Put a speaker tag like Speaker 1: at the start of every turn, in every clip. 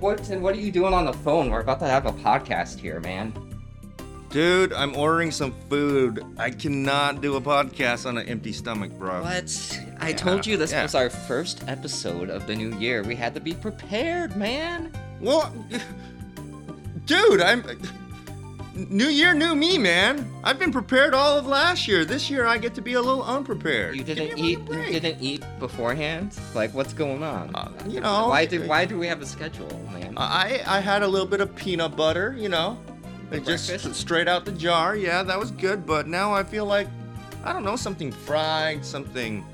Speaker 1: Woodson, what are you doing on the phone? We're about to have a podcast here, man.
Speaker 2: Dude, I'm ordering some food. I cannot do a podcast on an empty stomach, bro.
Speaker 1: What? I
Speaker 2: Yeah,
Speaker 1: told you this
Speaker 2: yeah.
Speaker 1: was our first episode of the new year. We had to be prepared, man.
Speaker 2: Well, dude, I'm. New year, new me, man. I've been prepared all of last year. This year, I get to be a little unprepared.
Speaker 1: You
Speaker 2: Give
Speaker 1: didn't
Speaker 2: me
Speaker 1: eat.
Speaker 2: a fucking
Speaker 1: You
Speaker 2: break.
Speaker 1: didn't eat beforehand. Like, what's going on?
Speaker 2: Uh, you know,
Speaker 1: why do Why do we have a schedule, man?
Speaker 2: I I had a little bit of peanut butter, you know,
Speaker 1: For
Speaker 2: It just
Speaker 1: breakfast?
Speaker 2: straight out the jar. Yeah, that was good. But now I feel like, I don't know, something fried, something.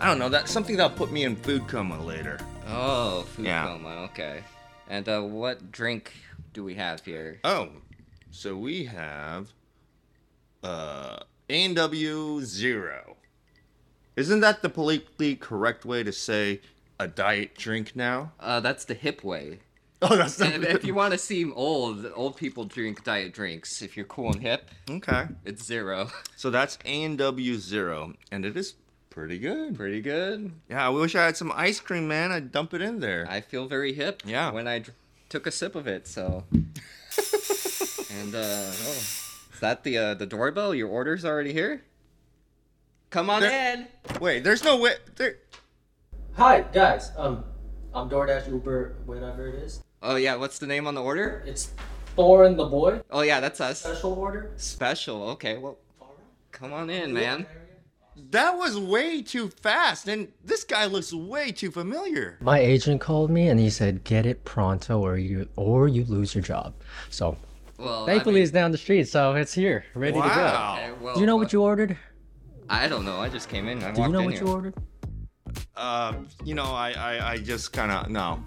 Speaker 2: I don't know that something that'll put me in food coma later.
Speaker 1: oh, food
Speaker 2: Yeah.
Speaker 1: coma. Okay. And uh, what drink do we have here?
Speaker 2: Oh, so we have uh AW zero. Isn't that the politically correct way to say a diet drink now?
Speaker 1: Uh, that's the hip way.
Speaker 2: Oh, that's not.
Speaker 1: And if you want to seem old, old people drink diet drinks. If you're cool and hip,
Speaker 2: okay,
Speaker 1: it's zero.
Speaker 2: so that's AW zero, and it is pretty good.
Speaker 1: Pretty good.
Speaker 2: Yeah, I wish I had some ice cream, man. I'd dump it in there.
Speaker 1: I feel very hip.
Speaker 2: Yeah.
Speaker 1: When I dr- took a sip of it, so. and uh, oh, is that the uh, the doorbell? Your order's already here. Come on
Speaker 2: There-
Speaker 1: in.
Speaker 2: Wait, there's no way. There.
Speaker 3: Hi guys, um, I'm DoorDash, Uber, whatever it is.
Speaker 1: Oh yeah, what's the name on the order?
Speaker 3: It's Thorin the boy
Speaker 1: Oh yeah, that's us.
Speaker 3: special order.
Speaker 1: Special. Okay, well, come on in, man.
Speaker 2: That was way too fast, and this guy looks way too familiar.
Speaker 3: My agent called me and he said, "Get it pronto, or you or you lose your job." So
Speaker 1: Well, I
Speaker 3: thankfully,
Speaker 1: mean-
Speaker 3: it's down the street, so it's here, ready to
Speaker 2: Wow.
Speaker 1: Okay,
Speaker 3: go.
Speaker 1: well,
Speaker 3: Do you know what you ordered?
Speaker 1: I don't know. I just came in. I
Speaker 3: Do you
Speaker 1: walked
Speaker 3: know
Speaker 1: in
Speaker 3: what
Speaker 1: here.
Speaker 3: you ordered?
Speaker 2: Uh, you know, I, I, I just kind of no.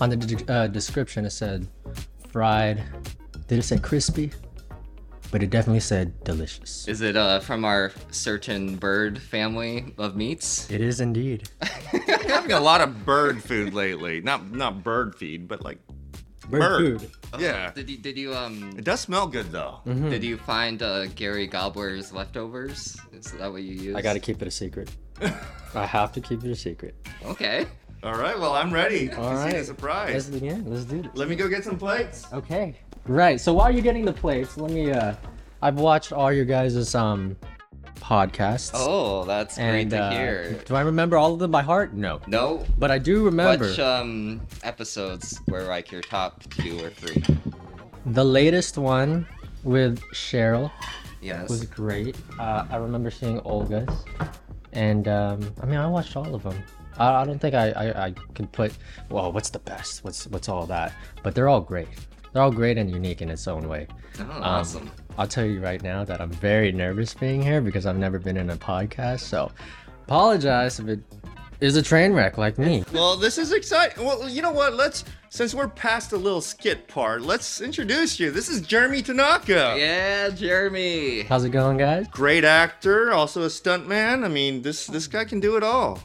Speaker 3: On the de- uh, description, it said fried. Did it say crispy? But it definitely said delicious.
Speaker 1: Is it uh from our certain bird family of meats?
Speaker 3: It is indeed
Speaker 2: having a lot of bird food lately. Not not bird feed, but like
Speaker 3: bird,
Speaker 2: Bird.
Speaker 3: food. Mm-hmm.
Speaker 1: Oh,
Speaker 2: yeah.
Speaker 1: Did you did you um
Speaker 2: It does smell good though.
Speaker 3: Hmm.
Speaker 1: Did you find uh, Gary Gobbler's leftovers? Is that what you used?
Speaker 3: I gotta keep it a secret. I have to keep it a secret.
Speaker 1: Okay.
Speaker 2: All right, well I'm ready
Speaker 3: All
Speaker 2: to see the
Speaker 3: right.
Speaker 2: surprise.
Speaker 3: Let's, yeah, let's do it.
Speaker 2: Let me go get some plates.
Speaker 3: Okay. Right. So while you're getting the plates, let me. uh I've watched all your guys' um podcasts.
Speaker 1: Oh, that's great
Speaker 3: and
Speaker 1: to
Speaker 3: uh,
Speaker 1: hear.
Speaker 3: do I remember all of them by heart? No.
Speaker 1: No.
Speaker 3: But I do remember
Speaker 1: Which um episodes were like your top two or three?
Speaker 3: the latest one with Cheryl
Speaker 1: Yes.
Speaker 3: was great. Uh, I remember seeing Olga's, and um, I mean I watched all of them. I, I don't think I, I I could put well what's the best what's what's all that, but they're all great. They're all great and unique in its own way.
Speaker 1: Oh, awesome.
Speaker 3: I'll tell you right now that I'm very nervous being here because I've never been in a podcast. So apologize if it is a train wreck like me.
Speaker 2: Well, this is exciting. Well, you know what? Let's since we're past the little skit part, let's introduce you. This is Jeremy Tanaka.
Speaker 1: Yeah, Jeremy.
Speaker 3: How's it going, guys?
Speaker 2: Great actor, also a stuntman. I mean, this this guy can do it all.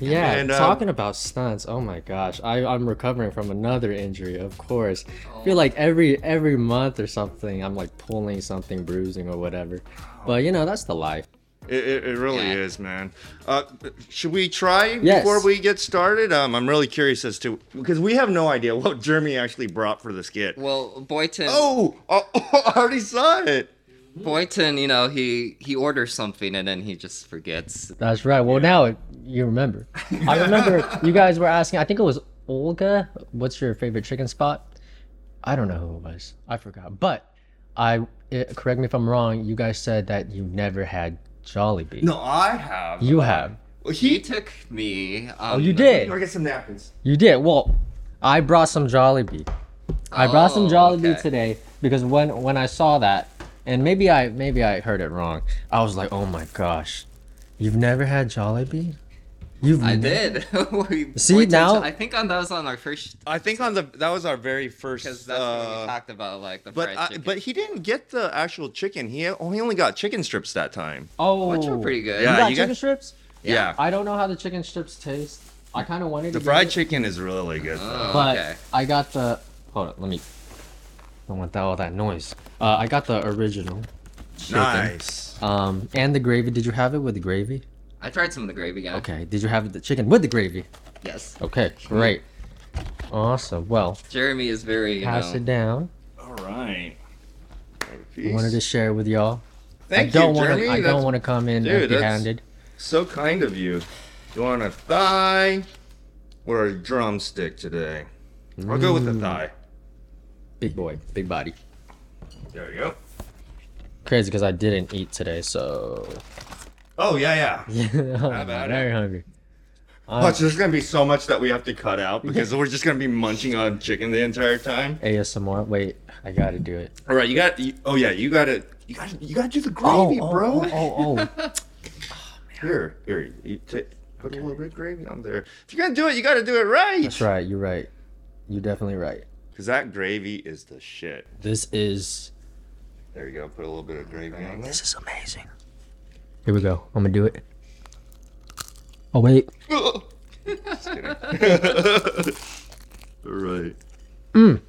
Speaker 3: Yeah,
Speaker 2: And, uh,
Speaker 3: talking about stunts. Oh my gosh, I, I'm recovering from another injury. Of course, I feel like every every month or something, I'm like pulling something, bruising or whatever. But you know, that's the life.
Speaker 2: It, it, it really
Speaker 1: Yeah.
Speaker 2: is, man. Uh, should we try
Speaker 3: Yes.
Speaker 2: before we get started? Um, I'm really curious as to because we have no idea what Jeremy actually brought for the skit.
Speaker 1: Well, Boyton.
Speaker 2: Oh, oh, I already saw it.
Speaker 1: Boyton, you know he he orders something and then he just forgets.
Speaker 3: That's right. Well, now it, you remember. I remember you guys were asking. I think it was Olga. What's your favorite chicken spot? I don't know who it was. I forgot. But I it, correct me if I'm wrong. You guys said that you never had Jollibee.
Speaker 2: No, I have.
Speaker 3: you have.
Speaker 2: Well,
Speaker 1: He
Speaker 2: he.
Speaker 1: took me. Um,
Speaker 3: Oh, you did.
Speaker 2: Or get some napkins.
Speaker 3: You did. Well, I brought some Jollibee. I brought some
Speaker 1: Oh,
Speaker 3: Jollibee
Speaker 1: okay.
Speaker 3: today because when when I saw that, and maybe I maybe I heard it wrong. I was like, oh my gosh, you've never had Jollibee? You've
Speaker 1: I
Speaker 3: never-
Speaker 1: did. we
Speaker 3: See,
Speaker 1: we touched-
Speaker 3: now-
Speaker 1: I think on that was on our first
Speaker 2: I think on the that was our very first.
Speaker 1: because that's when
Speaker 2: uh,
Speaker 1: we talked about like the
Speaker 2: but
Speaker 1: fried
Speaker 2: I,
Speaker 1: chicken.
Speaker 2: but he didn't get the actual chicken. He oh, he only got chicken strips that time.
Speaker 3: Oh,
Speaker 1: which were pretty good.
Speaker 3: You
Speaker 2: Yeah.
Speaker 3: got
Speaker 2: you
Speaker 3: chicken
Speaker 2: got-
Speaker 3: strips?
Speaker 2: Yeah.
Speaker 3: I don't know how the chicken strips taste. I kind of wanted
Speaker 2: The
Speaker 3: to get
Speaker 2: fried
Speaker 3: it,
Speaker 2: chicken is really good. though.
Speaker 1: Oh,
Speaker 3: but
Speaker 1: okay.
Speaker 3: I got the. Hold on, let me. I want that all that noise. Uh, I got the original. chicken,
Speaker 2: nice.
Speaker 3: Um, and the gravy. Did you have it with the gravy?
Speaker 1: I tried some of the gravy, guys.
Speaker 3: Okay. Did you have the chicken with the gravy?
Speaker 1: Yes.
Speaker 3: Okay. Great. Awesome. Well,
Speaker 1: Jeremy is very you
Speaker 3: pass
Speaker 1: know,
Speaker 3: it down.
Speaker 2: All right.
Speaker 3: I wanted to share with y'all.
Speaker 2: Thank
Speaker 3: I don't
Speaker 2: you,
Speaker 3: wanna,
Speaker 2: Jeremy.
Speaker 3: I
Speaker 2: That's
Speaker 3: don't want to come in
Speaker 2: Dude, that's-
Speaker 3: empty-handed.
Speaker 2: so kind of you. You want a thigh or a drumstick today? I'll go with
Speaker 3: Mm.
Speaker 2: the thigh.
Speaker 3: Big boy, big body.
Speaker 2: There you go.
Speaker 3: Crazy because I didn't eat today, so
Speaker 2: Oh yeah, yeah.
Speaker 3: yeah, I'm
Speaker 2: about
Speaker 3: very
Speaker 2: it?
Speaker 3: hungry. Uh,
Speaker 2: Watch, there's gonna be so much that we have to cut out because we're just gonna be munching on chicken the entire time.
Speaker 3: Um, ASMR. Wait, I gotta do it.
Speaker 2: All right, you got. You, oh yeah, you gotta. You gotta. You gotta do the
Speaker 3: Oh,
Speaker 2: gravy,
Speaker 3: oh,
Speaker 2: bro.
Speaker 3: oh, oh, oh.
Speaker 2: Here, here. You ta put a little bit of gravy on there. If you're gonna do it, you gotta do it right.
Speaker 3: That's right. You're right. You're definitely right.
Speaker 2: Cause that gravy is the shit.
Speaker 3: This is
Speaker 2: There you go. Put a little bit of gravy on there.
Speaker 3: this is amazing. Here we go. I'm gonna do it. Oh wait.
Speaker 2: Just kidding. All right.
Speaker 3: Mm.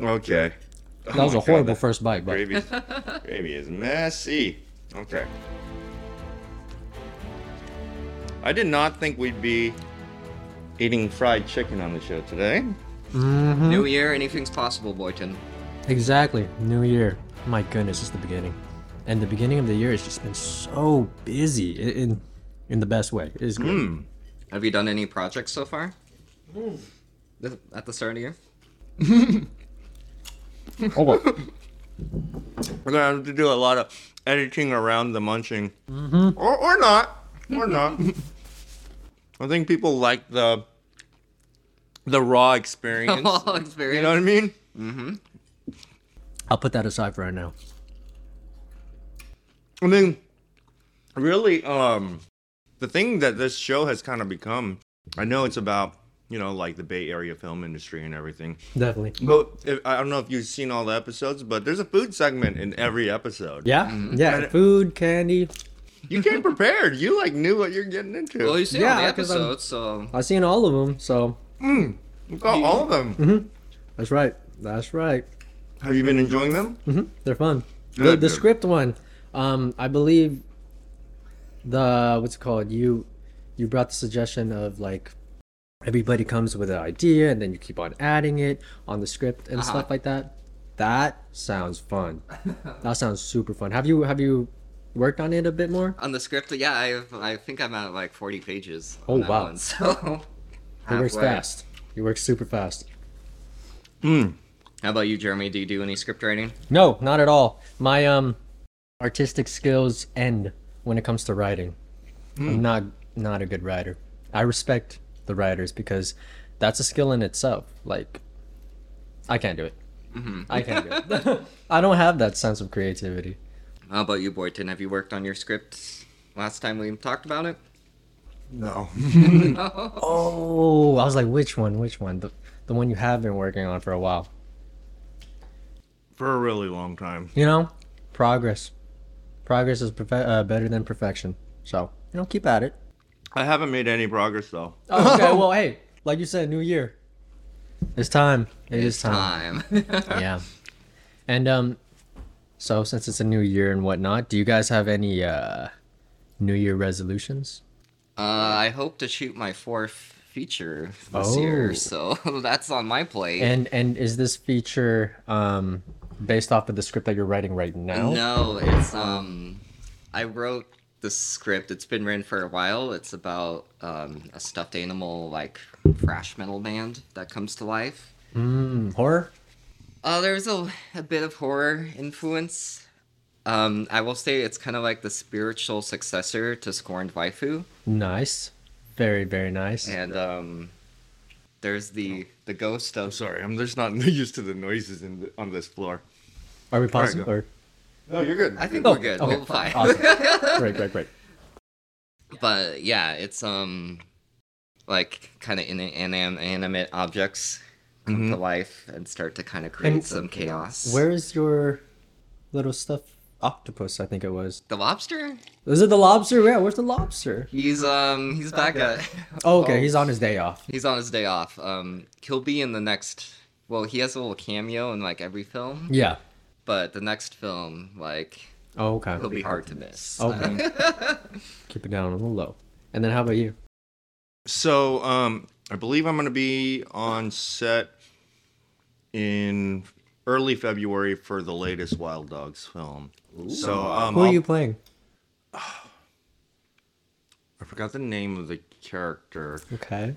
Speaker 2: Okay. Oh
Speaker 3: That was a horrible first bite, but
Speaker 2: Gravy, gravy is messy. Okay. I did not think we'd be eating fried chicken on the show today.
Speaker 3: Mhm.
Speaker 1: New Year, anything's possible, Boyton.
Speaker 3: exactly. New year. My goodness, it's the beginning, and the beginning of the year has just been so busy i- in in the best way. It is great.
Speaker 2: Hmm.
Speaker 1: Have you done any projects so far?
Speaker 3: Hmm.
Speaker 1: Th- At the start of the year?
Speaker 3: Hold up.
Speaker 2: We're gonna have to do a lot of editing around the munching, or or not, or not. I think people like the the raw experience.
Speaker 3: Oh,
Speaker 1: All
Speaker 2: you
Speaker 1: experience.
Speaker 2: know what I mean?
Speaker 3: I'll put that aside for right now.
Speaker 2: I mean, really, um, the thing that this show has kind of become. I know it's about you know like the Bay Area film industry and everything,
Speaker 3: Definitely.
Speaker 2: but if, I don't know if you've seen all the episodes, but there's a food segment in every episode.
Speaker 3: Yeah. Yeah. Food, candy.
Speaker 2: you came prepared. You like knew what you're getting into.
Speaker 1: Well, you see
Speaker 3: Yeah,
Speaker 1: all the
Speaker 3: 'cause I'm-
Speaker 1: episodes, so
Speaker 3: I've seen all of them, so
Speaker 2: You got all of them.
Speaker 3: that's right. That's right.
Speaker 2: Have you been enjoying them?
Speaker 3: hmm They're fun. the,
Speaker 2: Good,
Speaker 3: the
Speaker 2: good.
Speaker 3: script one, um, I believe the what's it called? You you brought the suggestion of like everybody comes with an idea and then you keep on adding it on the script and
Speaker 1: Uh-huh.
Speaker 3: stuff like that. That sounds fun. that sounds super fun. Have you have you worked on it a bit more?
Speaker 1: on the script, yeah, I've, I think I'm at like 40 pages. on
Speaker 3: Oh,
Speaker 1: that
Speaker 3: wow.
Speaker 1: One, so
Speaker 3: It works
Speaker 1: halfway.
Speaker 3: fast. It works super fast.
Speaker 1: How about you, Jeremy? Do you do any script writing?
Speaker 3: No, not at all. My um artistic skills end when it comes to writing. I'm not not a good writer. I respect the writers because that's a skill in itself. Like I can't do it. I can't do it. I don't have that sense of creativity.
Speaker 1: How about you, Boyton? Have you worked on your script? Last time we talked about it.
Speaker 2: No.
Speaker 3: Oh, I was like, which one? Which one? The the one you have been working on for a while.
Speaker 2: For a really long time.
Speaker 3: You know, progress. Progress is perfe- uh, better than perfection. So you know, keep at it.
Speaker 2: I haven't made any progress though.
Speaker 3: Oh, okay, well, hey, like you said, new year. It's time. it is time. yeah. And um, so since it's a new year and whatnot, do you guys have any uh, new year resolutions?
Speaker 1: uh, I hope to shoot my fourth feature this year,
Speaker 3: Oh.
Speaker 1: so that's on my plate.
Speaker 3: And and is this feature um based off of the script that you're writing right now?
Speaker 1: No, it's um, I wrote the script. It's been written for a while. It's about um, a stuffed animal like thrash metal band that comes to life.
Speaker 3: Mm, horror.
Speaker 1: Uh, there's a, a bit of horror influence. Um, I will say it's kind of like the spiritual successor to Scorned Waifu,
Speaker 3: Nice. Very very nice.
Speaker 1: and um, there's the the ghost
Speaker 2: I'm
Speaker 1: of
Speaker 2: sorry. I'm just not used to the noises in the, on this floor.
Speaker 3: Are we pausing
Speaker 2: go.
Speaker 3: or?
Speaker 2: No, you're good.
Speaker 1: I think
Speaker 3: Oh,
Speaker 1: we're good.
Speaker 3: okay,
Speaker 1: we'll be fine.
Speaker 3: Awesome. great great great.
Speaker 1: But yeah, it's um like kind of inanimate objects come to life and start to kind of create
Speaker 3: And-
Speaker 1: some chaos.
Speaker 3: Where is your little stuff? Octopus, I think it was.
Speaker 1: the lobster?
Speaker 3: Is it the lobster? Yeah, where's the lobster?
Speaker 1: He's um he's back at
Speaker 3: Oh, okay, he's on his day off.
Speaker 1: he's on his day off. Um he'll be in the next well, he has a little cameo in like every film,
Speaker 3: Yeah.
Speaker 1: but the next film like
Speaker 3: Oh, okay.
Speaker 1: he'll be hard to
Speaker 3: Oh.
Speaker 1: miss.
Speaker 3: Okay. Keep it down a little low. And then how about you?
Speaker 2: So, um, I believe I'm going to be on set in early February for the latest Wild Dogs film. So, um,
Speaker 3: Who are
Speaker 2: I'll-
Speaker 3: you playing?
Speaker 2: I forgot the name of the character,
Speaker 3: Okay.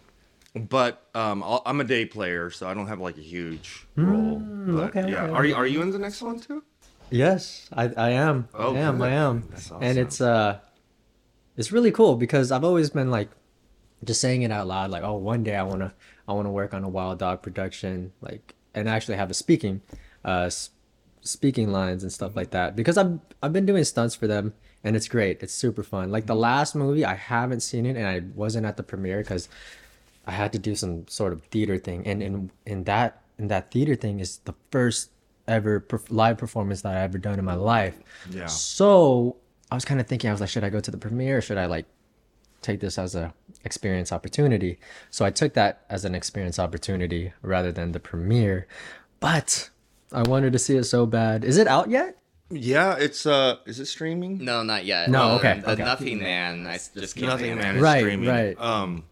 Speaker 2: but um, I'll, I'm a day player, so I don't have like a huge role. but,
Speaker 3: okay,
Speaker 2: yeah.
Speaker 3: okay.
Speaker 2: Are you are you in the next one too?
Speaker 3: Yes, I, I am.
Speaker 2: Oh,
Speaker 3: I am.
Speaker 2: good.
Speaker 3: I am.
Speaker 2: That's
Speaker 3: And
Speaker 2: awesome.
Speaker 3: it's uh, it's really cool because I've always been like, just saying it out loud, like, oh, one day I wanna, I wanna work on a wild dog production, like, and actually have a speaking, uh, s- speaking lines and stuff like that. Because I've I've been doing stunts for them, and it's great. It's super fun. Like the last movie, I haven't seen it, and I wasn't at the premiere because I had to do some sort of theater thing, and in in that in that theater thing is the first ever perf- live performance that I ever done in my life.
Speaker 2: Yeah.
Speaker 3: So I was kind of thinking, I was like, should I go to the premiere? Or should I like take this as a experience opportunity? So I took that as an experience opportunity rather than the premiere. But I wanted to see it so bad. Is it out yet?
Speaker 2: Yeah, it's uh, is it streaming?
Speaker 1: No, not yet.
Speaker 3: No,
Speaker 1: Um,
Speaker 3: okay,
Speaker 1: The
Speaker 3: okay.
Speaker 1: Nothing Man. I just came
Speaker 2: Nothing
Speaker 1: in.
Speaker 2: man is
Speaker 3: Right,
Speaker 2: streaming.
Speaker 3: right.
Speaker 2: Um,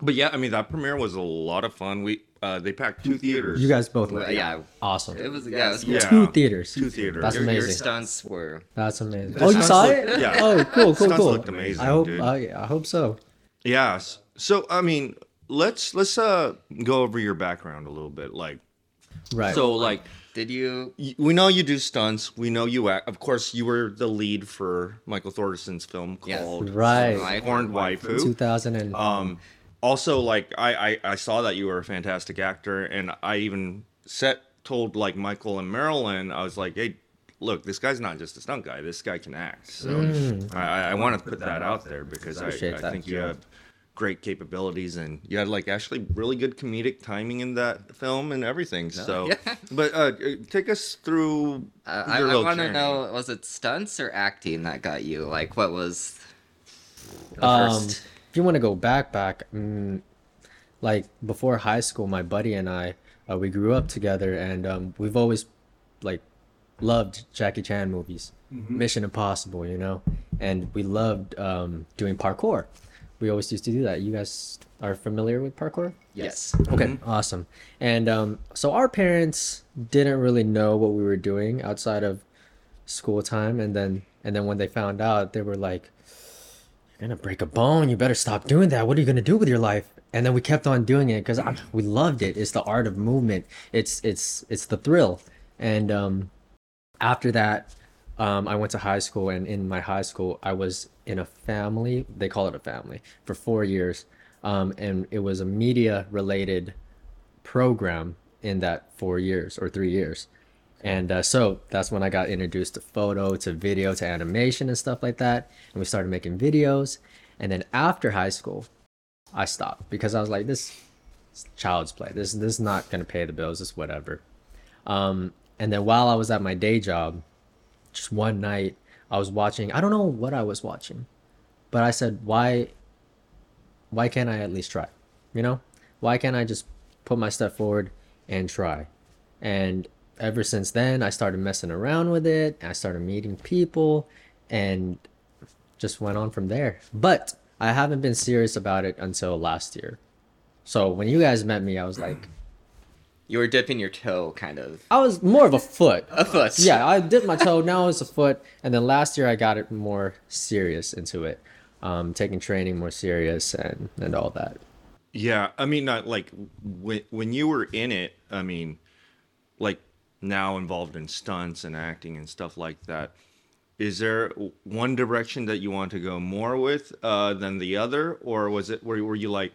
Speaker 2: but yeah, I mean that premiere was a lot of fun. We uh, they packed two theaters.
Speaker 3: You guys both were
Speaker 1: Well, yeah, it
Speaker 3: awesome.
Speaker 1: was yeah, it was
Speaker 2: Yeah.
Speaker 3: Two theaters.
Speaker 2: two theaters.
Speaker 3: That's
Speaker 1: Your, your
Speaker 3: amazing.
Speaker 1: stunts were
Speaker 3: That's amazing.
Speaker 2: The
Speaker 3: Oh, you saw
Speaker 2: stunts
Speaker 3: it?
Speaker 2: looked- yeah.
Speaker 3: Oh, cool, cool,
Speaker 2: Stunts
Speaker 3: cool.
Speaker 2: looked amazing,
Speaker 3: I hope.
Speaker 2: dude.
Speaker 3: I, I hope so.
Speaker 2: Yeah. s- So I mean, let's let's uh go over your background a little bit. Like,
Speaker 3: Right.
Speaker 2: so like
Speaker 1: Did you?
Speaker 2: y- we know you do stunts. We know you act. Of course, you were the lead for Michael Thorson's film
Speaker 1: Yes.
Speaker 2: called
Speaker 3: Right.
Speaker 1: Right.
Speaker 2: Horned Waifu.
Speaker 3: 2000 and
Speaker 2: Um, also, like I, I I saw that you were a fantastic actor, and I even set told like Michael and Marilyn, I was like, hey. Look, this guy's not just a stunt guy. This guy can act. So
Speaker 1: Mm.
Speaker 2: I, I, I want to put that out there because I, I
Speaker 3: Appreciate that.
Speaker 2: think you have great capabilities and you had like actually really good comedic timing in that film and everything. So,
Speaker 1: Yeah.
Speaker 2: but uh, take us through.
Speaker 1: Uh, I,
Speaker 2: your
Speaker 1: I
Speaker 2: real
Speaker 1: want to
Speaker 2: journey.
Speaker 1: know: was it stunts or acting that got you? Like, what was the
Speaker 3: Um,
Speaker 1: first?
Speaker 3: if you want to go back, back, mm, like before high school, my buddy and I, uh, we grew up together, and um, we've always like loved Jackie Chan movies,
Speaker 1: Mm-hmm.
Speaker 3: Mission Impossible, you know, and we loved um, doing parkour. We always used to do that. You guys are familiar with parkour?
Speaker 1: Yes. Mm-hmm.
Speaker 3: Okay, awesome. And um, so our parents didn't really know what we were doing outside of school time, and then and then when they found out, they were like, "You're gonna break a bone. You better stop doing that. What are you gonna do with your life?" And then we kept on doing it because we loved it. It's the art of movement. It's it's it's the thrill. And um, after that, um, I went to high school, and in my high school, I was in a family. They call it a family for four years, um, and it was a media-related program in that four years or three years, and uh, so that's when I got introduced to photo, to video, to animation, and stuff like that. And we started making videos, and then after high school, I stopped because I was like, this is child's play. This this is not gonna pay the bills. It's whatever. Um, and then while I was at my day job, just one night, I was watching. I don't know what I was watching, but I said, why, why can't I at least try? You know, why can't I just put my step forward and try? And ever since then, I started messing around with it. I started meeting people, and just went on from there. But I haven't been serious about it until last year. So when you guys met me, I was like,
Speaker 1: You were dipping your toe, kind of.
Speaker 3: I was more of a foot.
Speaker 1: A foot.
Speaker 3: Yeah, I dipped my toe. Now it's a foot. And then last year I got it more serious into it, um, taking training more serious and and all that.
Speaker 2: Yeah, I mean, not like when when you were in it. I mean, like now involved in stunts and acting and stuff like that. Is there one direction that you want to go more with uh, than the other, or was it were were you like,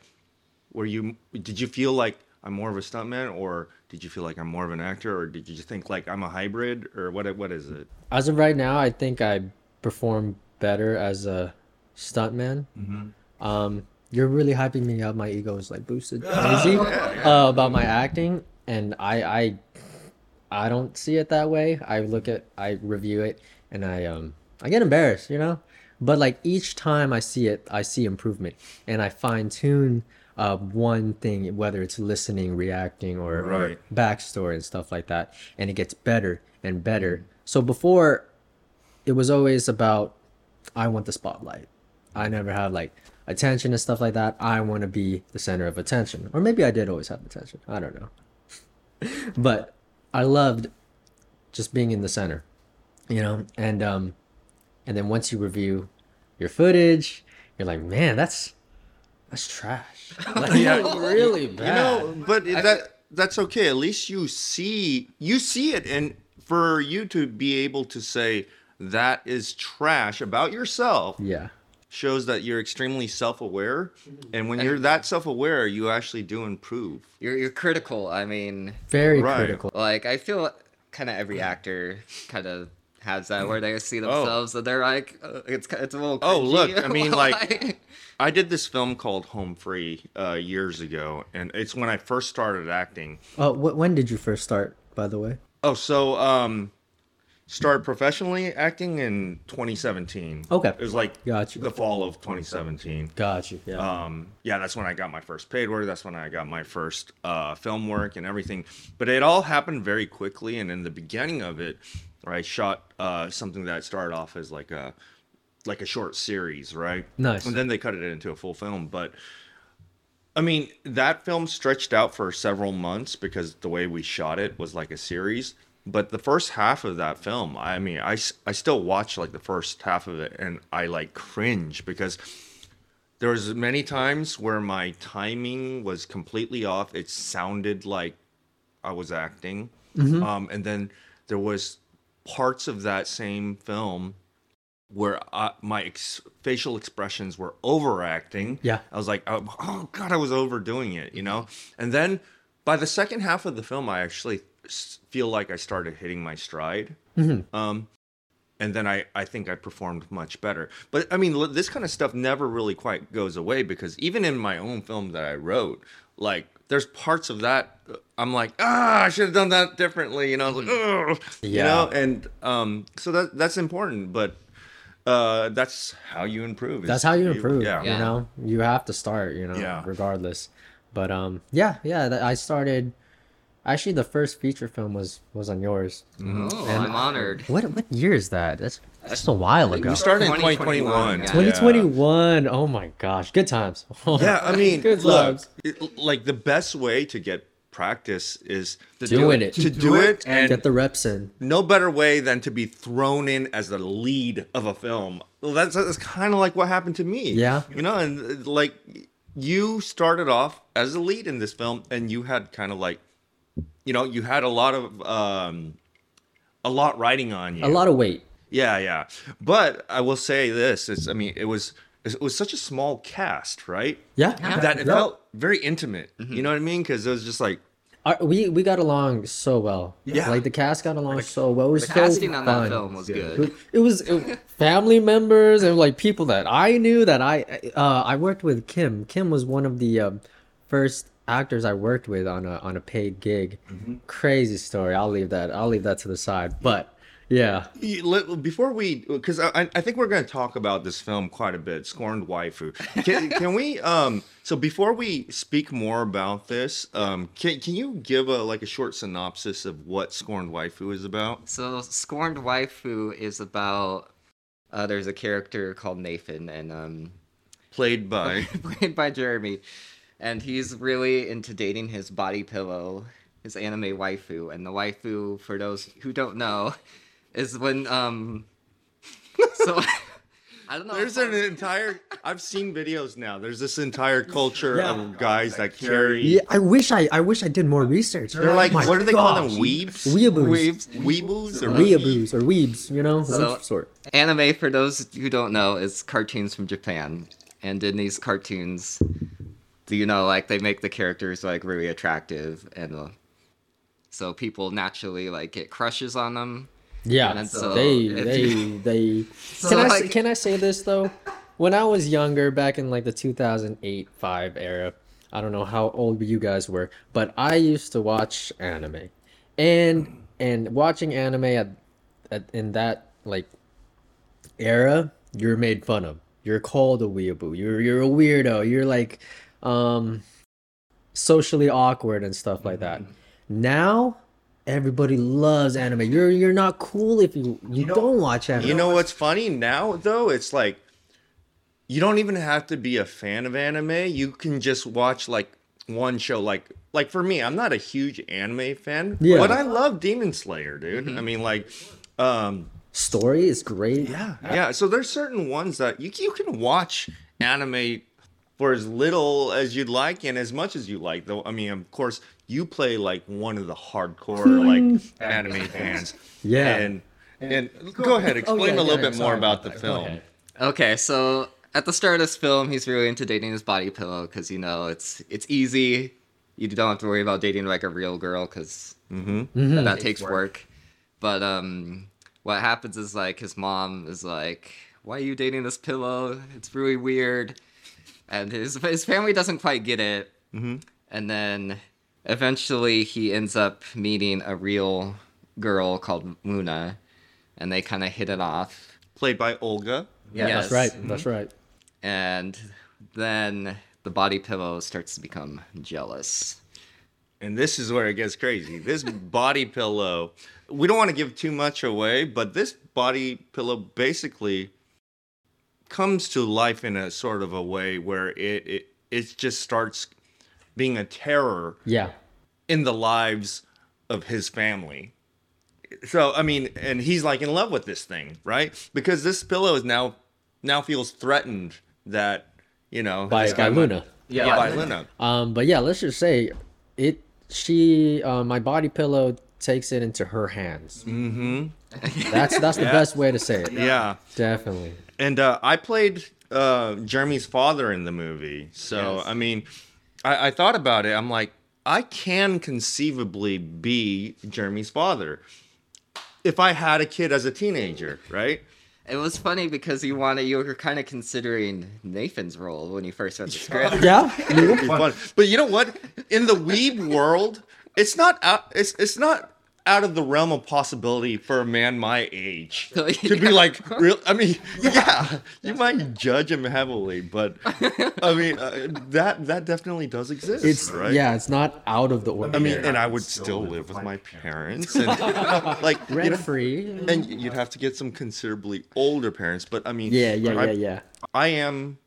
Speaker 2: were you did you feel like I'm more of a stuntman, or did you feel like I'm more of an actor, or did you just think like I'm a hybrid, or what what is it?
Speaker 3: As of right now, I think I perform better as a stuntman. Um, you're really hyping me up. My ego is like boosted crazy uh, about my acting, and I, I, I don't see it that way. I look at, I review it, and I, um, I get embarrassed, you know. But like each time I see it, I see improvement, and I fine tune uh, one thing, whether it's listening, reacting, or,
Speaker 2: Right.
Speaker 3: or backstory and stuff like that, and it gets better and better. So before it was always about I want the spotlight. I never had like attention and stuff like that. I want to be the center of attention. Or maybe I did always have attention. I don't know. but I loved just being in the center, you know? And um and then once you review your footage, you're like, "Man, that's that's trash." Like,
Speaker 2: Yeah.
Speaker 3: that's really
Speaker 2: You
Speaker 3: bad.
Speaker 2: know, but it- that that's okay. At least you see you see it, and for you to be able to say that is trash about yourself
Speaker 3: yeah.
Speaker 2: shows that you're extremely self-aware. And when you're that self-aware, you actually do improve.
Speaker 1: You're you're critical. I mean,
Speaker 3: Very
Speaker 2: Right.
Speaker 3: critical.
Speaker 1: like I feel kind of every actor kind of has that where they see
Speaker 2: Oh.
Speaker 1: themselves and they're like, uh, it's ki- it's a little.
Speaker 2: Oh, look,
Speaker 1: cringy.
Speaker 2: I mean, like- I did this film called Home Free uh, years ago, and it's when I first started acting.
Speaker 3: Oh, wh- when did you first start, by the way?
Speaker 2: Oh, so um, started professionally acting in 2017.
Speaker 3: Okay.
Speaker 2: it was like
Speaker 3: Oh. Gotcha.
Speaker 2: the fall of 2017.
Speaker 3: Got you. Yeah.
Speaker 2: um, yeah, that's when I got my first paid work. That's when I got my first uh, film work and everything. But it all happened very quickly. And in the beginning of it, I shot uh, something that started off as like a like a short series, right?
Speaker 3: Nice.
Speaker 2: And then they cut it into a full film. But I mean, that film stretched out for several months because the way we shot it was like a series. But the first half of that film, I mean, I, s- I still watch like the first half of it and I like cringe because there was many times where my timing was completely off. It sounded like I was acting. Um, and then there was parts of that same film where I, my ex- facial expressions were overacting.
Speaker 3: Yeah.
Speaker 2: I was like, oh, oh god, I was overdoing it, you know. And then by the second half of the film, I actually s- feel like I started hitting my stride. Um, and then I, I think I performed much better. But I mean, l- this kind of stuff never really quite goes away because even in my own film that I wrote, like there's parts of that uh, I'm like, ah, I should have done that differently, you know, like, "Ugh," you
Speaker 3: Mm. Yeah.
Speaker 2: know, and um, so that that's important, but uh, that's how you improve. is
Speaker 3: that's how you improve
Speaker 2: Yeah.
Speaker 3: you know you have to start you know
Speaker 2: Yeah.
Speaker 3: regardless but um yeah yeah that, i started actually the first feature film was was on yours
Speaker 2: Mm-hmm.
Speaker 1: oh, I'm honored.
Speaker 3: what what year is that that's that's a while ago
Speaker 2: We started in
Speaker 1: 2021,
Speaker 2: 2021.
Speaker 1: yeah.
Speaker 2: yeah.
Speaker 3: 2021 oh my gosh good times
Speaker 2: Yeah, I mean,
Speaker 3: Good
Speaker 2: look,
Speaker 3: times.
Speaker 2: it, like the best way to get practice is to
Speaker 3: Doing it.
Speaker 2: to do it and
Speaker 3: get the reps in
Speaker 2: no better way than to be thrown in as the lead of a film. Well, that's that's kind of like what happened to me.
Speaker 3: Yeah.
Speaker 2: you know, and uh, like you started off as a lead in this film, and you had kind of like, you know, you had a lot of um, a lot riding on you.
Speaker 3: a lot of weight
Speaker 2: Yeah, yeah. But I will say this: it's I mean, it was it was such a small cast, right?
Speaker 3: yeah,
Speaker 2: That it
Speaker 3: Yeah.
Speaker 2: felt very intimate. You know what I mean? Because it was just like
Speaker 3: Our- we we got along so well
Speaker 2: Yeah.
Speaker 3: like the cast got along so well it was
Speaker 1: The
Speaker 3: so
Speaker 1: casting on that
Speaker 3: fun.
Speaker 1: film was
Speaker 3: It-
Speaker 1: good.
Speaker 3: it was it- family members and like people that I knew that I uh, I worked with Kim. Kim was one of the um, first actors I worked with on a on a paid gig.
Speaker 2: Mm-hmm.
Speaker 3: Crazy story. I'll leave that. I'll leave that to the side. But yeah,
Speaker 2: You- let- before we because I, I- I think we're going to talk about this film quite a bit scorned waifu can, can we um so before we speak more about this um can, can you give a like a short synopsis of what scorned waifu is about
Speaker 1: So, Scorned Waifu is about uh, there's a character called Nathan, and um,
Speaker 2: played by
Speaker 1: played by Jeremy, and he's really into dating his body pillow, his anime waifu, and the waifu, for those who don't know, is when um. so, I don't know.
Speaker 2: there's an entire i've seen videos now there's this entire culture of guys that carry
Speaker 3: yeah. I wish I I wish I did more research. Oh
Speaker 2: they're like
Speaker 3: My
Speaker 2: what do they call them
Speaker 3: gosh.
Speaker 2: weebs
Speaker 3: Weeaboos.
Speaker 1: Weebs.
Speaker 2: weeboos or
Speaker 3: Weeaboos or weebs, you know,
Speaker 1: So-
Speaker 3: some sort.
Speaker 1: Anime, for those who don't know, is cartoons from Japan. And in these cartoons, do you know, like they make the characters like really attractive, and uh, so people naturally like get crushes on them.
Speaker 3: Yeah,
Speaker 1: And so
Speaker 3: they
Speaker 1: if
Speaker 3: they
Speaker 1: you-
Speaker 3: they.
Speaker 1: So,
Speaker 3: can I s-
Speaker 1: like-
Speaker 3: can I say this though? when I was younger, back in like the 2008 5 era, I don't know how old you guys were, but I used to watch anime. And and watching anime at, at in that like era, you're made fun of. You're called a weeaboo. You're you're a weirdo. You're like um socially awkward and stuff like that. Now everybody loves anime. You're you're not cool if you you,
Speaker 2: know-
Speaker 3: don't watch anime.
Speaker 2: You know what's funny now though? It's like you don't even have to be a fan of anime. You can just watch like one show. Like like for me, I'm not a huge anime fan,
Speaker 3: Yeah.
Speaker 2: but I love Demon Slayer, dude. I mean, like, um,
Speaker 3: story is great.
Speaker 2: yeah, yeah. So there's certain ones that you you can watch anime for as little as you'd like and as much as you like. Though I mean, of course, you play like one of the hardcore like anime fans.
Speaker 3: Yeah.
Speaker 2: And and go ahead, explain
Speaker 3: Oh, yeah,
Speaker 2: a little
Speaker 3: yeah,
Speaker 2: bit
Speaker 3: yeah,
Speaker 2: more
Speaker 3: sorry
Speaker 2: about
Speaker 3: about
Speaker 2: the
Speaker 3: that. Go
Speaker 2: film.
Speaker 3: ahead.
Speaker 1: Okay, so at the start of this film, he's really into dating his body pillow because you know it's it's easy. You don't have to worry about dating like a real girl because
Speaker 3: Mm-hmm.
Speaker 1: that takes work. But um, what happens is like his mom is like, "Why are you dating this pillow? It's really weird," and his his family doesn't quite get it. And then eventually he ends up meeting a real girl called Luna, and they kind of hit it off.
Speaker 2: Played by Olga.
Speaker 1: Yeah,
Speaker 3: That's right. That's right.
Speaker 1: and then the body pillow starts to become jealous.
Speaker 2: And this is where it gets crazy. This body pillow, we don't want to give too much away, but this body pillow basically comes to life in a sort of a way where it it, it just starts being a terror
Speaker 3: Yeah.
Speaker 2: in the lives of his family. So I mean, and he's like in love with this thing, right? Because this pillow is now now feels threatened that you know
Speaker 3: By,
Speaker 2: this
Speaker 3: by
Speaker 2: might-
Speaker 3: Luna.
Speaker 2: yeah, by Luna.
Speaker 3: Um, but yeah, let's just say it. She, uh, my body pillow takes it into her hands. Mm-hmm. That's that's the best way to say it.
Speaker 2: yeah.
Speaker 3: Definitely.
Speaker 2: And uh, I played uh, Jeremy's father in the movie. So,
Speaker 1: Yes.
Speaker 2: I mean, I, I thought about it. I'm like, I can conceivably be Jeremy's father if I had a kid as a teenager, right?
Speaker 1: It was funny because you wanted you were kind of considering Nathan's role when you first read the script.
Speaker 3: Yeah.
Speaker 2: It'd be fun. But you know what? In the weeb world, it's not out, it's, it's not out of the realm of possibility for a man my age to be like real i mean yeah you might judge him heavily but i mean uh, that that definitely does exist
Speaker 3: It's
Speaker 2: right
Speaker 3: yeah. It's not out of the
Speaker 2: I
Speaker 3: ordinary.
Speaker 2: mean, and I would still live with my parents, and like you
Speaker 3: rent
Speaker 2: know,
Speaker 3: free.
Speaker 2: and you'd have to get some considerably older parents. But I mean,
Speaker 3: Yeah, yeah,
Speaker 2: I,
Speaker 3: yeah, yeah.
Speaker 2: I am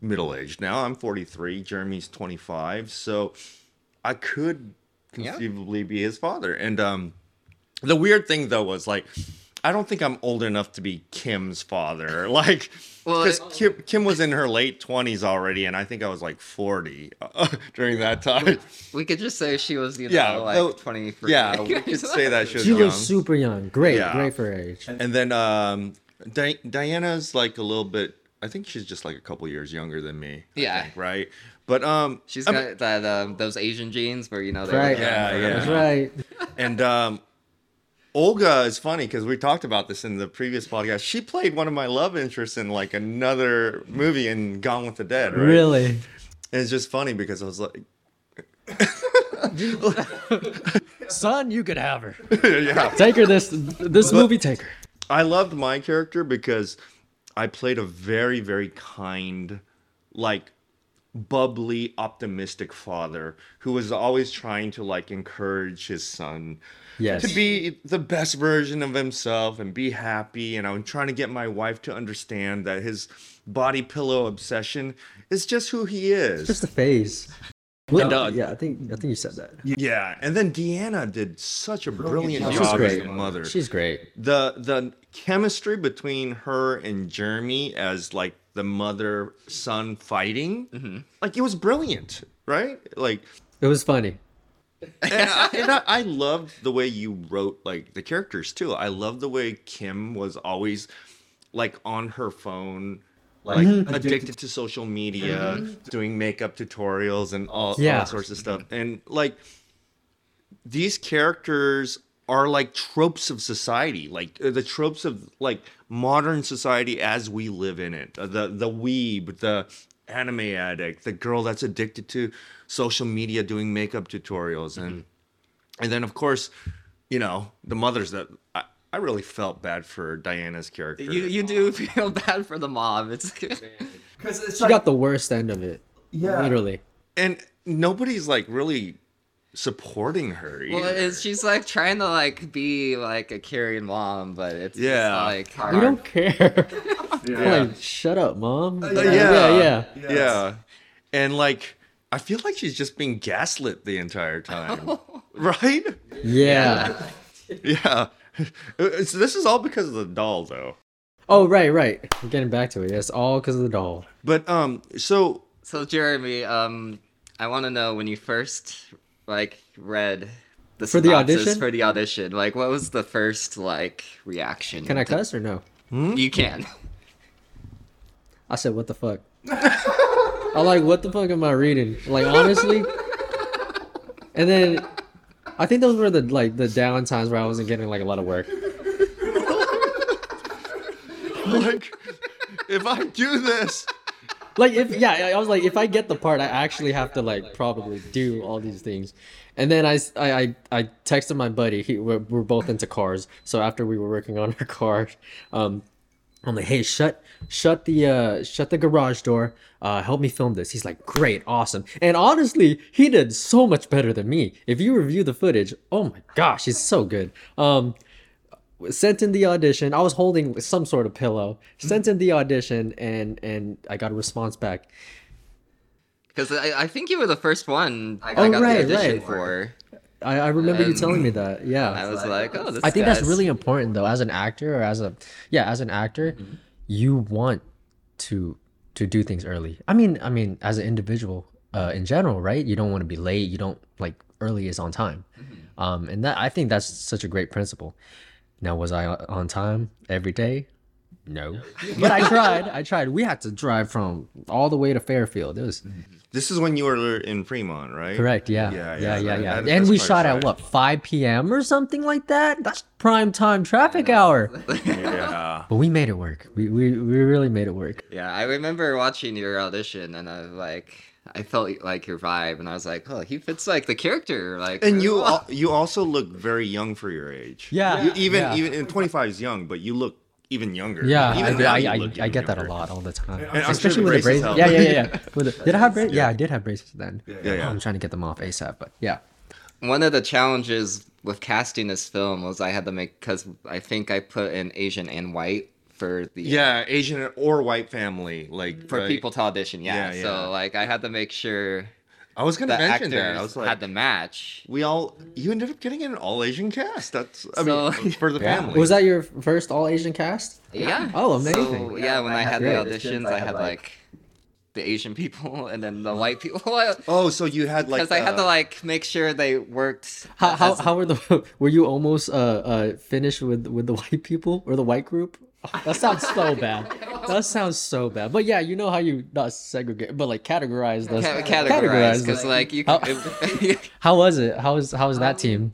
Speaker 2: middle aged now. I'm 43. Jeremy's 25, so I could conceivably be his father. And um, the weird thing though was like, I don't think I'm old enough to be Kim's father. Like,
Speaker 1: Well,
Speaker 2: because
Speaker 1: it-
Speaker 2: Kim, Kim was in her late 20s already, and I think I was like 40 during that time.
Speaker 1: we could just say she was, you know,
Speaker 2: Yeah,
Speaker 1: like
Speaker 2: though-
Speaker 1: 23.
Speaker 2: Yeah, we could say that she was
Speaker 3: She
Speaker 2: young.
Speaker 3: looks super young. Great,
Speaker 2: Yeah.
Speaker 3: great for her age.
Speaker 2: And then um, Di- Diana's like a little bit. I think she's just like a couple years younger than me. I
Speaker 1: Yeah.
Speaker 2: think, right. But um,
Speaker 1: She's
Speaker 2: I
Speaker 1: got
Speaker 2: mean-
Speaker 1: that um, those Asian genes where you know they
Speaker 3: Right.
Speaker 1: look young
Speaker 2: Yeah,
Speaker 1: forever.
Speaker 2: yeah.
Speaker 3: That's right.
Speaker 2: and um, Olga is funny because we talked about this in the previous podcast. She played one of my love interests in like another movie in Gone with the Dead. Right?
Speaker 3: Really.
Speaker 2: And it's just funny because I was like,
Speaker 3: Son, you could have her.
Speaker 2: yeah.
Speaker 3: Take her this this movie. Take her.
Speaker 2: I loved my character because I played a very, very kind, like bubbly, optimistic father who was always trying to like encourage his son
Speaker 3: Yes.
Speaker 2: to be the best version of himself and be happy. And I'm trying to get my wife to understand that his body pillow obsession is just who he is.
Speaker 3: just a phase.
Speaker 2: uh,
Speaker 3: yeah, I think I think you said that.
Speaker 2: yeah. And then Deanna did such a brilliant
Speaker 3: She's
Speaker 2: job as
Speaker 3: great.
Speaker 2: a mother.
Speaker 3: She's great.
Speaker 2: the the chemistry between her and Jeremy as like the mother son fighting, like it was brilliant, right? Like,
Speaker 3: It was funny.
Speaker 2: and, I, and I, I loved the way you wrote like the characters too. I loved the way Kim was always like on her phone. Like addicted to social media, doing makeup tutorials and all, all
Speaker 3: Yeah.
Speaker 2: sorts of stuff. And like these characters are like tropes of society, like uh, the tropes of like modern society as we live in it. Uh, The the weeb, the anime addict, the girl that's addicted to social media doing makeup tutorials, and
Speaker 1: Mm-hmm.
Speaker 2: and then of course, you know the mothers that I, I really felt bad for Diana's character.
Speaker 1: You you do feel bad for the mob. It's
Speaker 4: Because it's
Speaker 3: She
Speaker 4: like,
Speaker 3: got the worst end of it.
Speaker 4: yeah,
Speaker 3: Literally.
Speaker 2: and nobody's like really supporting her.
Speaker 1: well,
Speaker 2: either.
Speaker 1: it's, she's like trying to like be like a Karen mom, but it's yeah,
Speaker 2: Yeah.
Speaker 1: like hard.
Speaker 3: We don't care.
Speaker 2: Yeah.
Speaker 3: Like, shut up, mom.
Speaker 4: Uh,
Speaker 3: Like,
Speaker 4: yeah.
Speaker 3: yeah, yeah.
Speaker 4: Yes.
Speaker 2: Yeah. And like I feel like she's just being gaslit the entire time. right?
Speaker 3: Yeah.
Speaker 2: Yeah. It's, this is all because of the doll though.
Speaker 3: Oh, right, right. I'm getting back to it. It's all because of the doll.
Speaker 2: But um so
Speaker 1: So Jeremy, um, I want to know when you first like read the
Speaker 3: For the
Speaker 1: synopsis
Speaker 3: audition?
Speaker 1: for the audition. Like, what was the first like reaction?
Speaker 3: Can I
Speaker 1: to-
Speaker 3: cuss or no?
Speaker 1: You can.
Speaker 3: I said, what the fuck? I like, what the fuck am I reading? Like, honestly. And then I think those were the like the down times where I wasn't getting like a lot of work.
Speaker 2: like if I do this
Speaker 3: Like if yeah, I- I was like, if I get the part, I actually have to like probably do all these things. And then I s- I I, I texted my buddy. He we're, we're both into cars, so after we were working on our car, um, I'm like, hey, shut shut the uh shut the garage door. Uh, help me film this. He's like, great, awesome. And honestly, he did so much better than me. If you review the footage, oh my gosh, he's so good. Um, sent in the audition. I was holding some sort of pillow. Sent in the audition, and and I got a response back.
Speaker 1: Because I, I think you were the first one I, I
Speaker 3: Oh,
Speaker 1: got
Speaker 3: right,
Speaker 1: the audition
Speaker 3: right.
Speaker 1: for.
Speaker 3: I, I remember you
Speaker 1: And-
Speaker 3: telling me that.
Speaker 1: Um, I
Speaker 3: Yeah.
Speaker 1: was like, oh, this
Speaker 5: I think that's
Speaker 1: guy's-
Speaker 5: really important though, as an actor or as a yeah, as an actor,
Speaker 1: Mm-hmm.
Speaker 5: you want to to do things early. I mean, I mean, as an individual uh, in general, right? You don't want to be late. You don't like early is on time,
Speaker 1: Mm-hmm.
Speaker 5: um, and that I think that's such a great principle. Now, was I o- on time every day? No, but I tried. I tried. We had to drive from all the way to Fairfield. It was
Speaker 2: this is when you were in Fremont, right?
Speaker 5: Correct. Yeah.
Speaker 2: Yeah,
Speaker 5: Yeah.
Speaker 2: yeah,
Speaker 5: Yeah. Yeah.
Speaker 2: that- that-
Speaker 5: and
Speaker 2: that's
Speaker 5: we
Speaker 2: quite
Speaker 5: shot
Speaker 2: right.
Speaker 5: at what 5 p.m. or something like that. That's prime time traffic hour.
Speaker 2: Yeah.
Speaker 5: But we made it work. We we, we really made it work.
Speaker 1: Yeah, I remember watching your audition, and I was like, I felt like your vibe, and I was like, oh, he fits like the character, like.
Speaker 2: And
Speaker 1: really
Speaker 2: you
Speaker 1: well.
Speaker 2: al- you also look very young for your age.
Speaker 5: Yeah.
Speaker 2: You, even
Speaker 5: Yeah.
Speaker 2: even and 25 is young, but you look even younger.
Speaker 5: Yeah,
Speaker 2: Even
Speaker 5: I,
Speaker 2: now
Speaker 5: I,
Speaker 2: you
Speaker 5: I,
Speaker 2: look
Speaker 5: I
Speaker 2: even
Speaker 5: get that a
Speaker 2: younger.
Speaker 5: lot all the time,
Speaker 2: I'm sure
Speaker 5: especially
Speaker 2: the
Speaker 5: with the
Speaker 2: braces
Speaker 5: braces.
Speaker 2: help.
Speaker 5: Yeah, yeah, yeah. yeah. With the, did I have braces? Yeah. I did have braces then.
Speaker 2: Yeah, yeah.
Speaker 5: I'm trying to get them off ASAP, but yeah.
Speaker 1: one of the challenges with casting this film was I had to make because I think I put in Asian and white for the
Speaker 2: Yeah, Asian or white family, like
Speaker 1: for
Speaker 2: right?
Speaker 1: people to audition. Yeah,
Speaker 2: Yeah, yeah.
Speaker 1: so like I had to make sure
Speaker 2: I was gonna
Speaker 1: the
Speaker 2: mention
Speaker 1: actors
Speaker 2: that. I was like,
Speaker 1: had to match.
Speaker 2: we all you ended up getting an all Asian cast. That's
Speaker 1: So-
Speaker 2: I mean for the
Speaker 3: Yeah.
Speaker 2: family.
Speaker 3: Was that your first all Asian cast?
Speaker 1: Yeah. So,
Speaker 3: Oh, amazing.
Speaker 1: yeah, when I had the auditions, I had like the Asian people and then the white people because
Speaker 2: Oh, so you had Mm-hmm. like
Speaker 1: I had to
Speaker 2: uh,
Speaker 1: like make sure they worked.
Speaker 3: How how,
Speaker 1: as-
Speaker 3: how were the were you almost uh uh finished with with the white people or the white group? That sounds so bad. That sounds so bad. But yeah, you know how you not segregate, but like categorize those.
Speaker 1: ca- categorized because
Speaker 3: us.
Speaker 1: like you.
Speaker 3: How-
Speaker 1: Could,
Speaker 3: How was it? How was how was that team?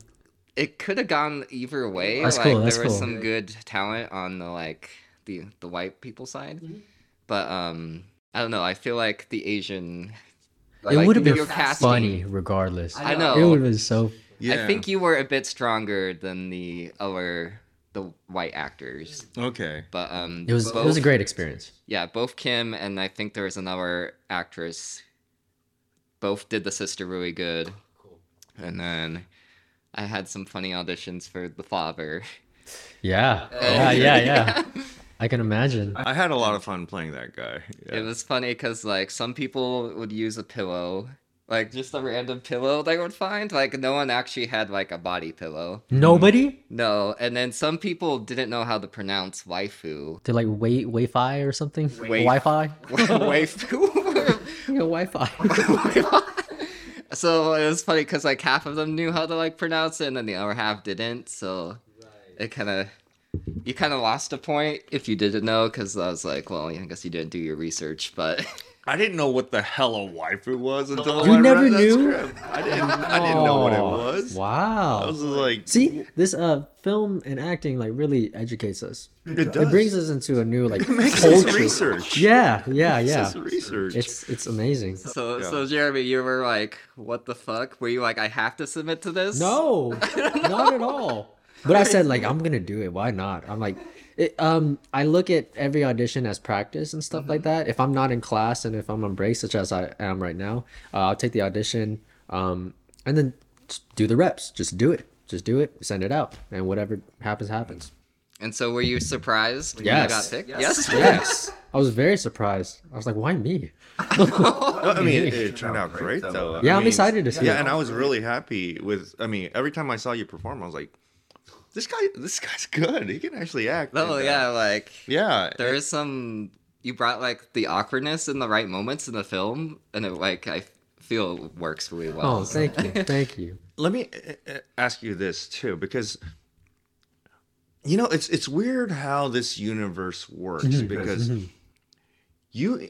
Speaker 1: it could have gone either way.
Speaker 5: That's
Speaker 1: like
Speaker 5: cool,
Speaker 1: there
Speaker 5: that's
Speaker 1: was
Speaker 5: cool.
Speaker 1: some good talent on the like the the white people side, but um, I don't know. I feel like the Asian.
Speaker 5: it
Speaker 1: like,
Speaker 5: would have
Speaker 1: your
Speaker 5: been
Speaker 1: casting-
Speaker 5: funny regardless.
Speaker 1: I
Speaker 5: It
Speaker 1: know.
Speaker 5: would have been so.
Speaker 2: yeah.
Speaker 1: I think you were a bit stronger than the other the white actors,
Speaker 2: Okay.
Speaker 1: but um,
Speaker 5: It was
Speaker 1: both,
Speaker 5: it was a great experience.
Speaker 1: yeah, both Kim and I think there was another actress. Both did the sister really good, and then I had some funny auditions for the father.
Speaker 5: Yeah. Yeah. Yeah. Yeah. I can imagine.
Speaker 2: I had a lot of fun playing that guy. Yeah.
Speaker 1: It was funny because like some people would use a pillow, like just a random pillow they would find. Like no one actually had like a body pillow.
Speaker 5: Nobody.
Speaker 1: No, and then some people didn't know how to pronounce waifu.
Speaker 5: They're like wait Wi-Fi or something.
Speaker 1: Wai-
Speaker 5: Wi-Fi.
Speaker 1: waifu.
Speaker 3: Yeah, Wi-Fi.
Speaker 1: so it was funny because like half of them knew how to like pronounce it, and then the other half didn't. So it kind of you kind of lost a point if you didn't know because I was like, well, I guess you didn't do your research, but.
Speaker 2: I didn't know what the hell a waifu was until
Speaker 3: You
Speaker 2: I
Speaker 3: never
Speaker 2: read that
Speaker 3: knew?
Speaker 2: script. I didn't. I didn't know what it
Speaker 3: Oh,
Speaker 2: was. I
Speaker 3: Wow.
Speaker 2: was just like,
Speaker 3: See, this uh film and acting like really educates us.
Speaker 2: it does.
Speaker 3: It brings us into a new like
Speaker 2: makes us
Speaker 3: culture.
Speaker 2: research.
Speaker 3: Yeah, yeah,
Speaker 2: Makes
Speaker 3: yeah.
Speaker 2: us research.
Speaker 3: It's it's amazing.
Speaker 1: So,
Speaker 2: Yeah.
Speaker 1: so Jeremy, you were like, "What the fuck?" Were you like, "I have to submit to this"?
Speaker 3: No, not at all. But I said like I'm gonna do it. Why not? I'm like, it, um, I look at every audition as practice and stuff
Speaker 2: Mm-hmm.
Speaker 3: like that. If I'm not in class and if I'm on break, such as I am right now, uh, I'll take the audition, um, and then just do the reps. Just do it. Just do it. Send it out, and whatever happens, happens.
Speaker 1: And so, were you surprised when you got
Speaker 3: Yes.
Speaker 1: picked? Yes.
Speaker 3: Yes, I was very surprised. I was like, why me?
Speaker 2: No, I mean, it, it turned out great though. I
Speaker 3: Yeah, I'm
Speaker 2: mean,
Speaker 3: excited to see
Speaker 2: Yeah,
Speaker 3: it.
Speaker 2: and I was really happy with. I mean, every time I saw you perform, I was like, this guy, this guy's good. He can actually act.
Speaker 1: Oh
Speaker 2: And, uh,
Speaker 1: yeah, like
Speaker 2: yeah.
Speaker 1: there is some. You brought like the awkwardness in the right moments in the film, and it like I feel works really well.
Speaker 3: Oh, thank you, thank you.
Speaker 2: Let me uh, uh, ask you this too, because you know it's it's weird how this universe works because
Speaker 3: mm-hmm.
Speaker 2: you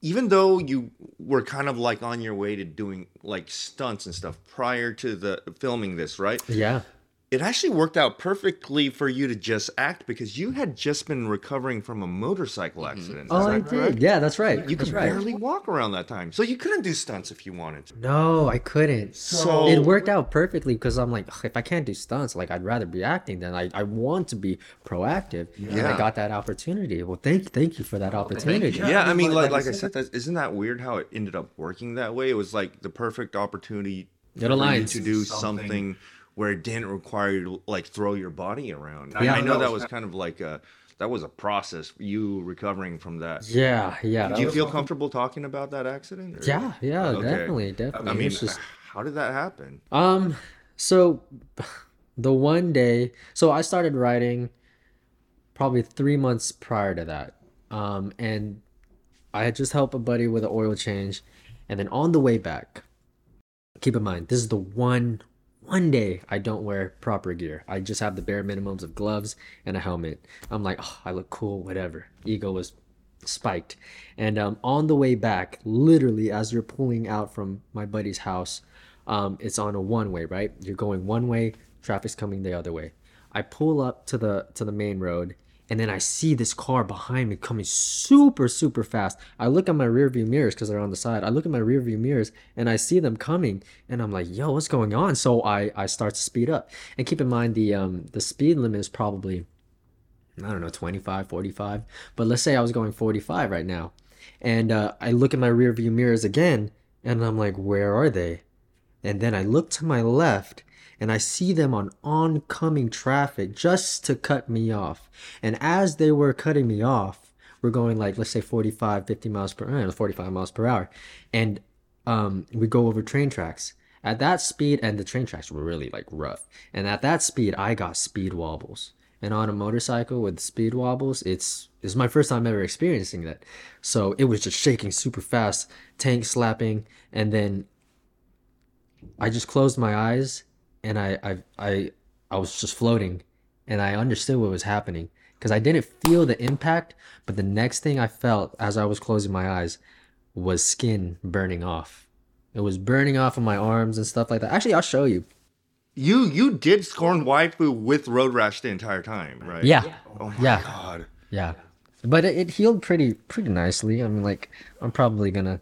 Speaker 2: even though you were kind of like on your way to doing like stunts and stuff prior to the filming this right
Speaker 3: Yeah,
Speaker 2: it actually worked out perfectly for you to just act because you had just been recovering from a motorcycle accident Is
Speaker 3: oh,
Speaker 2: that
Speaker 3: I
Speaker 2: correct?
Speaker 3: did. Yeah, that's right.
Speaker 2: you
Speaker 3: that's
Speaker 2: could
Speaker 3: right.
Speaker 2: barely walk around that time so you couldn't do stunts if you wanted to
Speaker 3: No, I couldn't.
Speaker 2: So-
Speaker 3: it worked out perfectly because I'm like, "Ugh, if I can't do stunts, like I'd rather be acting than I, I want to be proactive. And
Speaker 2: Yeah.
Speaker 3: I got that opportunity. Well, thank thank you for that opportunity.
Speaker 2: Yeah, I mean, like, like I said, that, isn't that weird how it ended up working that way? It was like the perfect opportunity
Speaker 3: It
Speaker 2: for you
Speaker 3: aligns.
Speaker 2: to do something where it didn't require you to like throw your body around. I-
Speaker 3: Yeah.
Speaker 2: I know that was kind of like a that was a process you recovering from that.
Speaker 3: Yeah, yeah.
Speaker 2: Do you feel comfortable talking about that accident? or-
Speaker 3: yeah, yeah,
Speaker 2: Okay.
Speaker 3: definitely, definitely.
Speaker 2: I
Speaker 3: It
Speaker 2: mean,
Speaker 3: was just-
Speaker 2: how did that happen?
Speaker 3: Um, so the one day, so I started writing probably three months prior to that. Um, and I had just helped a buddy with an oil change, and then on the way back, keep in mind this is the one one day I don't wear proper gear. I just have the bare minimums of gloves and a helmet. I'm like, oh, I look cool, whatever. Ego was spiked. And um, on the way back, literally as you're pulling out from my buddy's house, um, it's on a one way, right? You're going one way, traffic's coming the other way. I pull up to the to the main road, and then I see this car behind me coming super super fast. I look at my rearview mirrors because they're on the side. I look at my rearview mirrors and I see them coming, and I'm like, "Yo, what's going on?" So I I start to speed up. And keep in mind the um the speed limit is probably I don't know, 25, 45. But let's say I was going 45 right now. And uh, I look at my rearview mirrors again and I'm like, where are they? And then I look to my left and I see them on oncoming traffic just to cut me off. And as they were cutting me off, we're going like, let's say 45, 50 miles per hour, 45 miles per hour. And um, we go over train tracks. At that speed, and the train tracks were really like rough. And at that speed, I got speed wobbles. And on a motorcycle with speed wobbles, it's it's my first time ever experiencing that. So it was just shaking super fast, tank slapping, and then I just closed my eyes and I I I, I was just floating and I understood what was happening because I didn't feel the impact, but the next thing I felt as I was closing my eyes was skin burning off. It was burning off of my arms and stuff like that. Actually, I'll show you.
Speaker 2: You you did scorn waifu with road rash the entire time, right?
Speaker 3: Yeah.
Speaker 2: Oh my
Speaker 3: Yeah.
Speaker 2: god.
Speaker 3: Yeah. But it, it healed pretty pretty nicely. I mean like I'm probably gonna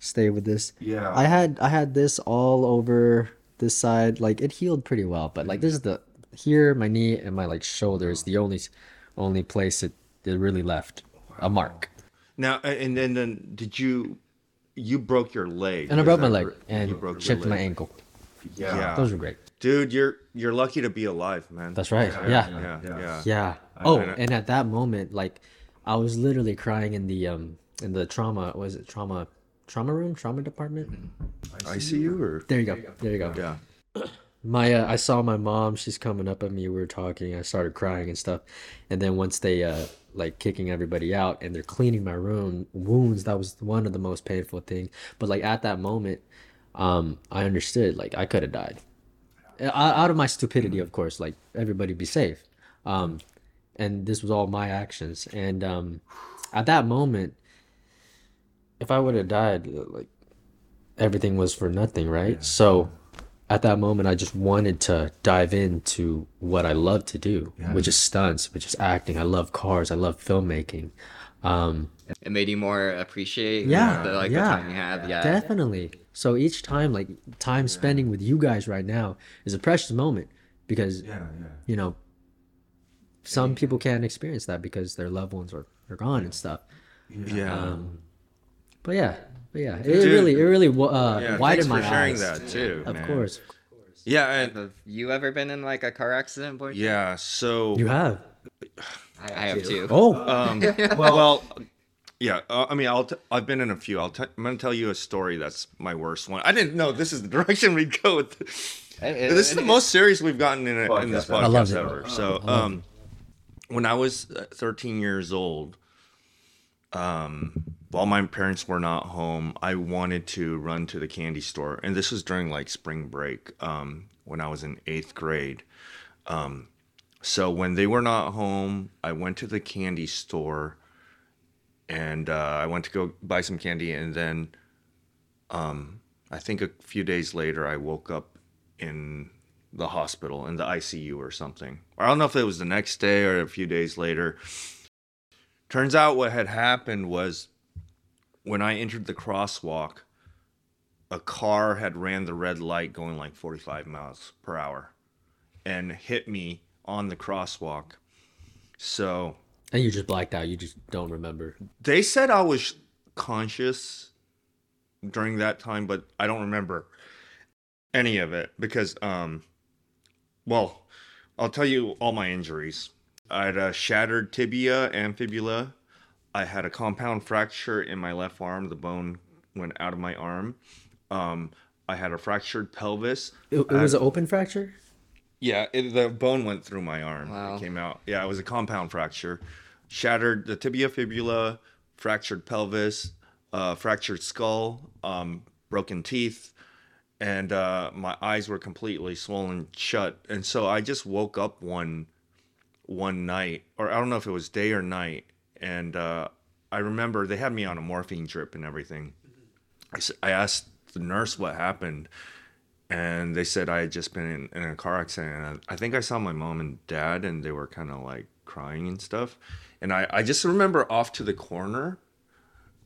Speaker 3: stay with this.
Speaker 2: Yeah.
Speaker 3: I had I had this all over this side. Like it healed pretty well, but like this is the here, my knee and my like shoulder is the only only place it, it really left a mark.
Speaker 2: Now a- and then then did you you broke your leg?
Speaker 3: And I
Speaker 2: is
Speaker 3: broke my
Speaker 2: that
Speaker 3: leg
Speaker 2: correct?
Speaker 3: and
Speaker 2: You broke your
Speaker 3: chipped my
Speaker 2: leg.
Speaker 3: ankle.
Speaker 2: Yeah.
Speaker 3: Those were great.
Speaker 2: Dude, you're you're lucky to be alive, man.
Speaker 3: That's right. Yeah. Yeah.
Speaker 2: yeah, yeah.
Speaker 3: Oh,
Speaker 2: I-
Speaker 3: and at that moment, like I was literally crying in the um in the trauma was it trauma trauma room, trauma department?
Speaker 2: I see you. Or
Speaker 3: There you go. There you go.
Speaker 2: yeah,
Speaker 3: my uh, I saw my mom. She's coming up at me. We were talking. I started crying and stuff. And then once they uh like kicking everybody out and they're cleaning my room wounds, that was one of the most painful thing. But like at that moment, um, I understood. Like I could have died. O- Out of my stupidity, of course. Like everybody be safe. Um, and this was all my actions. And um, at that moment, if I would have died, uh, like everything was for nothing, right? So at that moment, I just wanted to dive into what I love to do, which is stunts, which is acting. I love cars. I love filmmaking. Um,
Speaker 1: It made you more appreciate
Speaker 3: Yeah,
Speaker 1: the, like the
Speaker 3: yeah.
Speaker 1: time you have. Yeah.
Speaker 3: Definitely. So each time, like time spending with you guys right now is a precious moment because
Speaker 4: Yeah, yeah.
Speaker 3: you know some people can't experience that because their loved ones are, are gone and stuff.
Speaker 2: Yeah.
Speaker 3: Um, but yeah, but yeah, it really, it really wa- uh,
Speaker 2: yeah.
Speaker 3: widened my
Speaker 2: thanks for sharing
Speaker 3: eyes.
Speaker 2: that too.
Speaker 3: Of
Speaker 2: man.
Speaker 3: course,
Speaker 2: Yeah. And,
Speaker 1: Have you ever been in like a car accident, boy?
Speaker 2: yeah. So.
Speaker 3: you have.
Speaker 1: I, I have too.
Speaker 3: Oh,
Speaker 2: Um, well, yeah. Uh, I mean, I'll t- I've been in a few. I'll t- I'm gonna tell you a story that's my worst one. I didn't know this is the direction we'd go with.
Speaker 1: It-
Speaker 2: this is
Speaker 1: it-
Speaker 2: the most serious we've gotten in, a, in this
Speaker 4: Podcast.
Speaker 2: podcast
Speaker 3: I love it.
Speaker 2: ever. So, um, when I was uh, 13 years old, um, while my parents were not home, I wanted to run to the candy store, and this was during like spring break, um, when I was in eighth grade. Um, So when they were not home, I went to the candy store and uh, I went to go buy some candy. And then um, I think a few days later, I woke up in the hospital, in the ICU or something. I don't know if it was the next day or a few days later. Turns out what had happened was when I entered the crosswalk, a car had ran the red light going like 45 miles per hour and hit me on the crosswalk. So
Speaker 3: and you just blacked out. You just don't remember.
Speaker 2: they said I was conscious during that time, but I don't remember any of it because, um, well, I'll tell you all my injuries. I had a shattered tibia and fibula. I had a compound fracture in my left arm. The bone went out of my arm. Um, I had a fractured pelvis.
Speaker 3: It, it was an open fracture.
Speaker 2: Yeah, it, the bone went through my arm.
Speaker 1: Wow.
Speaker 2: It came out. Yeah, it was a compound fracture. Shattered the tibia fibula, fractured pelvis, uh, fractured skull, um, broken teeth, and uh, my eyes were completely swollen shut. And so I just woke up one one night, or I don't know if it was day or night, and uh, I remember they had me on a morphine drip and everything. I s- I asked the nurse what happened, and they said I had just been in, in a car accident. And I, I think I saw my mom and dad, and they were kind of like crying and stuff. And I, I just remember off to the corner,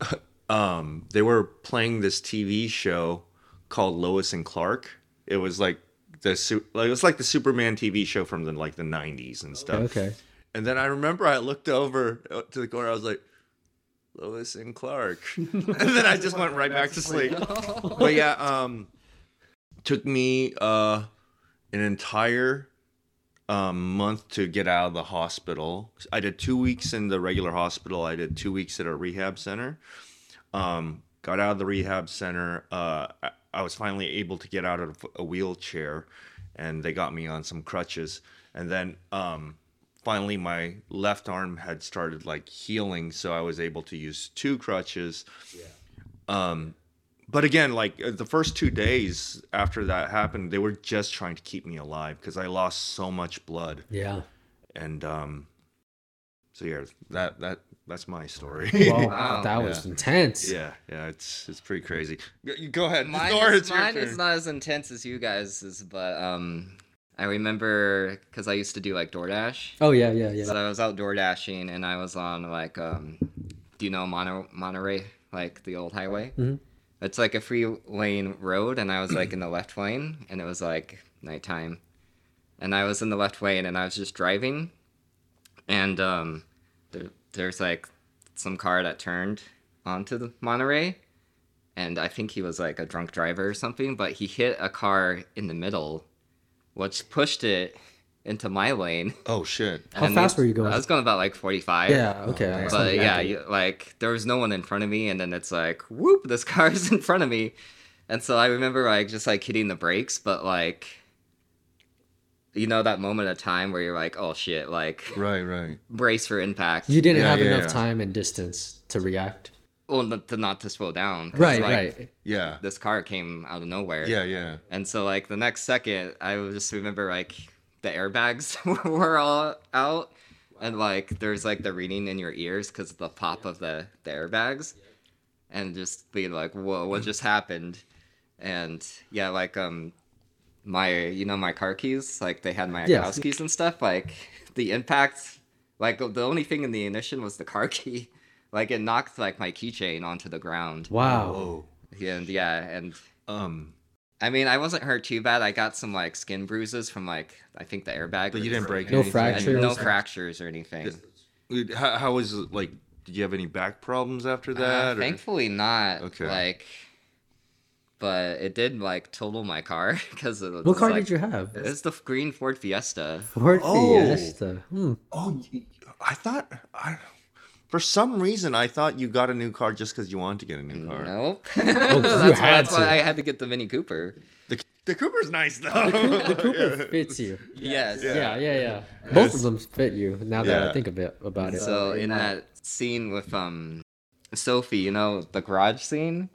Speaker 2: um, they were playing this TV show called Lois and Clark. It was like the su- like it was like the Superman TV show from the like the '90s and stuff.
Speaker 3: Okay.
Speaker 2: And then I remember I looked over uh, to the corner. I was like, Lois and Clark. and then I just went right back to sleep. but yeah, um, took me uh, an entire um, month to get out of the hospital. I did two weeks in the regular hospital. I did two weeks at a rehab center. Um, got out of the rehab center. Uh, I, I was finally able to get out of a wheelchair, and they got me on some crutches. And then um, finally, my left arm had started like healing, so I was able to use two crutches. Um, but again, like uh, the first two days after that happened, they were just trying to keep me alive because I lost so much blood.
Speaker 3: Yeah.
Speaker 2: And um, so yeah, that that that's my story.
Speaker 3: Well,
Speaker 1: Wow.
Speaker 3: that was intense.
Speaker 2: Yeah, yeah, it's it's pretty crazy. Go, you go ahead.
Speaker 1: Mine,
Speaker 2: Nora,
Speaker 1: is,
Speaker 2: it's your
Speaker 1: mine is
Speaker 2: turn.
Speaker 1: not as intense as you guys's, but um, I remember because I used to do like DoorDash.
Speaker 3: Oh yeah, yeah, yeah.
Speaker 1: So I was out door dashing and I was on like um do you know Mono- Monterey like the old highway?
Speaker 3: Mhm.
Speaker 1: It's like a free lane road and I was like in the left lane and it was like nighttime. And I was in the left lane and I was just driving and um there, there's like some car that turned onto the Monterey and I think he was like a drunk driver or something, but he hit a car in the middle which pushed it into my lane.
Speaker 2: Oh shit!
Speaker 3: How
Speaker 1: And
Speaker 3: fast
Speaker 1: they-
Speaker 3: were you going?
Speaker 1: I was going about like 45.
Speaker 3: Yeah. oh, Okay. I saw
Speaker 1: But
Speaker 3: the
Speaker 1: yeah,
Speaker 3: acting.
Speaker 1: you, like there was no one in front of me, and then it's like, whoop, this car's in front of me, and so I remember like just like hitting the brakes, but like, you know that moment of time where you're like, oh shit, like
Speaker 2: Right, right.
Speaker 1: brace for impact.
Speaker 3: You didn't
Speaker 2: Yeah,
Speaker 3: have
Speaker 2: yeah,
Speaker 3: enough
Speaker 2: yeah.
Speaker 3: time and distance to react.
Speaker 1: well, not to not to slow down. 'cause,
Speaker 3: Right.
Speaker 1: like,
Speaker 3: Right.
Speaker 2: Yeah,
Speaker 1: This car came out of nowhere.
Speaker 2: yeah, yeah.
Speaker 1: And so like the next second, I would just remember like the airbags were all out, and like there's like the reading in your ears because of the pop of the, the airbags, and just being like, "Whoa, what just happened?" And yeah, like um, my you know my car keys, like they had my
Speaker 3: Yeah.
Speaker 1: house keys and stuff. Like the impact, like the only thing in the ignition was the car key. Like it knocked like my keychain onto the ground.
Speaker 3: Wow.
Speaker 2: Whoa.
Speaker 1: And yeah, and
Speaker 2: Um,
Speaker 1: I mean, I wasn't hurt too bad. I got some like skin bruises from like I think the airbag.
Speaker 2: But
Speaker 1: or
Speaker 2: you didn't break
Speaker 1: something.
Speaker 2: No
Speaker 1: And
Speaker 3: fractures.
Speaker 1: No fractures or anything.
Speaker 2: dude, how, how was it, like? Did you have any back problems after
Speaker 1: Uh,
Speaker 2: that? or-
Speaker 1: thankfully not.
Speaker 2: Okay.
Speaker 1: Okay. Like, but it did like total my car because of
Speaker 3: What car did you have?
Speaker 1: It's the green Ford Fiesta.
Speaker 3: Ford
Speaker 2: Oh.
Speaker 3: Fiesta. Hmm.
Speaker 2: Oh, y- I thought I, for some reason I thought you got a new car just because you wanted to get a new car.
Speaker 1: Nope.
Speaker 3: Oh, you
Speaker 1: that's why,
Speaker 3: had
Speaker 1: that's why
Speaker 3: to.
Speaker 1: I had to get the Mini Cooper.
Speaker 2: The, the Cooper's nice though.
Speaker 3: The Cooper fits you.
Speaker 1: Yes.
Speaker 3: Yeah, yeah, yeah. Both of them fit you. Now that
Speaker 2: Yeah.
Speaker 3: I think a bit about it.
Speaker 1: So in that scene with um Sophie, you know the garage scene.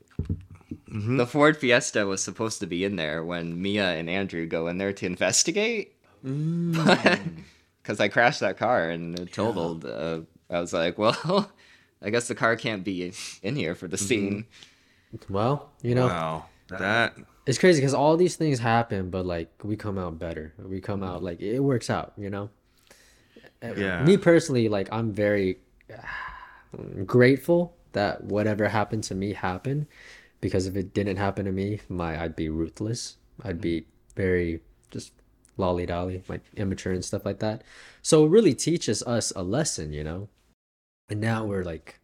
Speaker 1: The Ford Fiesta was supposed to be in there when Mia and Andrew go in there to investigate. Because I crashed that car and it totaled. Uh, I was like, well, I guess the car can't be in here for the scene.
Speaker 3: well, you know,
Speaker 2: Wow, that
Speaker 3: it's crazy because all these things happen, but like we come out better. We come out like it works out. You know. And
Speaker 2: Yeah.
Speaker 3: Me personally, like I'm very grateful that whatever happened to me happened, because if it didn't happen to me, my I'd be ruthless. I'd be very just lolly dolly, like immature and stuff like that. So it really teaches us a lesson, you know. And now we're like,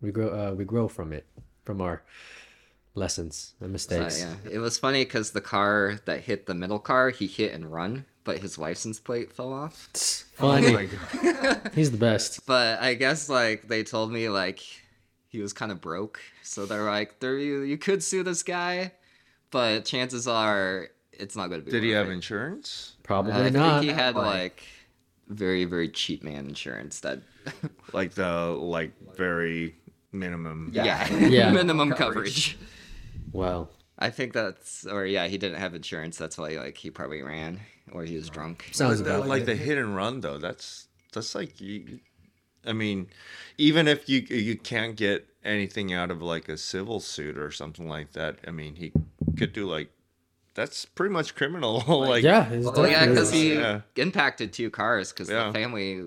Speaker 3: we grow, uh, we grow from it, from our lessons and
Speaker 1: So,
Speaker 3: mistakes.
Speaker 1: Uh, yeah, it was funny because the car that hit the middle car, he hit and run, but his license plate fell off.
Speaker 3: Funny.
Speaker 2: like
Speaker 3: He's the best.
Speaker 1: but I guess like they told me like he was kind of broke, so they're like, "There you you could sue this guy, but chances are it's not going to be."
Speaker 2: did he
Speaker 1: worth
Speaker 2: have
Speaker 1: it."
Speaker 2: insurance?
Speaker 3: Probably
Speaker 1: I
Speaker 3: not.
Speaker 1: think he had like very very cheap man insurance that
Speaker 2: Like the like very minimum.
Speaker 1: yeah,
Speaker 3: Yeah.
Speaker 1: minimum coverage.
Speaker 3: Wow.
Speaker 1: I think that's or yeah he didn't have insurance that's why like he probably ran or he was drunk.
Speaker 3: Sounds
Speaker 2: But uh, that,
Speaker 3: about
Speaker 2: like the hit and run though, that's that's like you. I mean, even if you you can't get anything out of like a civil suit or something like that, I mean, he could do like that's pretty much criminal. like
Speaker 3: yeah. He's
Speaker 1: Well, Oh, yeah,
Speaker 3: definitely-
Speaker 1: because he
Speaker 2: Yeah.
Speaker 1: impacted two cars because
Speaker 2: Yeah.
Speaker 1: the family.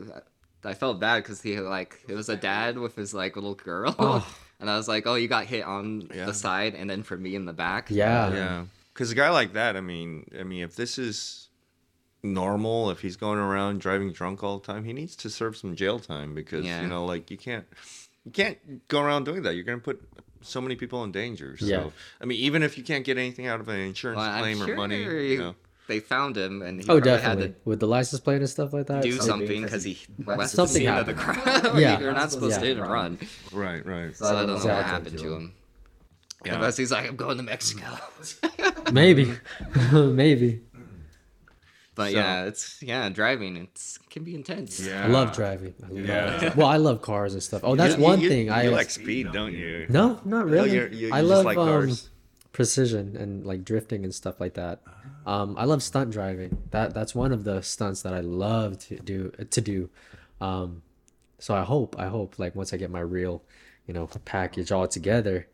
Speaker 1: I felt bad because he like it was a dad with his like little girl, and I was like, "Oh, you got hit on
Speaker 2: Yeah.
Speaker 1: the side, and then for me in the back."
Speaker 3: Yeah.
Speaker 2: Yeah, because a guy like that, I mean, I mean, if this is normal, if he's going around driving drunk all the time, he needs to serve some jail time because
Speaker 1: Yeah.
Speaker 2: you know, like you can't, you can't go around doing that. You're gonna put so many people in danger. So
Speaker 3: Yeah.
Speaker 2: I mean, even if you can't get anything out of an insurance
Speaker 1: Well, I'm
Speaker 2: claim
Speaker 1: sure
Speaker 2: or money, you know,
Speaker 1: they found him, and he
Speaker 3: Oh,
Speaker 1: probably
Speaker 3: definitely.
Speaker 1: had
Speaker 3: With the license plate and stuff like that.
Speaker 1: to do
Speaker 3: so-
Speaker 1: something because he left the
Speaker 3: Something
Speaker 1: scene of the crime.
Speaker 3: Yeah.
Speaker 1: you're not supposed to
Speaker 3: Yeah.
Speaker 1: hit and run,
Speaker 2: right, right.
Speaker 1: so I don't know what
Speaker 3: Exactly.
Speaker 1: happened to him.
Speaker 2: Yeah.
Speaker 1: Unless he's like, "I'm going to Mexico."
Speaker 3: Maybe. Maybe.
Speaker 1: but
Speaker 2: So-
Speaker 1: yeah, it's yeah, driving it's can be intense.
Speaker 2: yeah.
Speaker 3: I love driving. I love
Speaker 2: Yeah.
Speaker 3: dri- Well, I love cars and stuff. Oh, that's
Speaker 2: You-
Speaker 3: one
Speaker 2: you-
Speaker 3: thing.
Speaker 2: You
Speaker 3: I
Speaker 2: like speed, don't you?
Speaker 3: no, not really.
Speaker 2: you're- you-
Speaker 3: I
Speaker 2: you just
Speaker 3: love
Speaker 2: like
Speaker 3: um,
Speaker 2: cars.
Speaker 3: precision and like drifting and stuff like that. Um, I love stunt driving. That that's one of the stunts that I love to do to do. Um, so I hope I hope like once I get my real, you know, package all together.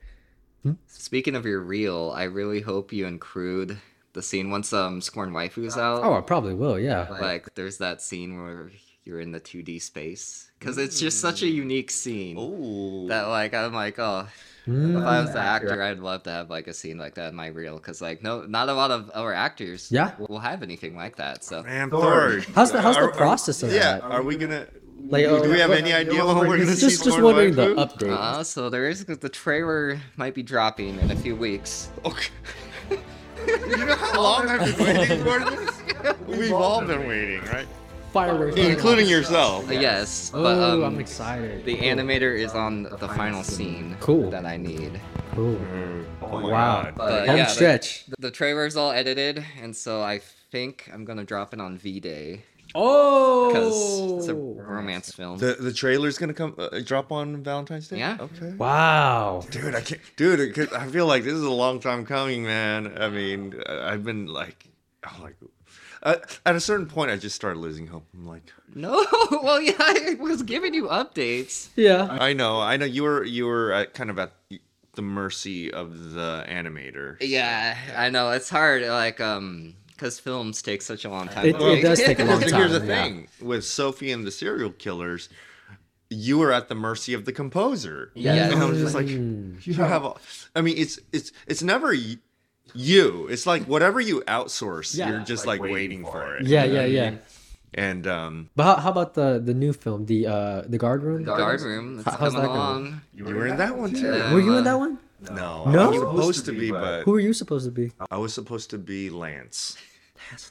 Speaker 1: Speaking of your reel, I really hope you include the scene once um Scorn Waifu's out.
Speaker 3: Oh, I probably will. Yeah.
Speaker 1: Like there's that scene where you're in the 2D space because it's just such a unique scene
Speaker 2: Ooh.
Speaker 1: that like I'm like oh
Speaker 3: Mm.
Speaker 1: if I was the actor I'd love to have like a scene like that in my reel because like no not a lot of our actors
Speaker 3: Yeah.
Speaker 1: will have anything like that so
Speaker 2: Man, Thor.
Speaker 3: How's the how's the
Speaker 2: Are- are-
Speaker 3: process of
Speaker 2: Yeah,
Speaker 3: that?
Speaker 2: are we gonna?
Speaker 3: Like,
Speaker 2: do,
Speaker 3: uh,
Speaker 2: do we have
Speaker 3: what-
Speaker 2: any idea when we're gonna
Speaker 3: Just,
Speaker 2: see?
Speaker 3: just,
Speaker 2: Thor
Speaker 3: wondering the
Speaker 2: Waifu?
Speaker 3: update.
Speaker 1: uh, so there is the trailer might be dropping in a few weeks
Speaker 2: Okay. you know how long I've been waiting for this? We've all been waiting, right?
Speaker 3: Fireworks. going
Speaker 2: Including
Speaker 3: off.
Speaker 2: yourself.
Speaker 1: Uh, yes
Speaker 3: Oh,
Speaker 1: but um,
Speaker 3: I'm excited.
Speaker 1: the animator is on the final scene
Speaker 3: Cool.
Speaker 1: that I need
Speaker 3: Cool.
Speaker 2: Oh my
Speaker 3: Wow.
Speaker 2: God.
Speaker 1: but
Speaker 3: Home
Speaker 1: yeah, the-
Speaker 3: stretch.
Speaker 1: The trailer's all edited, and so I think I'm gonna drop it on V Day
Speaker 3: Oh.
Speaker 1: because it's a romance film.
Speaker 2: The the trailer's gonna come uh, drop on Valentine's Day.
Speaker 1: Yeah.
Speaker 2: Okay.
Speaker 3: Wow.
Speaker 2: Dude, I can't. Dude, it could- I feel like this is a long time coming, man. I mean, I- I've been like, I'm like, uh, at a certain point, I just started losing hope. I'm like,
Speaker 1: no, well, yeah, I was giving you updates.
Speaker 3: Yeah.
Speaker 2: I know, I know. You were you were at, kind of at the mercy of the animator.
Speaker 1: Yeah, I know it's hard. Like, um, because films take such a long time.
Speaker 3: It-
Speaker 1: to
Speaker 3: it
Speaker 1: make.
Speaker 3: does take a long
Speaker 2: Because Here's the
Speaker 3: time, yeah.
Speaker 2: thing with Sophie and the serial killers, you were at the mercy of the composer.
Speaker 1: Yeah.
Speaker 2: And I was just like,
Speaker 3: Mm.
Speaker 2: you have. a- I mean, it's it's it's never y- you. It's like whatever you outsource,
Speaker 3: Yeah.
Speaker 2: you're just like, waiting, for it.
Speaker 3: yeah, yeah, yeah.
Speaker 2: And um,
Speaker 3: But how, how about the the new film, the uh the guard room?
Speaker 1: The guard room. It's
Speaker 3: How- how's
Speaker 1: coming
Speaker 3: that going?
Speaker 1: along.
Speaker 2: you were in that one too.
Speaker 1: Yeah.
Speaker 3: Were you
Speaker 1: Uh,
Speaker 3: in that one?
Speaker 2: No,
Speaker 3: No?
Speaker 2: I was supposed to be, but
Speaker 3: Who were you supposed to be?
Speaker 2: I was supposed to be Lance.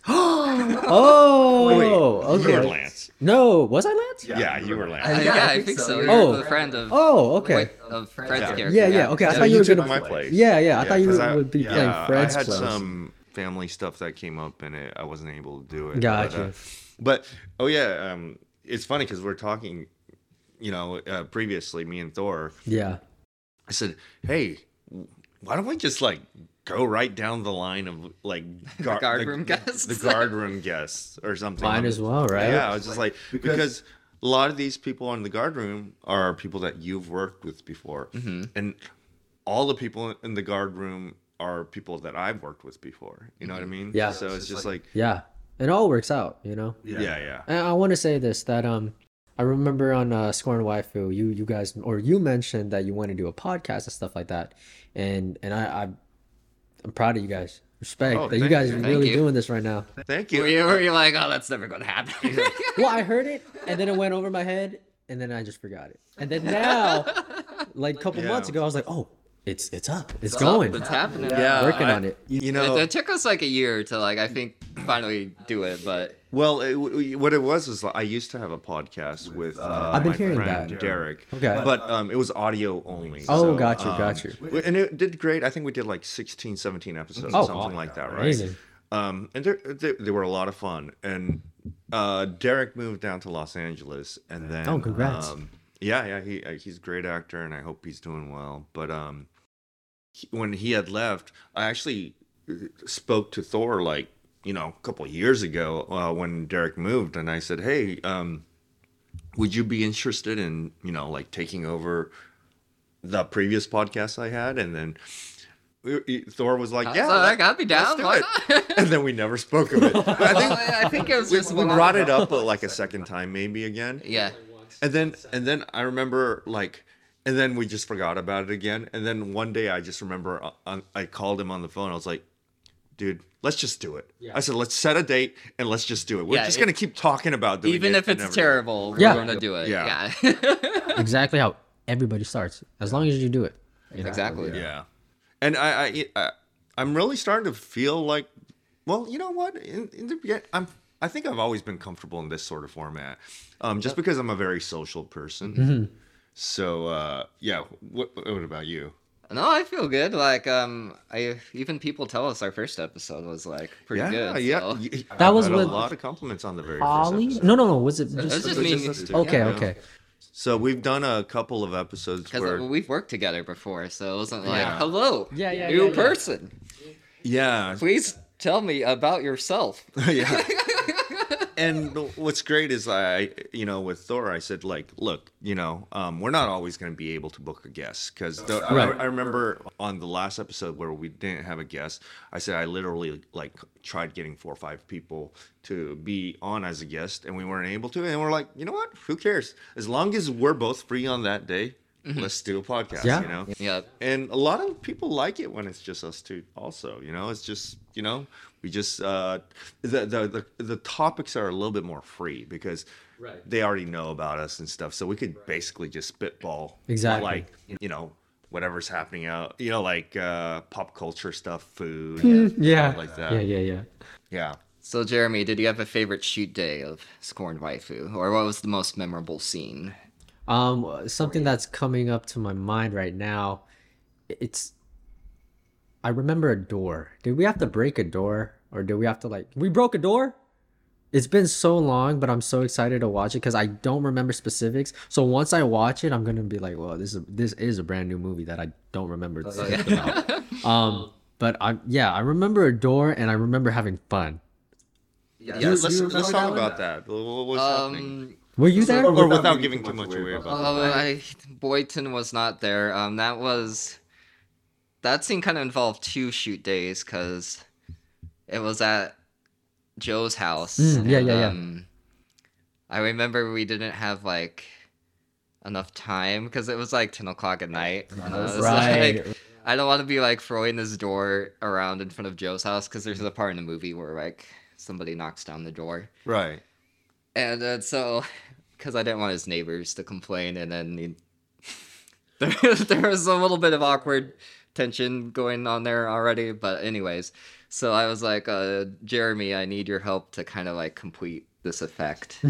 Speaker 3: Oh,
Speaker 2: Wait,
Speaker 3: okay.
Speaker 2: You were Lance.
Speaker 3: No, was I Lance?
Speaker 2: Yeah, you were Lance.
Speaker 1: Uh,
Speaker 4: Yeah,
Speaker 1: yeah, I, think, so. You're
Speaker 3: Oh.
Speaker 1: the friend of
Speaker 3: Oh, okay.
Speaker 1: Wait, of Fred's
Speaker 2: Yeah.
Speaker 1: character.
Speaker 3: Yeah, yeah. Okay, I
Speaker 2: So
Speaker 3: thought you
Speaker 2: you
Speaker 3: were
Speaker 2: took my
Speaker 3: gonna.
Speaker 2: place.
Speaker 3: Yeah, yeah. I thought you
Speaker 2: 'cause
Speaker 3: were,
Speaker 2: I-
Speaker 3: would be
Speaker 2: yeah,
Speaker 3: playing Fred's
Speaker 2: I had
Speaker 3: place.
Speaker 2: some family stuff that came up and it, I wasn't able to do it. But, uh,
Speaker 3: Gotcha.
Speaker 2: but oh yeah, um, it's funny because we're talking, you know, uh, previously me and Thor.
Speaker 3: Yeah.
Speaker 2: I said, hey, why don't we just like go right down the line of like guard,
Speaker 1: guard room guests?
Speaker 2: the guard room guests or something.
Speaker 3: Mine as well, right?
Speaker 2: Yeah, I was just like because, a lot of these people in the guard room are people that you've worked with before,
Speaker 3: Mm-hmm.
Speaker 2: and all the people in the guard room are people that I've worked with before. You know what I mean?
Speaker 3: Yeah.
Speaker 2: So Mm-hmm. it's just like,
Speaker 3: Yeah. It all works out, you know.
Speaker 2: yeah, yeah,
Speaker 3: And I want to say this that um, I remember on uh, Scorn Waifu, you you guys or you mentioned that you want to do a podcast and stuff like that, and and I, I I'm proud of you guys. Respect
Speaker 2: Oh,
Speaker 3: that you
Speaker 2: thank
Speaker 3: guys
Speaker 2: you.
Speaker 3: are
Speaker 1: Thank
Speaker 3: really
Speaker 1: you.
Speaker 3: doing this right now.
Speaker 2: Thank
Speaker 1: Were
Speaker 2: you.
Speaker 1: you, were you like, oh, that's never gonna happen?
Speaker 3: Well, I heard it and then it went over my head and then I just forgot it. And then now, like a couple
Speaker 2: Yeah.
Speaker 3: months ago, I was like, oh, it's it's up, it's,
Speaker 1: It's
Speaker 3: going,
Speaker 1: It's happening.
Speaker 2: Yeah,
Speaker 3: working
Speaker 2: I-
Speaker 3: on it.
Speaker 2: You
Speaker 1: It,
Speaker 2: know,
Speaker 1: it took us like a year to like I think finally do it, but
Speaker 2: Well, it, w- w- what it was was like, I used to have a podcast with uh,
Speaker 3: I've been
Speaker 2: my
Speaker 3: hearing
Speaker 2: friend
Speaker 3: that.
Speaker 2: Derek.
Speaker 3: Okay.
Speaker 2: but um, it was audio only.
Speaker 3: Oh,
Speaker 2: so,
Speaker 3: got you,
Speaker 2: um,
Speaker 3: got you.
Speaker 2: w- And it did great. I think we did like 16, 17 episodes,
Speaker 3: Oh,
Speaker 2: or something
Speaker 3: wow.
Speaker 2: like that, right?
Speaker 3: Amazing.
Speaker 2: Um, and they're- they, they were a lot of fun. And uh, Derek moved down to Los Angeles, and then
Speaker 3: Oh, congrats.
Speaker 2: Um, yeah, yeah, he uh, he's a great actor, and I hope he's doing well. But um, he- when he had left, I actually uh, spoke to Thor like you know a couple years ago uh, when Derek moved, and I said, "Hey, um, would you be interested in you know like taking over the previous podcast I had?" And then we- Thor was like,
Speaker 1: yeah,
Speaker 2: "Yeah."
Speaker 1: so
Speaker 2: let-
Speaker 1: like, I'd be down.
Speaker 2: do
Speaker 1: Why
Speaker 2: it.
Speaker 1: not?
Speaker 2: and then we never spoke of it. But I think
Speaker 1: I I think it was
Speaker 2: we,
Speaker 1: just
Speaker 2: we
Speaker 1: one-
Speaker 2: brought it up uh, like a second time, maybe again.
Speaker 1: Yeah,
Speaker 2: And then and then I remember like and then we just forgot about it again. And then one day I just remember uh, on- I called him on the phone. I was like, dude, let's just do it. I said, let's set a date and let's just do it. We're
Speaker 1: Yeah,
Speaker 2: just
Speaker 1: it-
Speaker 2: gonna keep talking about doing
Speaker 1: even
Speaker 2: it
Speaker 1: if
Speaker 2: and
Speaker 1: it's
Speaker 2: everything."
Speaker 1: terrible, we're
Speaker 3: Yeah.
Speaker 1: gonna do it.
Speaker 2: Yeah.
Speaker 1: Yeah,
Speaker 3: Exactly how everybody starts, as long as you do it. you know?
Speaker 1: exactly.
Speaker 2: Yeah. And I, I, I I'm really starting to feel like, well, you know what? In, in the begin- I'm, I think I've always been comfortable in this sort of format, um, just because I'm a very social person. So, uh, yeah. What, what about you?
Speaker 1: No, I feel good. Like, um, I even people tell us our first episode was like pretty
Speaker 2: yeah,
Speaker 1: good.
Speaker 2: yeah.
Speaker 1: so-
Speaker 2: y-
Speaker 3: That
Speaker 2: I've
Speaker 3: was
Speaker 2: had
Speaker 3: with
Speaker 2: a lot of compliments on the very first
Speaker 3: Ollie?
Speaker 2: episode.
Speaker 3: No, no, no. Was it
Speaker 1: It's
Speaker 3: just?
Speaker 1: just
Speaker 2: It was
Speaker 1: me.
Speaker 2: just us two.
Speaker 3: okay,
Speaker 2: Yeah.
Speaker 3: okay.
Speaker 2: So we've done a couple of episodes
Speaker 1: Because
Speaker 2: where,
Speaker 1: we've worked together before, so it wasn't like,
Speaker 2: Yeah.
Speaker 1: hello,
Speaker 3: Yeah, yeah,
Speaker 1: new
Speaker 3: yeah, yeah.
Speaker 1: person.
Speaker 2: yeah,
Speaker 1: Please tell me about yourself.
Speaker 2: yeah. And what's great is I, you know, with Thor, I said like, look, you know, um, we're not always going to be able to book a guest because
Speaker 3: Right.
Speaker 2: I, I remember on the last episode where we didn't have a guest, I said I literally like tried getting four or five people to be on as a guest, and we weren't able to. And we're like, you know what? Who cares? As long as we're both free on that day, let's do a podcast.
Speaker 3: Mm-hmm. Yeah.
Speaker 2: You know
Speaker 1: yeah,
Speaker 2: and a lot of people like it when it's just us two also you know it's just you know we just uh the the the, the topics are a little bit more free because they already know about us and stuff so we could basically just spitball
Speaker 3: Exactly.
Speaker 2: like you know whatever's happening out you know like uh pop culture stuff food
Speaker 3: Yeah.
Speaker 2: stuff like that
Speaker 3: Mm-hmm. Yeah,
Speaker 2: yeah,
Speaker 3: yeah, yeah.
Speaker 1: So, Jeremy, did you have a favorite shoot day of Scorned Waifu? Or what was the most memorable scene?
Speaker 3: Um, something that's coming up to my mind right now, it's. I remember a door. Did we have to break a door, or did we have to like we broke a door? It's been so long, but I'm so excited to watch it because I don't remember specifics. So once I watch it, I'm gonna be like, "Well, this is this is a brand new movie that I don't remember."
Speaker 1: yeah.
Speaker 3: stuff about." um, but I yeah, I remember a door, and I remember having fun.
Speaker 2: Dude,
Speaker 1: Yes.
Speaker 2: let's,
Speaker 4: You
Speaker 2: let's
Speaker 4: remember
Speaker 2: talk
Speaker 4: that
Speaker 2: about that, what was happening
Speaker 1: Um,
Speaker 3: Were you there?
Speaker 2: or without giving too much away about
Speaker 1: oh, I, Boyton was not there. Um, that was that scene kind of involved two shoot days because it was at Joe's house.
Speaker 5: Mm, yeah,
Speaker 1: and,
Speaker 5: yeah, yeah.
Speaker 1: Um, I remember we didn't have like enough time because it was like ten o'clock at night. and I was
Speaker 5: Right.
Speaker 1: like, I don't want to be like throwing this door around in front of Joe's house because there's a part in the movie where like somebody knocks down the door.
Speaker 2: Right.
Speaker 1: And uh, so, because I didn't want his neighbors to complain, and then he, there, there was a little bit of awkward tension going on there already. But, anyways, so I was like, uh, Jeremy, I need your help to kind of like complete this effect.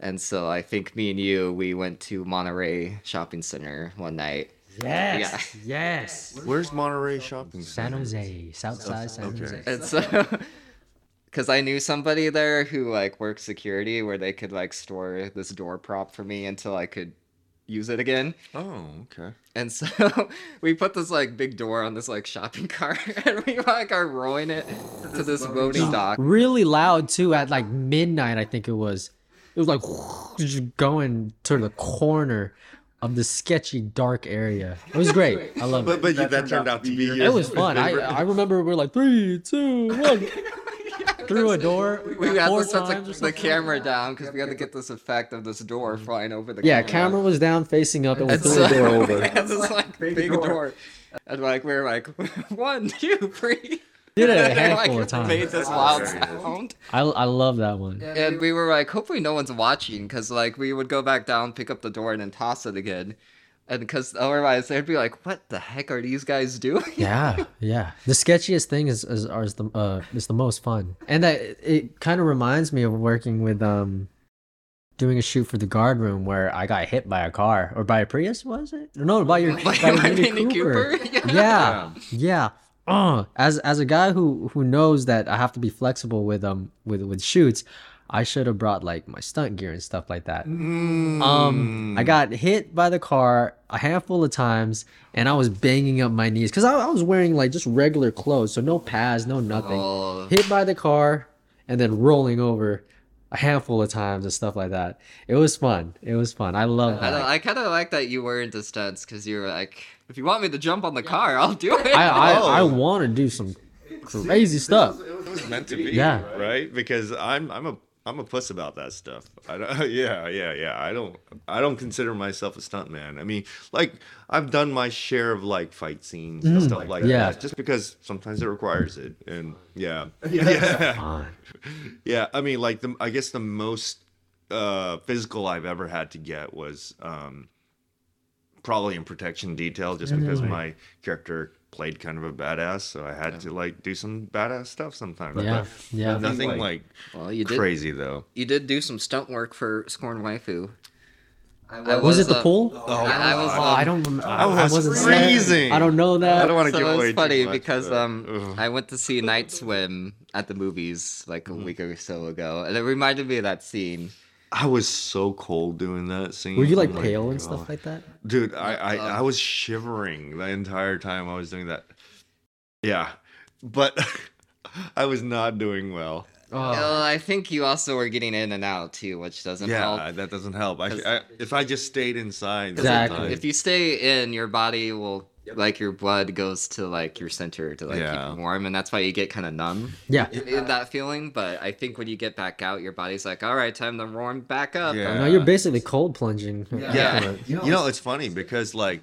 Speaker 1: and so I think me and you, we went to Monterey Shopping Center one night.
Speaker 3: Yes. Yes.
Speaker 2: Where's Monterey Shopping
Speaker 5: San
Speaker 2: Center?
Speaker 5: Jose, Southside San
Speaker 2: okay.
Speaker 5: Jose.
Speaker 1: And so, because I knew somebody there who like worked security where they could like store this door prop for me until I could use it again.
Speaker 2: Oh, okay.
Speaker 1: And so we put this like big door on this like shopping cart and we like are rolling it to this loading dock.
Speaker 3: Really loud too. At like midnight, I think it was. It was like just going to the corner of the sketchy dark area. It was great. I love
Speaker 2: But
Speaker 3: it.
Speaker 2: but that, that turned out to be your
Speaker 3: It was fun. I, I remember we are like three, two, one. Through a door.
Speaker 1: We had
Speaker 3: four
Speaker 1: to set
Speaker 3: times or
Speaker 1: the, the camera down because we had to get this effect of this door flying over the
Speaker 3: Yeah, camera was down, facing up, and we
Speaker 1: And
Speaker 3: threw the
Speaker 1: so-
Speaker 3: door over.
Speaker 1: Yeah, this like big, door. And like we were like one, two, three.
Speaker 3: Did it a
Speaker 1: And they,
Speaker 3: handful
Speaker 1: like,
Speaker 3: of times.
Speaker 1: Made this loud sound.
Speaker 3: I, I love that one.
Speaker 1: And we were like, hopefully no one's watching, because like we would go back down, pick up the door, and then toss it again. And because otherwise they'd be like, what the heck are these guys doing?
Speaker 3: Yeah, yeah. The sketchiest thing is is, are- is the uh, is the most fun, and that it kind of reminds me of working with um, doing a shoot for the guard room where I got hit by a car or by a Prius, was it? No, by your by,
Speaker 1: Like,
Speaker 3: your
Speaker 1: my
Speaker 3: Mini Cooper. yeah yeah uh, as as a guy who who knows that i have to be flexible with um with with shoots i should have brought like my stunt gear and stuff like that
Speaker 1: Mm.
Speaker 3: um i got hit by the car a handful of times and i was banging up my knees because I, I was wearing like just regular clothes so no pads no nothing
Speaker 1: Oh.
Speaker 3: hit by the car and then rolling over a handful of times and stuff like that it was fun it was fun i love
Speaker 1: I,
Speaker 3: that
Speaker 1: don't- I kind of like that you were into stunts because you were like, if you want me to jump on the car, I'll do it.
Speaker 3: i i, I
Speaker 2: Oh.
Speaker 3: want to do some crazy stuff
Speaker 2: It was meant to be.
Speaker 3: Yeah.
Speaker 2: Right? Because I'm I'm a I'm a puss about that stuff. I don't, yeah, yeah, yeah. I don't I don't consider myself a stuntman. I mean, like I've done my share of like fight scenes and stuff like
Speaker 3: Mm. yeah.
Speaker 2: that. Just because sometimes it requires it. And yeah. Yeah.
Speaker 3: Fun.
Speaker 2: Yeah, I mean, like the I guess the most uh, physical I've ever had to get was um, probably in protection detail, just
Speaker 3: Oh,
Speaker 2: because my character played kind of a badass, so I had to like do some badass stuff sometimes.
Speaker 3: yeah yeah
Speaker 2: but nothing like,
Speaker 1: Well, you did.
Speaker 2: crazy though.
Speaker 1: You did do some stunt work for Scorn Waifu. I was,
Speaker 3: Was it the
Speaker 1: uh,
Speaker 3: pool?
Speaker 1: I, I was.
Speaker 3: Oh,
Speaker 1: um,
Speaker 3: I don't remember. I,
Speaker 2: was
Speaker 3: wasn't there.
Speaker 2: freezing.
Speaker 3: I don't know that.
Speaker 2: I don't want to
Speaker 1: so
Speaker 2: give
Speaker 1: it
Speaker 2: away
Speaker 1: was
Speaker 2: too
Speaker 1: funny
Speaker 2: much,
Speaker 1: because
Speaker 2: but,
Speaker 1: um
Speaker 2: ugh.
Speaker 1: I went to see Night Swim at the movies like a
Speaker 2: Mm-hmm.
Speaker 1: week or so ago, and it reminded me of that scene.
Speaker 2: I was so cold doing that scene.
Speaker 3: Were you like
Speaker 2: Oh my
Speaker 3: pale and
Speaker 2: God.
Speaker 3: stuff like that?
Speaker 2: dude I, I i was shivering the entire time i was doing that yeah but i was not doing well
Speaker 3: Oh.
Speaker 1: Well, Oh, I think you also were getting in and out too, which doesn't
Speaker 2: yeah
Speaker 1: help.
Speaker 2: that doesn't help I,
Speaker 1: 'Cause-
Speaker 2: I if i just stayed inside the
Speaker 1: 'Cause if-
Speaker 3: Exactly.
Speaker 1: If you stay in, your body will like your blood goes to like your center to like
Speaker 2: Yeah.
Speaker 1: keep you warm, and that's why you get kind of numb
Speaker 3: Yeah.
Speaker 1: in that feeling. But I think when you get back out, your body's like, all right, time to warm back up.
Speaker 2: Yeah.
Speaker 3: No, you're basically cold plunging. Yeah.
Speaker 2: yeah you know it's funny because like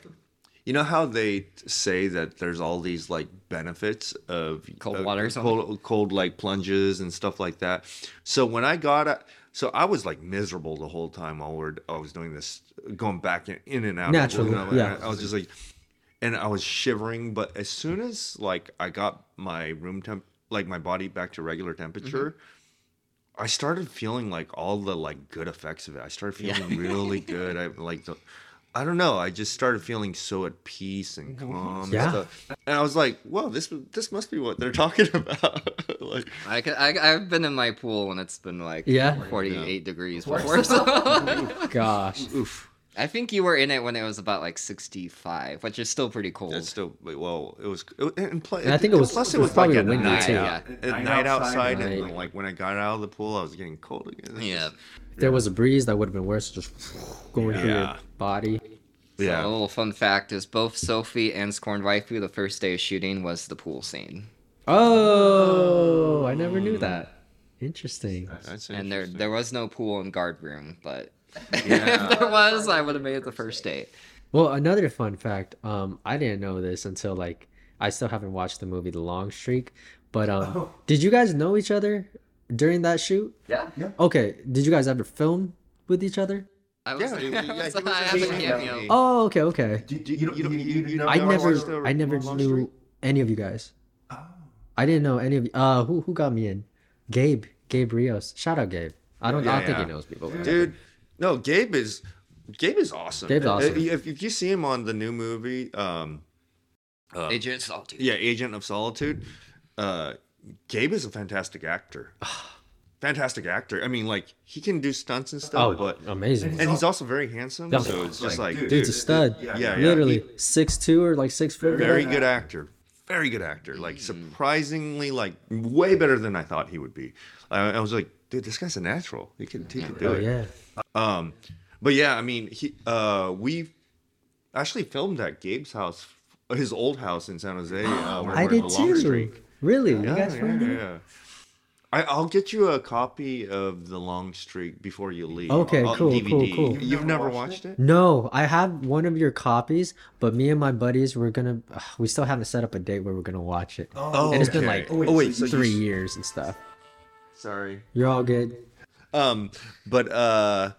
Speaker 2: you know how they say that there's all these like benefits of
Speaker 1: Cold
Speaker 2: of
Speaker 1: water or something?
Speaker 2: cold, cold like plunges and stuff like that. So when I got a, so I was like miserable the whole time while we're I was doing this, going back in, in and out.
Speaker 3: Naturally,
Speaker 2: you know, and
Speaker 3: yeah.
Speaker 2: I, I was just like, and I was shivering. But as soon as like I got my room temp, like my body back to regular temperature. I started feeling like all the like good effects of it. I started feeling really good. I like the, I don't know. I just started feeling so at peace and
Speaker 1: Mm-hmm.
Speaker 2: calm.
Speaker 3: Yeah.
Speaker 2: And, stuff. and I was like, "Whoa, this this must be what they're talking about." like,
Speaker 1: I, ca- I I've been in my pool when it's been like
Speaker 3: Yeah.
Speaker 1: 48 degrees before. So.
Speaker 3: Oh Gosh.
Speaker 2: oof.
Speaker 1: I think you were in it when it was about like 65, which is still pretty cold.
Speaker 2: That's still well. It was it, and, play,
Speaker 3: And I think it was-
Speaker 2: plus
Speaker 3: it
Speaker 2: it
Speaker 3: was
Speaker 2: was, like
Speaker 3: probably
Speaker 2: at
Speaker 3: windy,
Speaker 2: night,
Speaker 1: too.
Speaker 2: out-
Speaker 4: Yeah.
Speaker 2: at
Speaker 4: Night
Speaker 2: night outside,
Speaker 4: outside.
Speaker 2: and
Speaker 3: Right.
Speaker 2: like when I got out of the pool, I was getting cold again. It's
Speaker 1: yeah.
Speaker 2: just-
Speaker 3: If there was a breeze, that would have been worse. Just going through your
Speaker 2: Yeah.
Speaker 3: body.
Speaker 2: Yeah.
Speaker 1: A little fun fact is both Sophie and Scorned Waifu, the first day of shooting was the pool scene.
Speaker 3: Oh, I never knew that. Interesting.
Speaker 2: That's
Speaker 1: And there
Speaker 2: interesting.
Speaker 1: there was no pool in guard room, but
Speaker 2: Yeah.
Speaker 1: if there was, I would have made it the first date.
Speaker 3: Well, another fun fact. Um, I didn't know this until like I still haven't watched the movie The Long Streak. But um,
Speaker 4: Oh.
Speaker 3: did you guys know each other during that shoot?
Speaker 1: Yeah.
Speaker 3: Okay. Did you guys ever film with each other?
Speaker 1: I was, I
Speaker 2: Yeah, yeah,
Speaker 1: was-
Speaker 2: he was
Speaker 1: I
Speaker 2: a
Speaker 1: have a
Speaker 4: team
Speaker 1: cameo.
Speaker 2: member.
Speaker 3: Oh, okay, okay.
Speaker 4: Do, do, you, you, you, you, you know
Speaker 3: I
Speaker 2: ever watched
Speaker 3: never,
Speaker 2: the
Speaker 3: I never
Speaker 2: Long
Speaker 3: knew
Speaker 2: Streak?
Speaker 3: any of you guys.
Speaker 4: Oh.
Speaker 3: I didn't know any of you. Uh, who who got me in? Gabe, Gabe Rios. Shout out, Gabe. I don't, I
Speaker 2: Yeah,
Speaker 3: don't think he
Speaker 2: yeah.
Speaker 3: knows people.
Speaker 2: dude. No, Gabe is Gabe is awesome.
Speaker 3: Gabe's
Speaker 2: Uh,
Speaker 3: awesome.
Speaker 2: If, if you see him on the new movie, um, uh,
Speaker 1: Agents, I'll do
Speaker 2: yeah, Agent of Solitude, uh, Gabe is a fantastic actor. fantastic actor. I mean, like he can do stunts and stuff,
Speaker 3: Oh,
Speaker 2: but
Speaker 3: amazing.
Speaker 2: and he's also very handsome.
Speaker 3: Yeah.
Speaker 2: So it's just like,
Speaker 4: Dude,
Speaker 3: Dude's a stud.
Speaker 4: Yeah,
Speaker 2: yeah, yeah,
Speaker 3: Literally six two or like six foot.
Speaker 2: very good actor. Very good actor. Like surprisingly, like way better than I thought he would be. I, I was like, dude, this guy's a natural. He can, he can do
Speaker 3: Oh
Speaker 2: it.
Speaker 3: yeah.
Speaker 2: Um, but yeah, I mean, he uh, we actually filmed at Gabe's house, his old house in San Jose. Uh, when we
Speaker 3: I
Speaker 2: were in
Speaker 3: did
Speaker 2: the Long
Speaker 3: too.
Speaker 2: Streak.
Speaker 3: Really?
Speaker 2: Yeah,
Speaker 3: you guys
Speaker 2: yeah,
Speaker 3: filmed it?
Speaker 2: yeah. I, I'll get you a copy of the Long Streak before you leave. Uh,
Speaker 3: Okay,
Speaker 2: on
Speaker 3: cool, cool, cool.
Speaker 2: You've,
Speaker 4: You've
Speaker 2: never
Speaker 4: never
Speaker 2: watched
Speaker 4: watched
Speaker 2: it?
Speaker 3: No, I have one of your copies, but me and my buddies we're gonna. ugh, we still haven't set up a date where we're gonna watch it.
Speaker 4: Oh,
Speaker 3: and it's been
Speaker 2: okay.
Speaker 3: like
Speaker 2: Oh, wait, so you-
Speaker 3: three years and stuff.
Speaker 2: Sorry.
Speaker 3: You're all good.
Speaker 2: Um, but uh,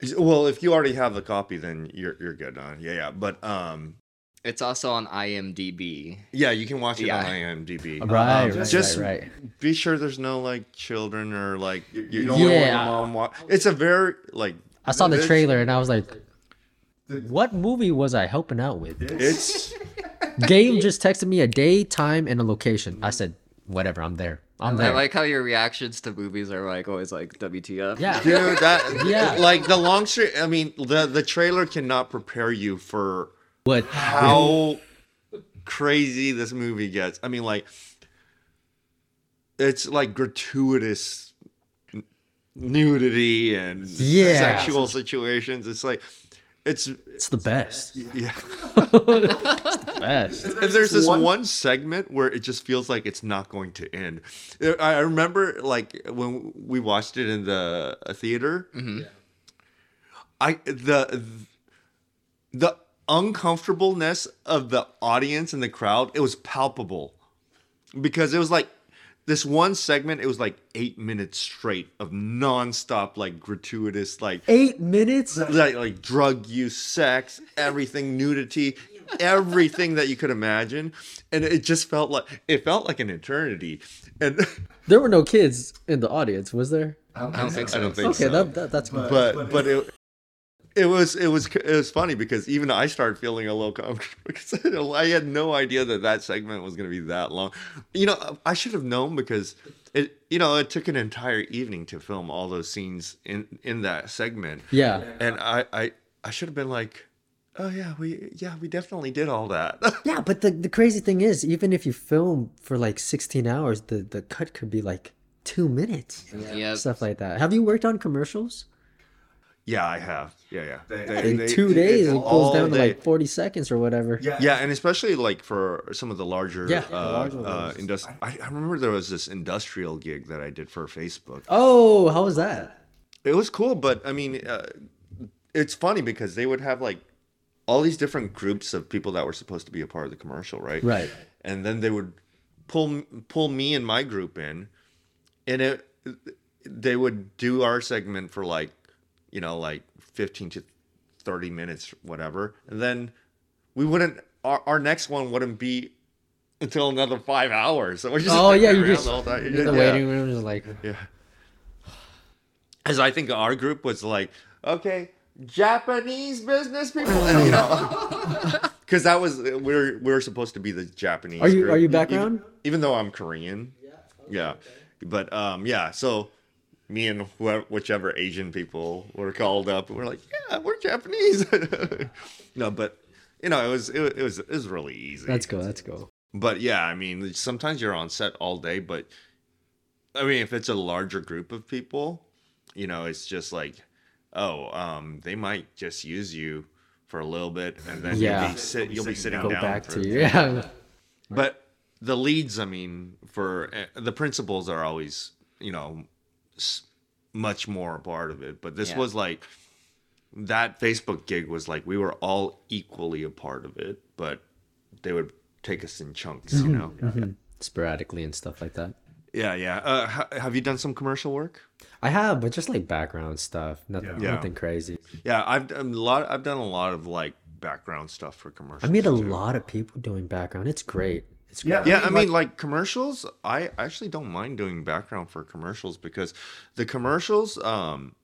Speaker 2: is- well, if you already have the copy, then you're you're good on. Yeah, yeah. But um,
Speaker 1: It's also on IMDb.
Speaker 2: yeah, you can watch it
Speaker 1: Yeah.
Speaker 2: on IMDb.
Speaker 3: Right,
Speaker 4: just-
Speaker 3: right,
Speaker 2: Um, just-
Speaker 3: right, right.
Speaker 2: be sure there's no like children or like you, you,
Speaker 4: you
Speaker 2: don't
Speaker 4: don't
Speaker 2: want your
Speaker 3: Yeah.
Speaker 2: mom wa- It's a very like
Speaker 3: I saw the
Speaker 2: it's-
Speaker 3: trailer and I was like, "What movie was I helping out with?"
Speaker 2: It's
Speaker 3: Gabe just texted me a day, time, and a location. I said, "Whatever, I'm there. I'm
Speaker 1: I
Speaker 3: there."
Speaker 1: like how your reactions to movies are like always like WTF.
Speaker 3: yeah,
Speaker 2: dude that
Speaker 3: Yeah.
Speaker 2: like the long street. I mean the the trailer cannot prepare you for
Speaker 3: what?
Speaker 2: how crazy this movie gets. I mean like it's like gratuitous n- nudity and
Speaker 3: Yeah.
Speaker 2: sexual situations. It's like it's
Speaker 3: It's the best.
Speaker 2: yeah.
Speaker 3: Best.
Speaker 2: And there's this one, segment where it just feels like it's not going to end. I- I remember like when we watched it in the uh, theater. I the the uncomfortableness of the audience and the crowd it was palpable because it was like this one segment it was like eight minutes straight of nonstop like gratuitous like
Speaker 3: Eight minutes.
Speaker 2: like like drug use, sex, everything, nudity, everything that you could imagine, and it just felt like it felt like an eternity. And
Speaker 3: There were no kids in the audience, was there?
Speaker 1: I don't think so.
Speaker 2: I don't think
Speaker 3: Okay,
Speaker 2: so.
Speaker 3: that, that that's good.
Speaker 2: but but it. It was it was it was funny because even I started feeling a little comfortable because I- I had no idea that that segment was going to be that long. You know, I should have known because it you know it took an entire evening to film all those scenes in in that segment.
Speaker 3: yeah.
Speaker 2: and I, I I should have been like, oh yeah, we yeah we definitely did all that.
Speaker 3: Yeah, but the, the crazy thing is, even if you film for like 16 hours, the, the cut could be like two minutes.
Speaker 1: Yeah.
Speaker 3: Stuff like that. Have you worked on commercials?
Speaker 2: yeah, I have. Yeah, yeah. They,
Speaker 3: In
Speaker 2: they-
Speaker 3: two
Speaker 2: they-
Speaker 3: days, it
Speaker 2: it's
Speaker 3: goes
Speaker 2: all
Speaker 3: down to
Speaker 2: day.
Speaker 3: like 40 seconds or whatever.
Speaker 4: Yeah.
Speaker 2: Yeah, and especially like for some of the larger,
Speaker 3: Yeah, the
Speaker 2: uh,
Speaker 3: larger
Speaker 2: uh,
Speaker 3: ones.
Speaker 2: industri- I, I remember there was this industrial gig that I did for Facebook.
Speaker 3: Oh, how was that?
Speaker 2: It was cool, but I mean, uh, it's funny because they would have like all these different groups of people that were supposed to be a part of the commercial, right?
Speaker 3: Right.
Speaker 2: and then they would pull pull me and my group in and it they would do our segment for like you know like 15 to 30 minutes whatever and then we wouldn't our, our next one wouldn't be until another five hours so we're just
Speaker 3: Oh, yeah, you
Speaker 2: around
Speaker 3: just-
Speaker 2: all day.
Speaker 3: In the
Speaker 2: Yeah.
Speaker 3: waiting room is like,
Speaker 2: Yeah. As I think our group was like, okay, Japanese business people, and, you know, because that was we're we're supposed to be the Japanese.
Speaker 3: Are you-
Speaker 2: group,
Speaker 3: are you
Speaker 2: e-
Speaker 3: background?
Speaker 2: Even, even though I'm Korean. Yeah. but um, yeah. So me and whoever, whichever Asian people were called up, we're like, yeah, we're Japanese. no, but you know, it was it, was- it was it was really easy.
Speaker 3: let's go, let's go.
Speaker 2: But yeah, I mean, sometimes you're on set all day, but I mean, if it's a larger group of people, you know, it's just like, oh, um, they might just use you for a little bit, and then
Speaker 3: Yeah.
Speaker 2: you'll be, sit, you'll be sitting
Speaker 3: Go
Speaker 2: down.
Speaker 3: back
Speaker 2: for-
Speaker 3: to you. Yeah.
Speaker 2: But the leads, I mean, for uh, the principals are always, you know, s- much more a part of it. But this
Speaker 1: Yeah.
Speaker 2: was like that Facebook gig was like we were all equally a part of it, but they would take us in chunks, you know.
Speaker 3: Mm-hmm. Sporadically and stuff like that.
Speaker 2: Yeah, yeah. Uh, ha- have you done some commercial work?
Speaker 3: I have, but just like background stuff. Nothing,
Speaker 2: Yeah.
Speaker 3: nothing crazy.
Speaker 2: Yeah, I've done a lot. I've done a lot of like background stuff for commercials.
Speaker 3: I meet a
Speaker 2: too.
Speaker 3: lot of people doing background. It's great. It's great.
Speaker 2: Yeah, I mean, like commercials. I actually don't mind doing background for commercials because the commercials, um,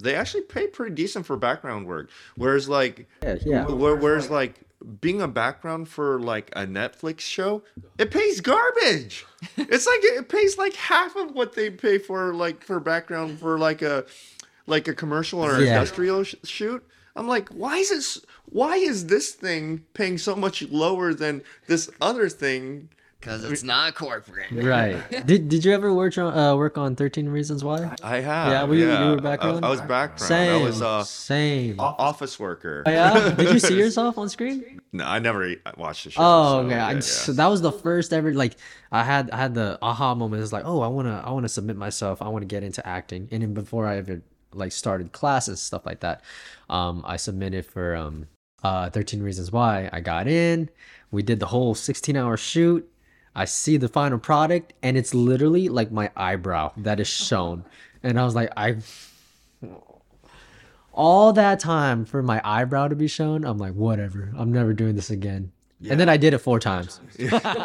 Speaker 2: they actually pay pretty decent for background work. Whereas, like,
Speaker 3: Yeah, yeah.
Speaker 2: where, whereas like being a background for like a Netflix show, it pays garbage. it's like it pays like half of what they pay for like for background for like a like a commercial or
Speaker 3: Yeah.
Speaker 2: industrial sh- shoot. I'm like, why is this? Why is this thing paying so much lower than this other thing?
Speaker 1: because it's not corporate.
Speaker 3: Right. did Did you ever work on uh, work on Thirteen Reasons Why?
Speaker 2: I have.
Speaker 3: Yeah, we- you were
Speaker 2: I-
Speaker 3: background?
Speaker 2: I, was background.
Speaker 3: Same.
Speaker 2: I was uh,
Speaker 3: same.
Speaker 2: o- office worker.
Speaker 3: Oh, yeah? Did you see yourself on screen?
Speaker 2: No, I never e- watched the show.
Speaker 3: Oh,
Speaker 2: so,
Speaker 3: okay. I
Speaker 2: yeah,
Speaker 3: just-
Speaker 2: yeah.
Speaker 3: that was the first ever like I had I had the aha moment. It's like, oh, I wanna I wanna submit myself. I wanna get into acting. And then before I ever like started classes stuff like that, um, I submitted for um uh 13 Reasons Why. I got in. We did the whole 16 hour shoot. I see the final product, and it's literally like my eyebrow that is shown. And I was like, I all that time for my eyebrow to be shown, I'm like, whatever. I'm never doing this again. And then I did it four times. but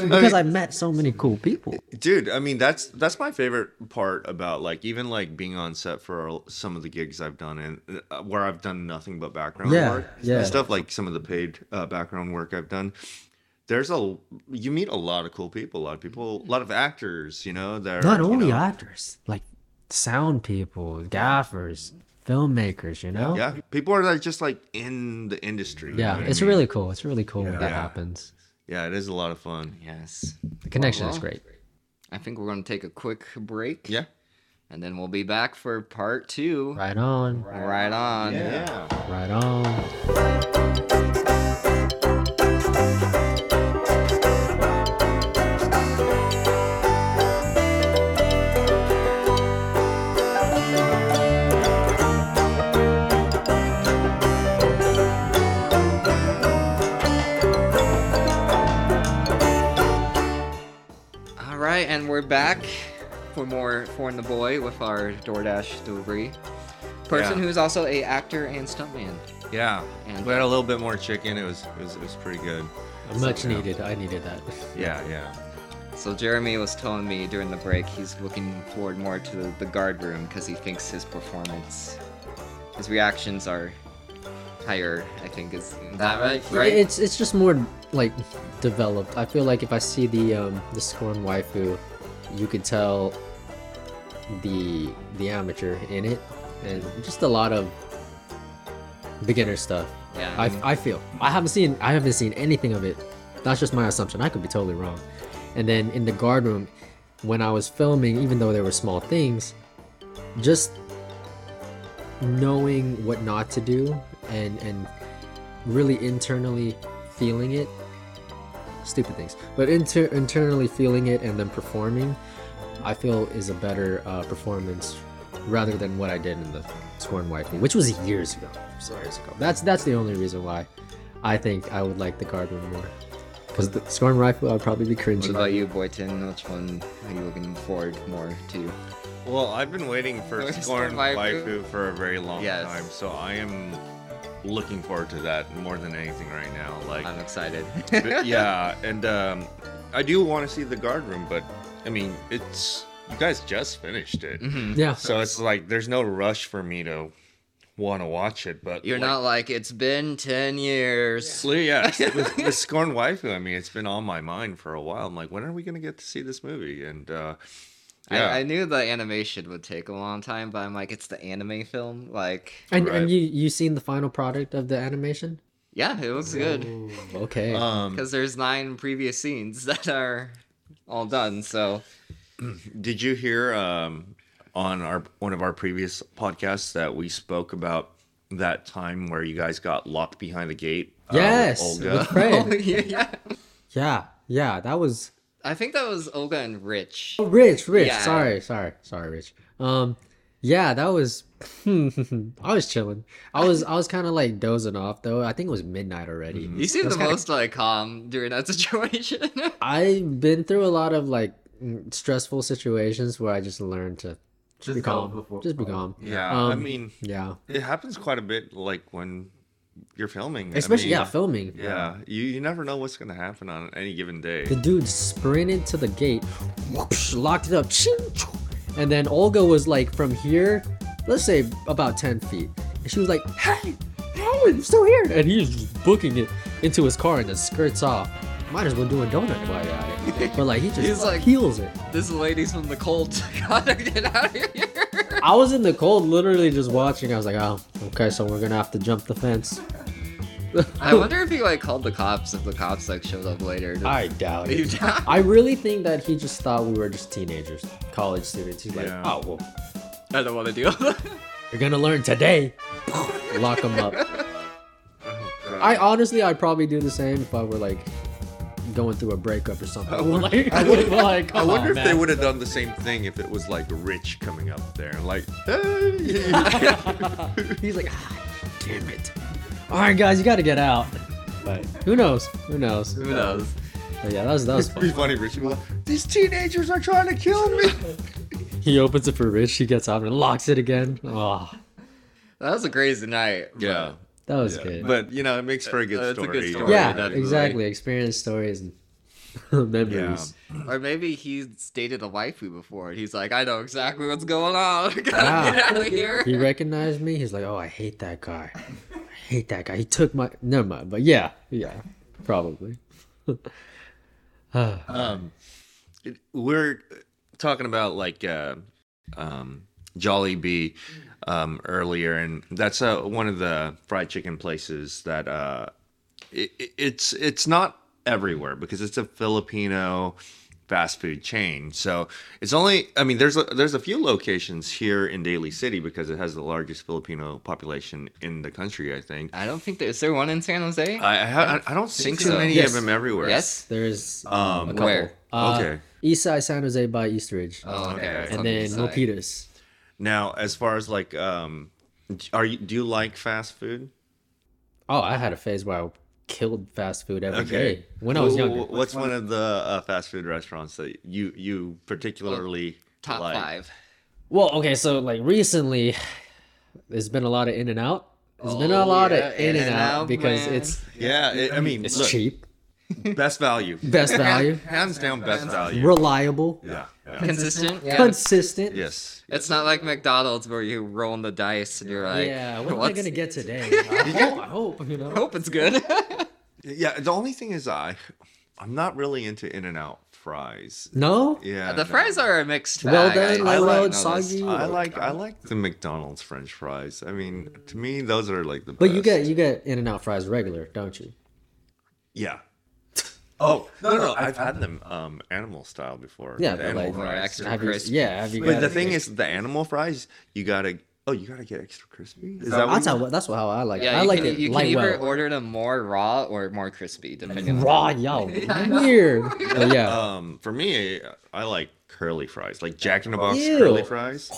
Speaker 3: because I met so many cool people.
Speaker 2: dude i mean that's that's my favorite part about like even like being on set for some of the gigs i've done and uh, where i've done nothing but background
Speaker 3: Yeah,
Speaker 2: work
Speaker 3: yeah.
Speaker 2: and stuff like some of the paid uh, background work i've done there's a you meet a lot of cool people a lot of people a lot of actors you know that are,
Speaker 3: Not
Speaker 2: you
Speaker 3: only
Speaker 2: know-
Speaker 3: actors, like sound people, gaffers, filmmakers, you know?
Speaker 2: yeah people are like just like in the industry you
Speaker 3: Yeah,
Speaker 2: know what I
Speaker 3: it's
Speaker 2: mean?
Speaker 3: really cool. It's really cool when that
Speaker 2: Yeah.
Speaker 3: happens.
Speaker 2: yeah it is a lot of fun
Speaker 1: Yes.
Speaker 3: The connection is
Speaker 1: well.
Speaker 3: great.
Speaker 1: I think we're going to take a quick break.
Speaker 2: yeah
Speaker 1: And then we'll be back for part two.
Speaker 3: Right on.
Speaker 1: Right, on.
Speaker 2: yeah
Speaker 3: Right on.
Speaker 1: All right, and we're back for more for and the boy with our DoorDash delivery person
Speaker 2: Yeah.
Speaker 1: who's also a actor and stuntman.
Speaker 2: yeah
Speaker 1: And-
Speaker 2: we had a little bit more chicken it was it was, it was pretty good
Speaker 3: Much needed. I needed that.
Speaker 2: yeah yeah
Speaker 1: So Jeremy was telling me during the break he's looking forward more to the, the guard room because he thinks his performance, his reactions are higher. I think is is that right? Right.
Speaker 3: It's it's just more like developed. I feel like if I see the um the scorn waifu, you could tell the the amateur in it, and just a lot of beginner stuff.
Speaker 1: yeah.
Speaker 3: I, I feel I haven't seen I haven't seen anything of it. That's just my assumption. I could be totally wrong. And then in the guard room, when I was filming, even though there were small things, just knowing what not to do and and really internally feeling it. Stupid things, but inter- internally feeling it and then performing, I feel is a better uh, performance rather than what I did in the Sworn Waifu, which was years ago. So years ago. That's that's the only reason why I think I would like the guard room more. Because the Sworn Waifu, I'd probably be
Speaker 1: what
Speaker 3: cringing.
Speaker 1: about you, Boyton? Which one are you looking forward more to?
Speaker 2: Well, I've been waiting for
Speaker 1: First
Speaker 2: Scorn
Speaker 1: waifu.
Speaker 2: Waifu for a very long
Speaker 1: Yes.
Speaker 2: time, so I am looking forward to that more than anything right now. Like,
Speaker 1: I'm excited.
Speaker 2: but yeah, and um, I do want to see the guard room, but I mean, it's you guys just finished it,
Speaker 1: Mhm.
Speaker 3: Yeah.
Speaker 2: so it's like there's no rush for me to want to watch it. But
Speaker 1: You're
Speaker 2: like,
Speaker 1: not like it's been ten years.
Speaker 2: Yeah, with, with Scorn Waifu, I mean, it's been on my mind for a while. I'm like, when are we gonna get to see this movie? And uh, yeah,
Speaker 1: I, I knew the animation would take a long time, but I'm like, it's the anime film. Like,
Speaker 3: And,
Speaker 2: Right.
Speaker 3: and you you seen the final product of the animation?
Speaker 1: yeah, it looks good
Speaker 3: Okay.
Speaker 1: Uh,
Speaker 2: um,
Speaker 1: because there's nine previous scenes that are all done. So
Speaker 2: Did you hear um on our one of our previous podcasts that we spoke about that time where you guys got locked behind the gate. uh, with
Speaker 3: Yes, with
Speaker 2: Olga.
Speaker 3: Fred.
Speaker 1: Oh, yeah, yeah.
Speaker 3: Yeah, yeah, that was
Speaker 1: I think that was Olga and Rich.
Speaker 3: oh, Rich. Rich,
Speaker 1: Yeah.
Speaker 3: sorry, sorry, sorry, Rich. Um, yeah, that was. I was chilling. I was, I was kind of like dozing off though. I think it was midnight already.
Speaker 1: You seem the most like calm during that situation.
Speaker 3: I've been through a lot of like mm, stressful situations where I just learned to just be
Speaker 4: go
Speaker 3: calm.
Speaker 4: before-
Speaker 3: just be calm.
Speaker 2: Yeah, I
Speaker 3: Um,
Speaker 2: mean,
Speaker 3: Yeah,
Speaker 2: it happens quite a bit, like when you're filming, I
Speaker 3: especially yeah,
Speaker 2: mean,
Speaker 3: filming.
Speaker 2: yeah. You you never know what's gonna happen on any given day.
Speaker 3: The dude sprinted to the gate, whoosh, locked it up, ching, choo. and then Olga was like from here, let's say about 10 feet. And she was like, hey, Howard, you still here. And he's just booking it into his car and then skirts off. Might as well do a donut while you're at it. But like, he just
Speaker 1: He's like-
Speaker 3: heals it.
Speaker 1: this lady's from the cold. Gotta get out of here.
Speaker 3: I was in the cold, literally just watching. I was like, oh, okay, so we're gonna have to jump the fence.
Speaker 1: I wonder if he like called the cops if the cops like showed up later. to
Speaker 3: I doubt
Speaker 1: leave
Speaker 3: it.
Speaker 1: town.
Speaker 3: I really think that he just thought we were just teenagers, college students. He's like,
Speaker 2: Yeah.
Speaker 3: oh, well,
Speaker 1: I don't want to deal with it.
Speaker 3: You're gonna learn today. Lock them up. I honestly, I'd probably do the same if I were like going through a breakup or something. I would, like, I would like,
Speaker 2: I
Speaker 3: "Aw,
Speaker 2: wonder if they
Speaker 3: man."
Speaker 2: would have done the same thing if it was like Rich coming up there, like,
Speaker 3: He's like, ah, damn it. All right, guys, you gotta get out. But who knows? Who knows?
Speaker 1: Who knows?
Speaker 3: But yeah, that was that was
Speaker 2: It'd be
Speaker 3: fun.
Speaker 2: funny, Rich. would be like, These teenagers are trying to kill me.
Speaker 3: He opens it for Rich. He gets out and locks it again. Oh,
Speaker 1: That was a crazy night.
Speaker 2: Yeah,
Speaker 3: that was good.
Speaker 2: but you know, it makes for a
Speaker 1: Uh,
Speaker 2: good
Speaker 1: it's a
Speaker 2: story.
Speaker 1: good story,
Speaker 3: yeah,
Speaker 1: definitely.
Speaker 3: exactly. Experience stories and memories.
Speaker 1: Or maybe he's dated a waifu before and he's like, I know exactly what's going on. Gotta
Speaker 3: Wow.
Speaker 1: get out of here.
Speaker 3: Ah. He recognized me. He's like, "Oh, I hate that guy. I hate that guy. He took my never mind." But yeah, yeah, probably.
Speaker 2: it- we're talking about like uh, um, Jolly Bee um, earlier, and that's uh, one of the fried chicken places that uh, it, it- it's it's not everywhere because it's a Filipino fast food chain. So it's only I mean there's a, there's a few locations here in Daly City because it has the largest Filipino population in the country. I think
Speaker 1: I don't think there is there one in San Jose?
Speaker 2: I I, ha- I don't see
Speaker 1: Think
Speaker 2: too
Speaker 1: so.
Speaker 2: many
Speaker 3: Yes.
Speaker 2: of them everywhere.
Speaker 1: yes?
Speaker 3: There's
Speaker 2: Um,
Speaker 3: a couple.
Speaker 1: where?
Speaker 3: Uh,
Speaker 2: Okay.
Speaker 3: East Side San Jose by East Ridge,
Speaker 1: Oh, okay.
Speaker 2: okay.
Speaker 1: it's on
Speaker 3: and
Speaker 1: the
Speaker 3: then
Speaker 1: east side.
Speaker 3: Milpitas.
Speaker 2: Now, as far as like, um, are you do you like fast food?
Speaker 3: Oh, I had a phase where I killed fast food every day
Speaker 2: Okay.
Speaker 3: when I was
Speaker 2: Wh- wh-
Speaker 3: younger.
Speaker 2: What's one of the uh, fast food restaurants that you you particularly
Speaker 1: Oh, Top
Speaker 2: like?
Speaker 1: five.
Speaker 3: Well, okay, so like recently, there's been a lot of In and Out. There's been
Speaker 1: Oh,
Speaker 3: a lot
Speaker 1: yeah,
Speaker 3: of In and Out
Speaker 1: In-N-Out,
Speaker 3: because
Speaker 1: man.
Speaker 3: it's
Speaker 2: Yeah, it, I mean,
Speaker 3: it's
Speaker 2: look,
Speaker 3: cheap,
Speaker 2: best value,
Speaker 3: best value,
Speaker 2: hands down, best value.
Speaker 3: reliable,
Speaker 2: Yeah, yeah.
Speaker 1: Consistent? Yeah.
Speaker 3: consistent.
Speaker 2: yes.
Speaker 1: It's not like McDonald's where you roll the dice and you're like,
Speaker 3: yeah, what am I
Speaker 1: "What's-
Speaker 3: gonna get today? I hope, I hope, you
Speaker 1: I
Speaker 3: know.
Speaker 1: hope it's good.
Speaker 2: Yeah, the only thing is, I I'm not really into In and Out fries.
Speaker 3: No,
Speaker 2: Yeah,
Speaker 1: the
Speaker 2: no.
Speaker 1: fries are a mixed bag.
Speaker 3: well
Speaker 1: I-
Speaker 3: done,
Speaker 1: I
Speaker 3: well
Speaker 1: like
Speaker 3: done,
Speaker 1: noticed.
Speaker 3: soggy.
Speaker 2: I like I like the McDonald's French fries. I mean, to me, those are like the.
Speaker 3: But you
Speaker 2: best.
Speaker 3: get you get In and Out fries regular, don't you?
Speaker 2: Yeah. Oh no no, I've, had them um animal style before.
Speaker 3: Yeah,
Speaker 2: the
Speaker 3: but
Speaker 2: animal
Speaker 3: like-
Speaker 1: Or
Speaker 2: fries.
Speaker 1: extra
Speaker 3: Have you,
Speaker 1: crisp.
Speaker 3: yeah, have you?
Speaker 2: But
Speaker 3: got
Speaker 2: the
Speaker 3: it?
Speaker 2: thing is, the animal fries you gotta oh you gotta get extra crispy. Is that
Speaker 3: that's
Speaker 2: what?
Speaker 3: how that's how I like. it.
Speaker 1: Yeah,
Speaker 3: I
Speaker 1: you
Speaker 3: like
Speaker 1: can,
Speaker 3: it
Speaker 1: you can
Speaker 3: light
Speaker 1: either
Speaker 3: well.
Speaker 1: order them more raw or more crispy, depending on
Speaker 3: raw, y'all weird. But
Speaker 2: you-
Speaker 1: Oh,
Speaker 3: yeah,
Speaker 2: Um, for me, I like curly fries, like Jack in the Box
Speaker 3: Ew.
Speaker 2: curly fries.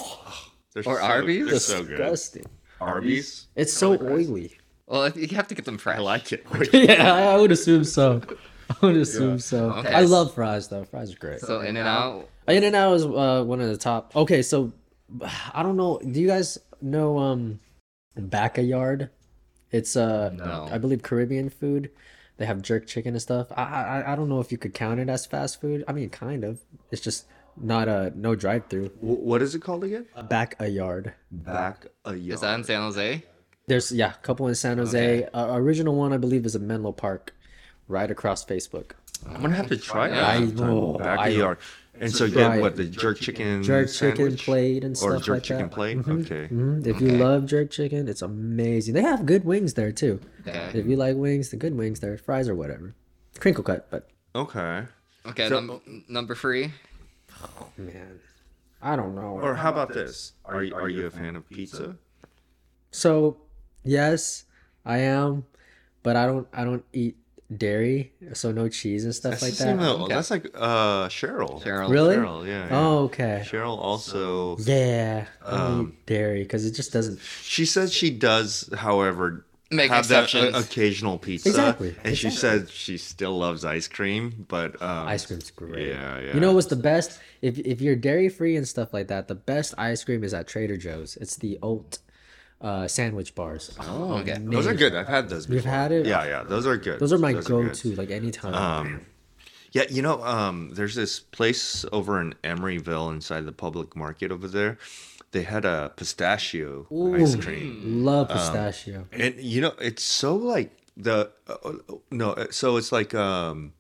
Speaker 2: They're
Speaker 1: Or
Speaker 2: so,
Speaker 1: Arby's?
Speaker 2: They're so good.
Speaker 3: disgusting.
Speaker 2: Arby's.
Speaker 3: It's so oily.
Speaker 1: Well, if- you have to get them fresh.
Speaker 2: I like it.
Speaker 3: yeah, I, I would assume so. I would assume so.
Speaker 1: Okay.
Speaker 3: I love fries though. Fries are great.
Speaker 1: So in and out.
Speaker 3: In and Out is uh, one of the top. Okay, so I don't know. Do you guys know um, Back a Yard? It's uh,
Speaker 1: No.
Speaker 3: I believe Caribbean food. They have jerk chicken and stuff. I I I- I don't know if you could count it as fast food. I mean, kind of. It's just not a no drive through.
Speaker 2: Wh- what is it called again?
Speaker 3: Back a Yard.
Speaker 2: Uh, Back a yard.
Speaker 1: Is that in San Jose?
Speaker 3: There's yeah, a couple in San Jose. Uh, original one I believe is in Menlo Park, right across Facebook.
Speaker 2: I'm gonna have to try
Speaker 1: Yeah. I
Speaker 2: that. sometime.
Speaker 3: know,
Speaker 2: Back
Speaker 3: Oh, I
Speaker 2: a
Speaker 3: know.
Speaker 2: yard. And so
Speaker 3: Right.
Speaker 2: get what the jerk chicken
Speaker 3: Jerk chicken
Speaker 2: Mm-hmm. sandwich?
Speaker 3: plate and
Speaker 2: or
Speaker 3: stuff
Speaker 2: jerk
Speaker 3: like
Speaker 2: chicken
Speaker 3: that.
Speaker 2: plate. Okay.
Speaker 3: Mhm. If you
Speaker 1: Okay.
Speaker 3: love jerk chicken, it's amazing. They have good wings there too.
Speaker 1: Okay.
Speaker 3: If you like wings, the good wings there, fries or whatever. Crinkle cut, but
Speaker 2: Okay.
Speaker 1: Okay.
Speaker 2: So-
Speaker 1: num- number three.
Speaker 3: man, I don't know.
Speaker 2: Or how about this? Are you, are you a fan of pizza?
Speaker 3: So, yes, I am, but I don't I don't eat dairy, so no cheese and stuff
Speaker 2: That's,
Speaker 3: like
Speaker 2: the same
Speaker 3: that.
Speaker 2: though. That's like uh, Cheryl.
Speaker 1: Cheryl.
Speaker 3: Really?
Speaker 2: Cheryl, yeah. yeah.
Speaker 3: Oh, okay.
Speaker 2: Cheryl also.
Speaker 3: Yeah, I don't
Speaker 2: Um,
Speaker 3: eat dairy because it just doesn't.
Speaker 2: She says she does, however,
Speaker 1: Make
Speaker 2: have that
Speaker 1: exceptions.
Speaker 2: uh, occasional pizza.
Speaker 3: Exactly,
Speaker 2: And she said she still loves ice cream, but um,
Speaker 3: Ice cream's great.
Speaker 2: Yeah, yeah.
Speaker 3: You know what's the best? If if you're dairy free and stuff like that, the best ice cream is at Trader Joe's. It's the oat uh, sandwich bars.
Speaker 1: Oh, okay.
Speaker 2: those are good. I've had those. Before.
Speaker 3: You've had it?
Speaker 2: Yeah, yeah. Those are good.
Speaker 3: Those are my
Speaker 2: good. Um,
Speaker 3: go-to, like anytime.
Speaker 2: Yeah, you know, um, there's this place over in Emeryville inside the public market over there. They had a pistachio ice cream,
Speaker 3: Love pistachio.
Speaker 2: and you know, it's so like the uh, uh, no, uh, so it's like um,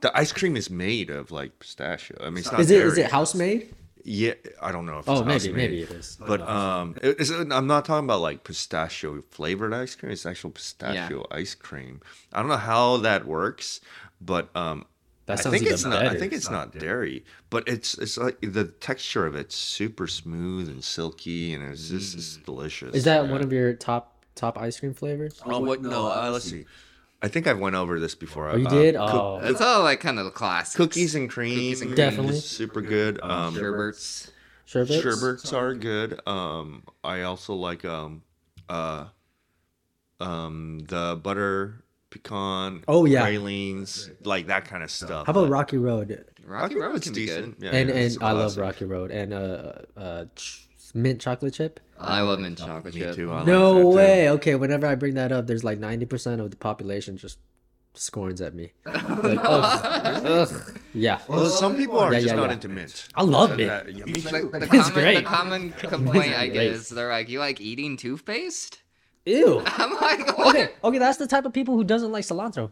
Speaker 2: the ice cream is made of like pistachio. I mean, it's not
Speaker 3: is it is it
Speaker 2: dairy.
Speaker 3: house made?
Speaker 2: Yeah, I don't know if
Speaker 3: Oh,
Speaker 2: it's
Speaker 3: maybe
Speaker 2: house-made.
Speaker 3: maybe it is.
Speaker 2: But um, it- it's, I'm not talking about like pistachio flavored ice cream. It's actual pistachio ice cream. I don't know how that works, but um,
Speaker 3: That
Speaker 2: I
Speaker 3: sounds
Speaker 2: think
Speaker 3: even
Speaker 2: it's not. I
Speaker 3: better.
Speaker 2: think it's not dairy, but it's it's like the texture of it's super smooth and silky, and it's just it's delicious.
Speaker 3: Mm. Is that one of your top top ice cream flavors?
Speaker 2: Oh, what? No, uh, let's see. I think I went over this before. Uh,
Speaker 3: Oh, you did? oh,
Speaker 1: It's all like kind of the classics.
Speaker 2: Cookies and cream,
Speaker 1: and
Speaker 2: is
Speaker 3: Definitely.
Speaker 2: super good. Um,
Speaker 1: Gerberts.
Speaker 3: sherbet.
Speaker 2: Sherbets are good. Um, I also like um, uh, um, the butter pecan.
Speaker 3: Oh, yeah.
Speaker 2: pralines, like that kind of stuff.
Speaker 3: How about Rocky Road?
Speaker 1: Rocky Road can be good.
Speaker 2: Yeah,
Speaker 3: and
Speaker 2: yeah, it's
Speaker 3: and
Speaker 2: a
Speaker 3: I love
Speaker 2: classic.
Speaker 3: Rocky Road and uh uh ch- mint chocolate chip.
Speaker 1: I love mint chocolate
Speaker 2: Me
Speaker 1: chip.
Speaker 2: too. I like that
Speaker 3: No
Speaker 2: too.
Speaker 3: way. Okay, whenever I bring that up, there's like ninety percent of the population just scorns at me. Like, ugh, ugh. Yeah,
Speaker 2: Well, some people are
Speaker 3: Yeah,
Speaker 2: just
Speaker 3: yeah,
Speaker 2: not
Speaker 3: yeah.
Speaker 2: into mint.
Speaker 3: I love it.
Speaker 2: That- yeah, me
Speaker 1: Like,
Speaker 2: too.
Speaker 1: the, common, the
Speaker 3: great.
Speaker 1: common complaint I get
Speaker 3: great.
Speaker 1: is they're like, "You like eating toothpaste?"
Speaker 3: Ew.
Speaker 1: I'm like, what?
Speaker 3: Okay, okay, that's the type of people who doesn't like cilantro.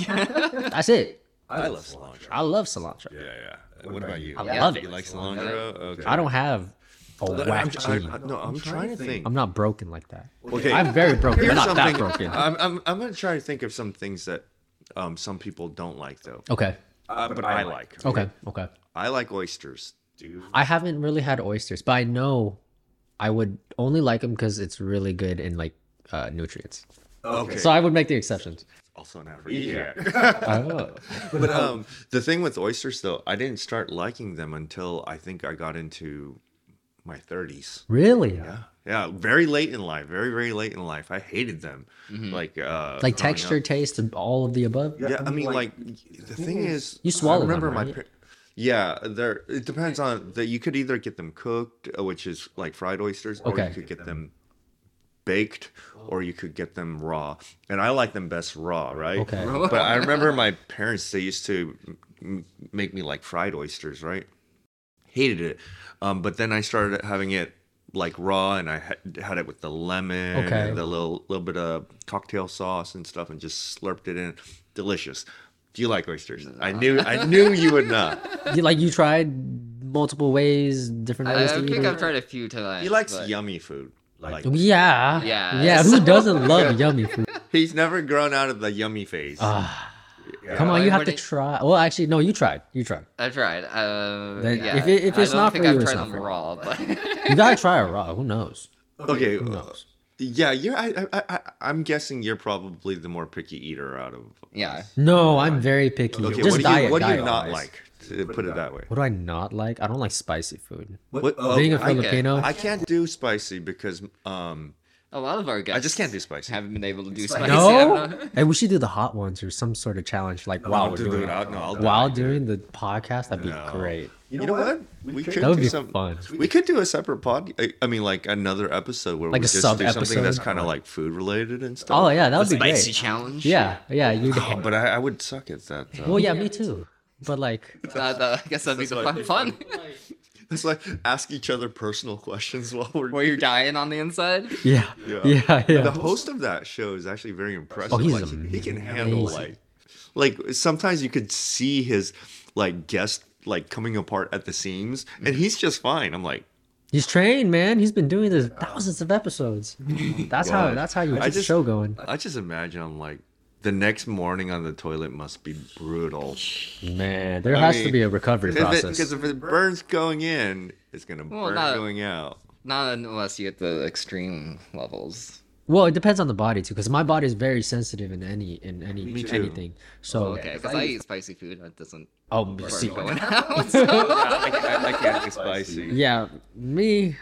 Speaker 3: That's it.
Speaker 2: I love cilantro.
Speaker 3: I love cilantro.
Speaker 2: Yeah, yeah. What, about you?
Speaker 3: I love it.
Speaker 2: You like cilantro? Okay.
Speaker 3: I don't have a
Speaker 2: I'm,
Speaker 3: whack
Speaker 2: I'm,
Speaker 3: gene.
Speaker 2: I'm- no, I'm trying to think.
Speaker 3: I'm not broken like that.
Speaker 2: Okay.
Speaker 3: I'm very broken.
Speaker 2: Here's
Speaker 3: I'm not that
Speaker 2: something- uh,
Speaker 3: broken.
Speaker 2: I'm, I'm, I'm going to try to think of some things that um, some people don't like, though.
Speaker 3: Okay.
Speaker 2: Uh, but I like.
Speaker 3: Okay. Okay.
Speaker 2: I like oysters.
Speaker 3: I haven't really had oysters, but I know I would only like them because it's really good in like uh, nutrients.
Speaker 2: Okay.
Speaker 3: So I would make the exceptions.
Speaker 2: also an aphrodisiac.
Speaker 3: Oh.
Speaker 2: but um, the thing with oysters, though, I didn't start liking them until I think I got into my 30s.
Speaker 3: Really?
Speaker 2: Yeah, very late in life, very very late in life. I hated them. Like uh growing
Speaker 3: Mm-hmm. Like texture,
Speaker 2: up.
Speaker 3: taste, and all of the above?
Speaker 2: Yeah, I mean like, the thing is
Speaker 3: You
Speaker 2: I
Speaker 3: swallow them,
Speaker 2: remember my
Speaker 3: right?
Speaker 2: par- Yeah, there it depends on that you could either get them cooked, uh, which is like fried oysters, or
Speaker 3: Okay.
Speaker 2: you could get them baked or you could get them raw. And I like them best raw, right?
Speaker 3: Okay.
Speaker 2: But I remember my parents they used to m- m- make me like fried oysters, right? hated it. Um, but then I started having it like raw, and I had, had it with the lemon
Speaker 3: Okay.
Speaker 2: and the little little bit of cocktail sauce and stuff, and just slurped it in. Delicious. Do you like oysters? I knew I knew you would not.
Speaker 3: You- like you tried multiple ways, different
Speaker 1: I, I
Speaker 3: ways to eat
Speaker 1: think I've
Speaker 3: them?
Speaker 1: tried a few times.
Speaker 2: He likes
Speaker 1: but-
Speaker 2: yummy food. Like
Speaker 3: Yeah.
Speaker 1: Yeah.
Speaker 3: Yeah. Who doesn't love yummy food?
Speaker 2: he's never grown out of the yummy phase.
Speaker 3: Uh, Come on,
Speaker 1: I
Speaker 3: you have to
Speaker 1: already-
Speaker 3: try. Well, actually, no, you tried. You tried.
Speaker 1: I tried. Uh,
Speaker 3: Then
Speaker 1: yeah.
Speaker 3: if it- if it's
Speaker 1: I don't
Speaker 3: not
Speaker 1: think
Speaker 3: for
Speaker 1: I've
Speaker 3: you, it's
Speaker 1: tried
Speaker 3: not
Speaker 1: them
Speaker 3: for you.
Speaker 1: raw, but
Speaker 3: You gotta try it raw. Who knows?
Speaker 2: okay.
Speaker 3: Who
Speaker 2: uh,
Speaker 3: knows?
Speaker 2: Yeah, you're. I, I- I, I, I'm guessing you're probably the more picky eater out of.
Speaker 1: yeah.
Speaker 3: No, I'm very picky.
Speaker 2: Okay,
Speaker 3: Just
Speaker 2: what do
Speaker 3: diet.
Speaker 2: you, what do
Speaker 3: diet
Speaker 2: you not
Speaker 3: wise.
Speaker 2: like? To put it that way.
Speaker 3: What do I not like? I don't like spicy food.
Speaker 2: What,
Speaker 3: Being a
Speaker 2: okay, Oh, I-
Speaker 3: Filipino,
Speaker 2: I can't do spicy because um
Speaker 1: A lot of our guys.
Speaker 2: I just can't do spicy.
Speaker 1: Haven't been able to do spicy. I
Speaker 3: No,
Speaker 1: don't know.
Speaker 3: and we should do the hot ones or some sort of challenge, like while we're
Speaker 2: do
Speaker 3: doing
Speaker 2: it. I'll- no, I'll do
Speaker 3: while
Speaker 2: it.
Speaker 3: doing the podcast. That'd be great.
Speaker 2: You know, what? We could
Speaker 3: That would
Speaker 2: do
Speaker 3: be
Speaker 2: some.
Speaker 3: fun.
Speaker 2: We could do a separate pod. I- I mean, like another episode where
Speaker 3: Like
Speaker 2: we
Speaker 3: a
Speaker 2: just do
Speaker 3: sub-episode?
Speaker 2: something that's kind of like food related and stuff.
Speaker 3: Oh yeah, that would be
Speaker 1: Spicy
Speaker 3: great.
Speaker 1: challenge.
Speaker 3: Yeah, yeah, you.
Speaker 2: Oh, but I, I would suck at that. Though.
Speaker 3: Well, yeah, me too. But like,
Speaker 1: Uh, the- I guess that'd be the fun. fun.
Speaker 2: It's like ask each other personal questions while we're.
Speaker 1: Where you're dying on the inside.
Speaker 3: yeah, yeah,
Speaker 2: The
Speaker 3: yeah.
Speaker 2: host of that show is actually very impressive.
Speaker 3: Oh, he's
Speaker 2: like, he- he can handle
Speaker 3: amazing.
Speaker 2: like, like sometimes you could see his like guest like coming apart at the seams, and he's just fine. I'm like,
Speaker 3: He's trained, man. He's been doing this thousands of episodes. That's how. That's how you
Speaker 2: I
Speaker 3: get the
Speaker 2: just-
Speaker 3: show going.
Speaker 2: I just imagine I'm like The next morning on the toilet must be brutal.
Speaker 3: Man, there
Speaker 2: I
Speaker 3: has
Speaker 2: mean,
Speaker 3: to be a recovery process.
Speaker 2: Because if it burns going in, it's gonna
Speaker 1: Well,
Speaker 2: burn
Speaker 1: not-
Speaker 2: going out.
Speaker 1: Not unless you get the extreme levels.
Speaker 3: Well, it depends on the body too, because my body is very sensitive in any in any
Speaker 2: Me too. Oh,
Speaker 3: anything. So
Speaker 1: Okay,
Speaker 4: Yeah, 'cause
Speaker 1: because
Speaker 4: I
Speaker 1: I
Speaker 4: use-
Speaker 1: eat spicy food and it doesn't
Speaker 3: oh,
Speaker 1: burn
Speaker 3: see,
Speaker 1: going out. so-
Speaker 2: I, I, I can't be spicy.
Speaker 3: yeah, me,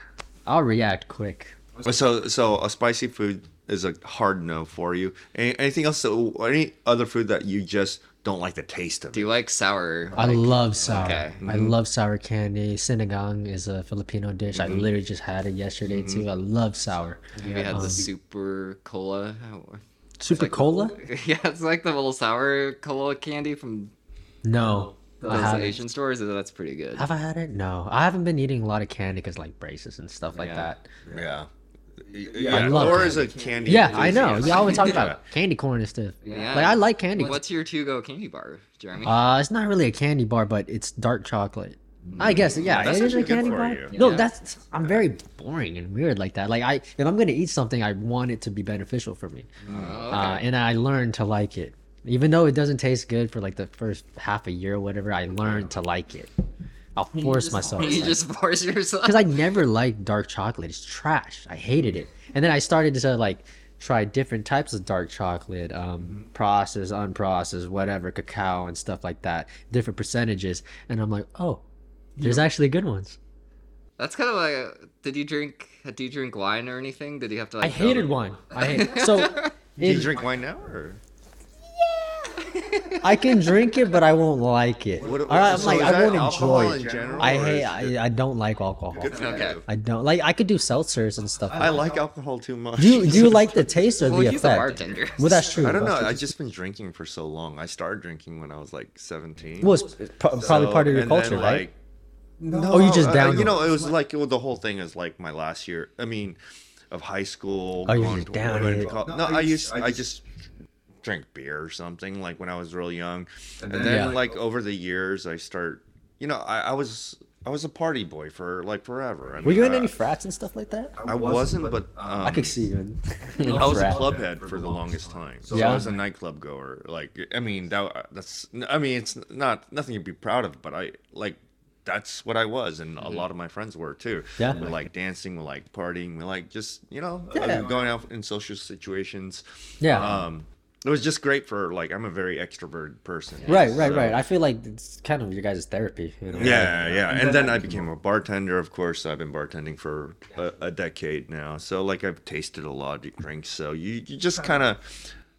Speaker 3: I'll react quick.
Speaker 2: So, so a spicy food is a hard no for you. Any, anything else? So, any other food that you just don't like the taste of?
Speaker 1: Do you like sour?
Speaker 3: I love sour.
Speaker 1: okay,
Speaker 3: I
Speaker 2: Mm-hmm.
Speaker 3: love sour candy. Sinigang is a Filipino dish.
Speaker 2: Mm-hmm.
Speaker 3: I literally just had it yesterday too. I love sour.
Speaker 1: Have you had
Speaker 3: um,
Speaker 1: the super cola?
Speaker 3: Super cola?
Speaker 1: Yeah, it's like the little sour cola candy from
Speaker 3: No.
Speaker 2: Oh,
Speaker 3: I
Speaker 1: those
Speaker 3: haven't.
Speaker 1: Asian stores. That's pretty good.
Speaker 3: Have I had it? No. I haven't been eating a lot of candy because like braces and stuff like
Speaker 1: Yeah.
Speaker 3: that.
Speaker 2: Yeah.
Speaker 3: I love
Speaker 2: or
Speaker 3: that.
Speaker 2: is it candy?
Speaker 3: Yeah, I know.
Speaker 2: enthusiast.
Speaker 3: You always talk
Speaker 2: Yeah.
Speaker 3: about candy corn and stuff.
Speaker 1: Yeah.
Speaker 3: Like I like candy. corn.
Speaker 1: What's your to-go candy bar, Jeremy?
Speaker 3: Uh, it's not really a candy bar, but it's dark chocolate.
Speaker 1: Mm,
Speaker 3: I guess yeah,
Speaker 2: That's
Speaker 3: it is a
Speaker 2: actually good
Speaker 3: candy
Speaker 2: for
Speaker 3: bar.
Speaker 2: you.
Speaker 3: No,
Speaker 1: Yeah.
Speaker 3: that's I'm very boring and weird like that. Like I, if I'm gonna eat something, I want it to be beneficial for me,
Speaker 1: Oh,
Speaker 3: uh, and I learned to like it. Even though it doesn't taste good for like the first half a year or whatever, I learned to like it. I'll force myself
Speaker 1: you just force yourself.
Speaker 3: because I never liked dark chocolate. It's trash. I hated it. And then I started to like try different types of dark chocolate, um, processed, unprocessed, whatever, cacao and stuff like that, different percentages. And I'm like, oh, there's actually good ones.
Speaker 1: That's kind of like. Did you drink? Do you drink wine or anything? Did you have to? Like,
Speaker 3: I hated
Speaker 1: go-
Speaker 3: wine. I hate oh. so.
Speaker 2: Do you
Speaker 3: it-
Speaker 2: drink wine now, or
Speaker 3: I can drink it, but I won't like it.
Speaker 2: What-
Speaker 3: All right, I'm
Speaker 2: so
Speaker 3: Uh, like,
Speaker 2: is
Speaker 3: I
Speaker 2: that
Speaker 3: won't
Speaker 2: alcohol
Speaker 3: enjoy
Speaker 2: in
Speaker 3: it.
Speaker 2: general,
Speaker 3: I
Speaker 2: or
Speaker 3: hate.
Speaker 2: is it-
Speaker 3: I, I don't like alcohol.
Speaker 2: good for
Speaker 1: Okay.
Speaker 2: you?
Speaker 3: I don't like. I could do seltzers and stuff.
Speaker 2: I like alcohol too much.
Speaker 3: do you, do you like the taste or
Speaker 1: Well,
Speaker 3: the
Speaker 1: he's a
Speaker 3: effect?
Speaker 1: bartender.
Speaker 3: Well, that's true.
Speaker 2: I don't
Speaker 3: that's
Speaker 2: know.
Speaker 3: true.
Speaker 2: I've just been drinking for so long. I started drinking when I was like 17.
Speaker 3: Well, it's pro- probably
Speaker 2: So-
Speaker 3: part of your
Speaker 2: and then,
Speaker 3: culture, right?
Speaker 2: like, no,
Speaker 3: Oh, you just
Speaker 2: I- I-
Speaker 3: downed
Speaker 2: You
Speaker 3: it.
Speaker 2: know, it was like well, the whole thing is like my last year. I mean, of high school.
Speaker 3: Oh, you
Speaker 2: going
Speaker 3: just
Speaker 2: to-
Speaker 3: downed
Speaker 2: going to
Speaker 3: it.
Speaker 2: col- No, I used I just drank beer or something like when I was real young, and then
Speaker 3: Yeah.
Speaker 2: like over the years I start. You know, I, I was I was a party boy for like forever. I
Speaker 3: Were you
Speaker 2: mean,
Speaker 3: in
Speaker 2: I-
Speaker 3: any frats and stuff like that?
Speaker 2: I wasn't, but um,
Speaker 3: uh, I could see you in. in
Speaker 2: I was a
Speaker 3: frat.
Speaker 2: club head for the longest time. So
Speaker 3: Yeah.
Speaker 2: I was a nightclub goer. Like, I mean, that that's. I mean, it's not nothing to be proud of, but I like that's what I was, and a lot of my friends were too.
Speaker 3: Mm-hmm. Yeah.
Speaker 2: we like dancing, we like partying, we like just you know uh,
Speaker 3: Yeah.
Speaker 2: going out in social situations.
Speaker 3: Yeah.
Speaker 2: um, it was just great for like I'm a very extroverted person.
Speaker 3: right, right,
Speaker 2: so-
Speaker 3: right. I feel like it's kind of your guys' therapy. You know?
Speaker 2: yeah, yeah. And, then, I became a bartender, of course. I've been bartending for a, a decade now. So, like, I've tasted a lot of drinks. So, you, you just kind of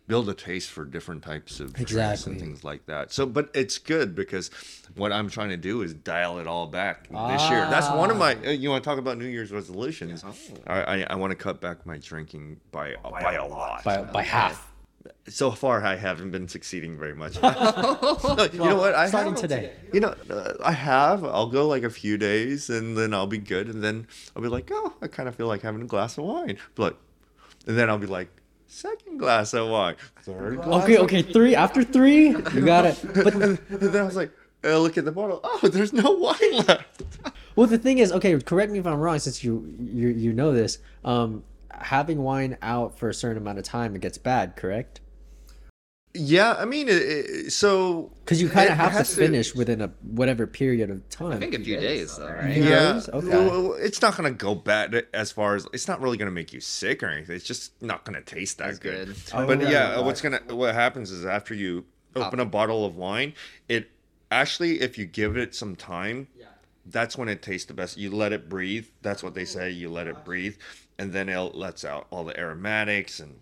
Speaker 2: build a taste for different types of drinks
Speaker 3: Exactly.
Speaker 2: and things like that. So, but it's good because what I'm trying to do is dial it all back this year. That's one of my, uh, you want to talk about New Year's resolutions. I, I, I want to cut back my drinking by, by a lot.
Speaker 3: By, by half.
Speaker 2: so far, I haven't been succeeding very much. No, you know what? I
Speaker 3: starting
Speaker 2: have-
Speaker 3: today.
Speaker 2: You know, uh, I have. I'll go like a few days, and then I'll be good, and then I'll be like, oh, I kind of feel like having a glass of wine, but, and then I'll be like, second glass of wine, third glass.
Speaker 3: Okay, okay. Three after three, you got it. But
Speaker 2: And, and then I was like, I look at the bottle. Oh, there's no wine left.
Speaker 3: well, the thing is, okay. Correct me if I'm wrong, since you you you know this. Um, having wine out for a certain amount of time, it gets bad. Correct?
Speaker 2: Yeah, I mean, it, it, so
Speaker 3: Because you kind
Speaker 2: It
Speaker 3: of have to
Speaker 2: has to-
Speaker 3: finish within a whatever period of time.
Speaker 1: I think a few days though, right?
Speaker 3: Yeah.
Speaker 2: Yeah.
Speaker 3: Okay.
Speaker 2: Well, It's not going to go bad as far as it's not really going to make you sick or anything. It's just not going to taste that
Speaker 1: That's
Speaker 2: good.
Speaker 1: good.
Speaker 2: But
Speaker 3: Oh,
Speaker 2: yeah,
Speaker 3: right.
Speaker 2: what's going to what happens is after you open a bottle of wine, it actually if you give it some time, that's when it tastes the best. You let it breathe. That's what they say. You let it breathe and then it lets out all the aromatics and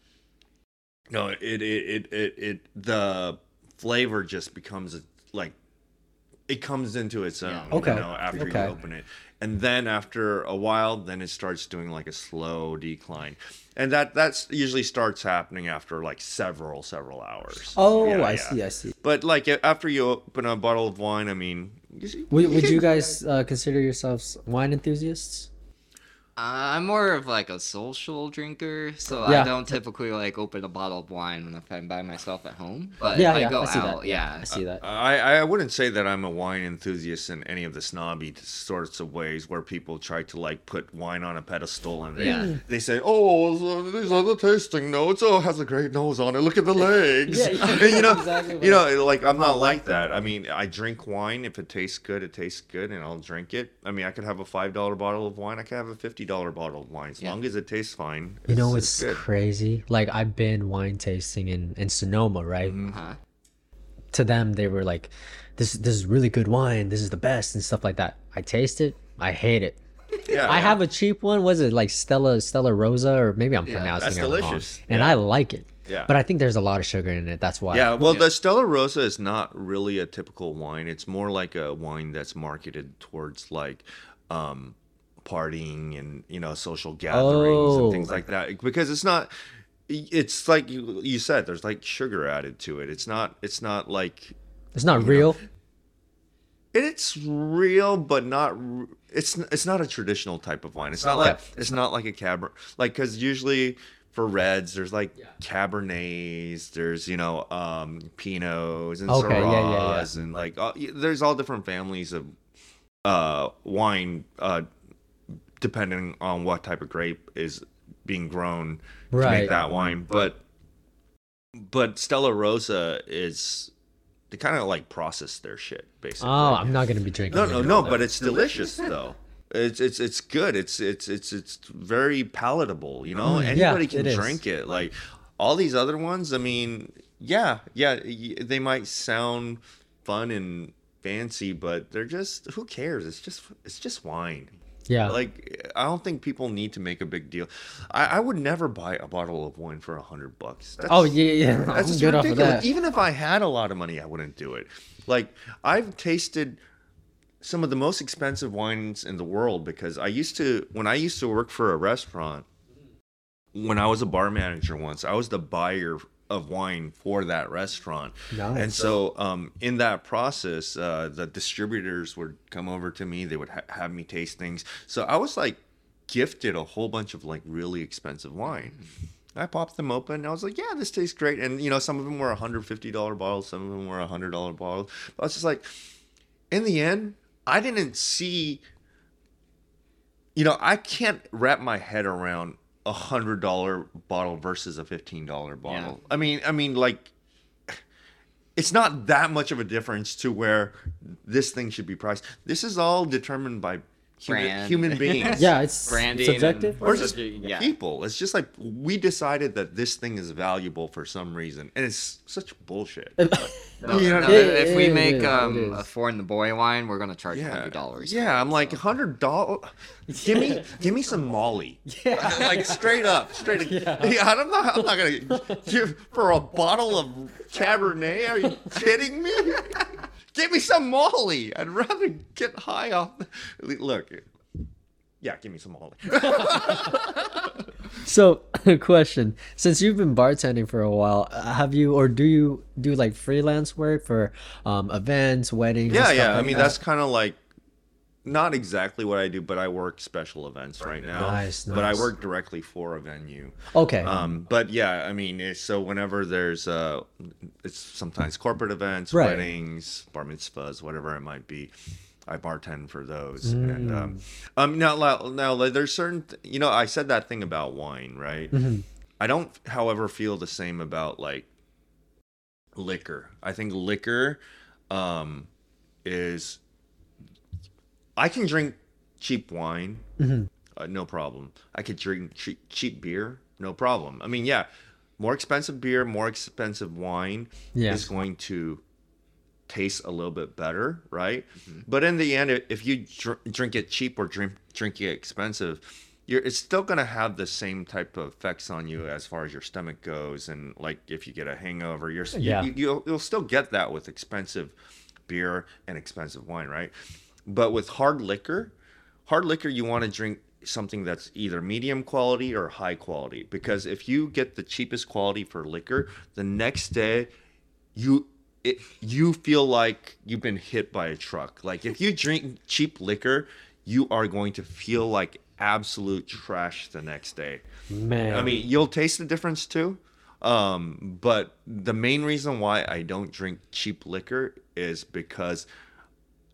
Speaker 2: no, it it it it, it the flavor just becomes like it comes into its own.
Speaker 3: Okay.
Speaker 2: You know, after
Speaker 3: Okay.
Speaker 2: you open it, and then after a while, then it starts doing like a slow decline, and that that's usually starts happening after like several several hours.
Speaker 3: Oh,
Speaker 2: Yeah,
Speaker 3: I
Speaker 2: yeah.
Speaker 3: see. I see.
Speaker 2: But like a- after you open a bottle of wine, I mean, you-
Speaker 3: Would, would you guys uh, consider yourselves wine enthusiasts?
Speaker 1: I'm more of like a social drinker, so I
Speaker 3: Yeah.
Speaker 1: don't typically like open a bottle of wine if I'm by myself at home. But
Speaker 3: Yeah,
Speaker 1: if
Speaker 3: yeah,
Speaker 1: I go
Speaker 3: I see that.
Speaker 1: out, yeah.
Speaker 3: I see that.
Speaker 2: I, I wouldn't say that I'm a wine enthusiast in any of the snobby sorts of ways where people try to like put wine on a pedestal and they,
Speaker 1: Yeah.
Speaker 2: they say, oh, these are the tasting notes. Oh, it has a great nose on it. Look at the legs.
Speaker 3: Yeah, yeah,
Speaker 2: you know,
Speaker 3: exactly what
Speaker 2: you know, like I'm not like that. I mean, I drink wine. If it tastes good, it tastes good, and I'll drink it. I mean, I could have a five dollar bottle of wine. I could have a fifty dollar bottle of wine as
Speaker 1: Yeah.
Speaker 2: long as it tastes fine.
Speaker 3: You know
Speaker 2: it's- it's
Speaker 3: what's crazy? Like I've been wine tasting in, in Sonoma, right?
Speaker 2: Mm-hmm.
Speaker 1: Uh-huh.
Speaker 3: To them, they were like, "This this is really good wine. This is the best," and stuff like that. I taste it. I hate it.
Speaker 2: Yeah,
Speaker 3: I have a cheap one. Was it like Stella Stella Rosa or maybe I'm
Speaker 2: that's
Speaker 3: pronouncing it
Speaker 2: delicious.
Speaker 3: wrong? And I like it.
Speaker 2: Yeah.
Speaker 3: But I think there's a lot of sugar in it. That's why.
Speaker 2: Yeah, well, the Stella Rosa is not really a typical wine. It's more like a wine that's marketed towards like um partying and you know social gatherings
Speaker 3: Oh.
Speaker 2: and things like that because it's not it's like you you said there's like sugar added to it. It's not it's not like
Speaker 3: It's not real.
Speaker 2: it's real but not r- it's it's not a traditional type of wine it's not like it's not like a cabernet like because usually for reds there's like cabernets there's you know um pinots and
Speaker 3: Okay, yeah, yeah, yeah.
Speaker 2: syrahs and like all, y- there's all different families of uh wine uh depending on what type of grape is being grown to
Speaker 3: Right.
Speaker 2: make that wine but but stella rosa is they kind of like process their shit basically
Speaker 3: Oh, I'm not gonna be drinking.
Speaker 2: no,
Speaker 3: it.
Speaker 2: no, no, but it's delicious though. It's it's it's good. It's it's it's it's very palatable, you know?
Speaker 3: Mm, yeah,
Speaker 2: Anybody can
Speaker 3: it is.
Speaker 2: drink it. Like all these other ones, I mean, yeah, yeah, y- they might sound fun and fancy, but they're just who cares? It's just it's just wine.
Speaker 3: Yeah.
Speaker 2: Like I don't think people need to make a big deal. I, I would never buy a bottle of wine for a hundred bucks. That's-
Speaker 3: oh yeah, yeah. I'm
Speaker 2: that's just
Speaker 3: good off of
Speaker 2: ridiculous.
Speaker 3: that.
Speaker 2: Even if I had a lot of money, I wouldn't do it. Like I've tasted some of the most expensive wines in the world because I used to when I used to work for a restaurant when I was a bar manager once, I was the buyer of wine for that restaurant.
Speaker 3: Nice.
Speaker 2: And so um, in that process, uh, the distributors would come over to me. They would ha- have me taste things. So I was like gifted a whole bunch of like really expensive wine. I popped them open and I was like, yeah, this tastes great. And you know, some of them were $150 bottles, some of them were $100 bottles. But I was just like, in the end, I didn't see you know, I can't wrap my head around a hundred dollar bottle versus a fifteen dollar bottle. I mean, I mean, like, it's not that much of a difference to where this thing should be priced. This is all determined by human,
Speaker 1: Brand.
Speaker 2: human beings.
Speaker 3: Yeah, it's
Speaker 1: Branding
Speaker 3: subjective.
Speaker 1: and-
Speaker 2: Or just
Speaker 1: Yeah.
Speaker 2: people. It's just like we decided that this thing is valuable for some reason, and it's such bullshit.
Speaker 1: No,
Speaker 2: You know,
Speaker 1: no,
Speaker 3: it-
Speaker 1: if we
Speaker 3: it
Speaker 1: make
Speaker 3: is, it
Speaker 1: um, a
Speaker 3: is.
Speaker 1: four in the boy wine, we're gonna charge
Speaker 2: Yeah,
Speaker 1: hundred dollars.
Speaker 2: Yeah, I'm like hundred dollars. Give me, give me some Molly. Yeah, like straight up, straight. Up. Yeah. I don't know. I'm not gonna give for a bottle of Cabernet. Are you kidding me? give me some Molly. I'd rather get high off. Look, yeah, give me some Molly.
Speaker 3: So, question: Since you've been bartending for a while, uh, have you or do you do like freelance work for um, events, weddings? and
Speaker 2: yeah
Speaker 3: stuff
Speaker 2: yeah i
Speaker 3: like
Speaker 2: mean
Speaker 3: that?
Speaker 2: that's kind of like not exactly what i do but i work special events right now
Speaker 3: Nice,
Speaker 2: but i
Speaker 3: nice.
Speaker 2: work directly for a venue
Speaker 3: okay.
Speaker 2: um but yeah i mean it's- so whenever there's uh it's sometimes corporate events
Speaker 3: Right.
Speaker 2: weddings bar mitzvahs whatever it might be I bartend for those, and um,
Speaker 3: Mm.
Speaker 2: um, now, li- now, like, there's certain, th- you know, I said that thing about wine, right?
Speaker 3: Mm-hmm.
Speaker 2: I don't, however, feel the same about like liquor. I think liquor, um, is I can drink cheap wine, uh, no problem. I could drink cheap, cheap beer, no problem. I mean, yeah, more expensive beer, more expensive wine
Speaker 3: Yeah.
Speaker 2: is going to taste a little bit better, right? But in the end, i- if you dr- drink it cheap or drink drink it expensive, you're it's still gonna have the same type of effects on you as far as your stomach goes, and like if you get a hangover, you're s- you-
Speaker 3: Yeah.
Speaker 2: you, you'll you'll still get that with expensive beer and expensive wine, right? But with hard liquor, hard liquor, you want to drink something that's either medium quality or high quality because if you get the cheapest quality for liquor, the next day you it, you feel like you've been hit by a truck. Like if you drink cheap liquor, you are going to feel like absolute trash the next day.
Speaker 3: Man.
Speaker 2: I mean, you'll taste the difference too. Um, but the main reason why I don't drink cheap liquor is because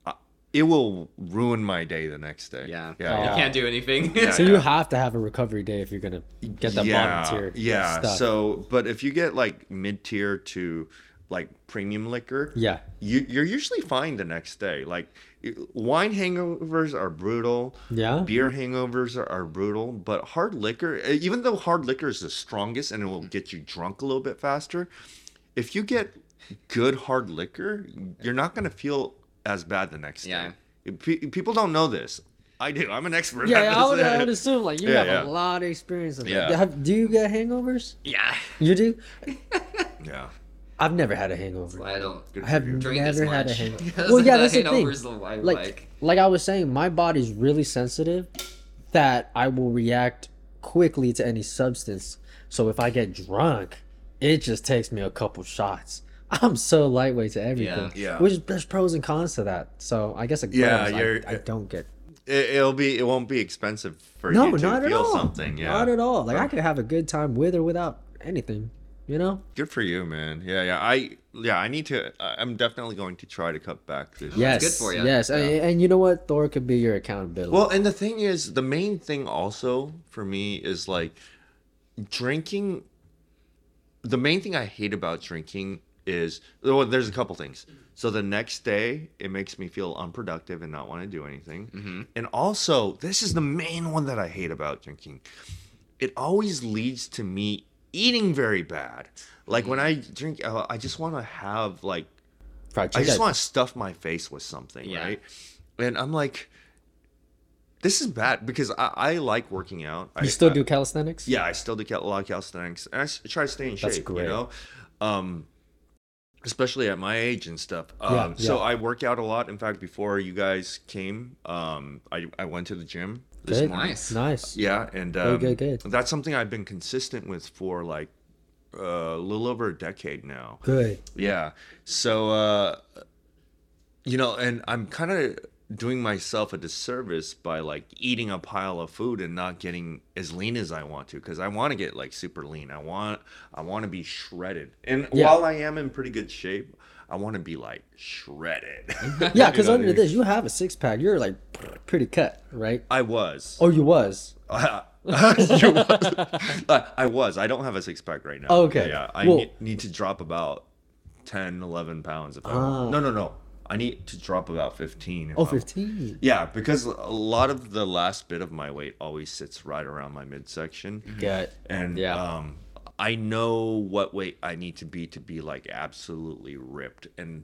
Speaker 2: uh, it will ruin my day the next day.
Speaker 1: Yeah.
Speaker 3: Oh,
Speaker 2: Yeah.
Speaker 1: You
Speaker 2: yeah.
Speaker 1: can't do anything.
Speaker 3: so you have to have a recovery day if you're gonna get that bottom tier.
Speaker 2: Yeah.
Speaker 3: stuff.
Speaker 2: So, but if you get like mid tier to like premium liquor,
Speaker 3: yeah,
Speaker 2: you, you're usually fine the next day. Like it- wine hangovers are brutal.
Speaker 3: Yeah.
Speaker 2: Beer hangovers are, are brutal, but hard liquor, eh, even though hard liquor is the strongest and it will get you drunk a little bit faster, if you get good hard liquor, you're not going to feel as bad the next
Speaker 1: Yeah.
Speaker 2: day. Pe- people don't know this. I do. I'm an expert.
Speaker 3: yeah.
Speaker 2: at
Speaker 3: I would,
Speaker 2: this.
Speaker 3: I would assume like you
Speaker 2: Yeah,
Speaker 3: have
Speaker 2: yeah.
Speaker 3: a lot of experience in that.
Speaker 2: Yeah.
Speaker 3: Have- do you get hangovers?
Speaker 1: yeah.
Speaker 3: You do.
Speaker 2: yeah.
Speaker 3: I've never had a hangover.
Speaker 1: Why I don't
Speaker 3: I have
Speaker 1: drink as
Speaker 3: never had a
Speaker 1: much.
Speaker 3: hangover.
Speaker 1: Because
Speaker 3: Well, yeah,
Speaker 1: the
Speaker 3: that's the thing.
Speaker 1: hangovers that I
Speaker 3: Like,
Speaker 1: like.
Speaker 3: like, I was saying, my body's really sensitive that I will react quickly to any substance. So if I get drunk, it just takes me a couple shots. I'm so lightweight to everything.
Speaker 2: Yeah.
Speaker 3: Which there's pros and cons to that. So I guess a
Speaker 2: Yeah,
Speaker 3: yeah,
Speaker 2: you're-
Speaker 3: I, I don't get.
Speaker 2: It, it'll be, it won't be expensive for
Speaker 3: No,
Speaker 2: you to
Speaker 3: not at
Speaker 2: feel
Speaker 3: all.
Speaker 2: something. Yeah.
Speaker 3: Not at all. Like I could have a good time with or without anything. You know?
Speaker 2: Good for you, man. Yeah, yeah. I yeah, I need to. I- I'm definitely going to try to cut back this.
Speaker 3: Yes.
Speaker 1: good for ya.
Speaker 3: Yes. And, and you know what? Thor could be your accountability.
Speaker 2: Well, and the thing is, the main thing also for me is like drinking. The main thing I hate about drinking is well, there's a couple things. So the next day, it makes me feel unproductive and not want to do anything. And also, this is the main one that I hate about drinking. It always leads to me eating very bad. Like when I drink, uh, I just want to have like
Speaker 3: Fried
Speaker 2: I just
Speaker 3: chicken.
Speaker 2: want to stuff my face with something,
Speaker 1: Yeah.
Speaker 2: right? And I'm like, this is bad because I, I like working out. I
Speaker 3: you still
Speaker 2: I-
Speaker 3: do calisthenics?
Speaker 2: yeah, I still do cal- a lot of calisthenics, and I s- try to stay in shape.
Speaker 3: That's great.
Speaker 2: You know, um, especially at my age and stuff. Um,
Speaker 3: Yeah,
Speaker 2: So
Speaker 3: yeah.
Speaker 2: I work out a lot. In fact, before you guys came, um, I I went to the gym this
Speaker 3: Good.
Speaker 2: morning.
Speaker 1: Nice.
Speaker 3: Nice.
Speaker 2: Yeah, and um,
Speaker 3: Good, good, good.
Speaker 2: that's something I've been consistent with for like uh, a little over a decade now.
Speaker 3: Good.
Speaker 2: Yeah. So, uh, you know, and I'm kind of doing myself a disservice by like eating a pile of food and not getting as lean as I want to because I want to get like super lean. I want I want to be shredded. And
Speaker 3: Yeah.
Speaker 2: while I am in pretty good shape, I want to be like shredded.
Speaker 3: Yeah, because
Speaker 2: know,
Speaker 3: under
Speaker 2: dude.
Speaker 3: this, you have a six pack. You're like pretty cut, right?
Speaker 2: I was.
Speaker 3: Oh, you was.
Speaker 2: You was. I I was. I don't have a six pack right now.
Speaker 3: Oh, Okay.
Speaker 2: Yeah. I
Speaker 3: Well-
Speaker 2: ne- need to drop about 10, 11 pounds. If I
Speaker 3: Ah.
Speaker 2: want. No, no, no. I need to drop about 15. if I
Speaker 3: Oh,
Speaker 2: want.
Speaker 3: 15.
Speaker 2: Yeah, because a lot of the last bit of my weight always sits right around my midsection.
Speaker 3: Got.
Speaker 2: And
Speaker 3: Mm-hmm. Yeah.
Speaker 2: um, I know what weight I need to be to be like absolutely ripped. And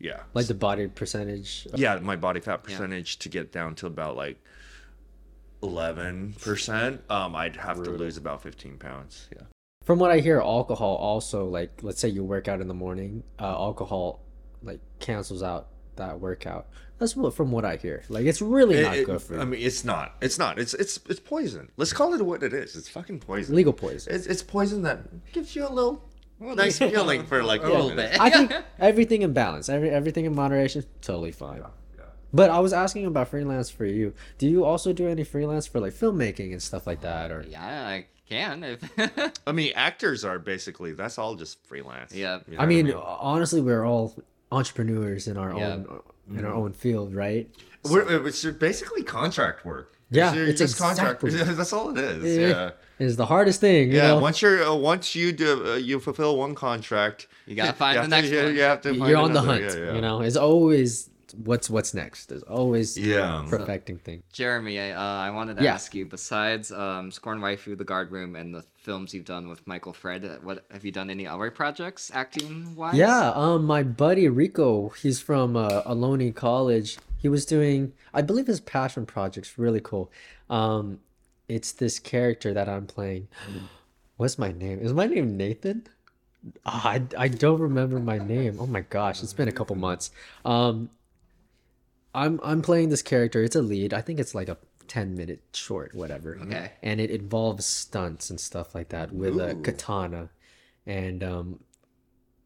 Speaker 2: yeah.
Speaker 3: Like the body percentage.
Speaker 2: yeah, my body fat percentage to get down to about like 11%. Um, I'd have to lose about 15 pounds. Yeah.
Speaker 3: From what I hear, alcohol also, like, let's say you work out in the morning, uh, alcohol, like, cancels out that workout. That's what, from what I hear. Like, it's really not
Speaker 2: It- it-
Speaker 3: good for you.
Speaker 2: I mean, it's not. It's not. It's it's it's poison. Let's call it what it is. It's fucking poison.
Speaker 3: legal poison.
Speaker 2: It's, it's poison that gives you a little nice feeling for like
Speaker 1: a little bit.
Speaker 3: I think everything in balance, every everything in moderation, totally fine. But I was asking about freelance for you. Do you also do any freelance for like filmmaking and stuff like that, or
Speaker 1: yeah, I can. If...
Speaker 2: I mean, actors are basically that's all just freelance.
Speaker 1: Yeah.
Speaker 2: You know
Speaker 3: I
Speaker 2: what
Speaker 3: mean, honestly, we're all entrepreneurs in our
Speaker 1: Yeah.
Speaker 3: own in
Speaker 2: Mm-hmm.
Speaker 3: our own field, right?
Speaker 2: We're, it's basically contract work.
Speaker 3: Yeah,
Speaker 2: you're
Speaker 3: it's exactly-
Speaker 2: That's all it is.
Speaker 3: Eh,
Speaker 2: Yeah,
Speaker 3: It's the hardest thing. You
Speaker 2: yeah.
Speaker 3: know?
Speaker 2: Once you're uh, once you do uh, you fulfill one contract,
Speaker 1: You gotta find
Speaker 2: have
Speaker 1: the
Speaker 2: to-
Speaker 1: next
Speaker 2: you-
Speaker 1: one.
Speaker 2: You have to. Find
Speaker 3: you're on the
Speaker 2: another-
Speaker 3: hunt.
Speaker 2: yeah, yeah.
Speaker 3: You know, it's always what's what's next. There's always
Speaker 2: Yeah.
Speaker 3: perfecting things.
Speaker 1: Jeremy, I, uh, I wanted to
Speaker 3: Yeah.
Speaker 1: ask you. Besides um, Scorn Waifu, The Guard Room, and the films you've done with Michael Fred, uh, what have you done? Any other projects acting wise?
Speaker 3: Yeah, um, my buddy Rico, he's from uh, Ohlone College. He was doing, I believe, his passion project's really cool. Um, it's this character that I'm playing.
Speaker 1: Hmm.
Speaker 3: What's my name? Is my name Nathan? Ah, I I don't remember my name. Oh my gosh, it's been a couple months. Um, I'm I'm playing this character. It's a lead. I think it's like a ten minute short, whatever.
Speaker 1: Okay.
Speaker 3: And it involves stunts and stuff like that with a
Speaker 1: Ooh.
Speaker 3: katana, and um,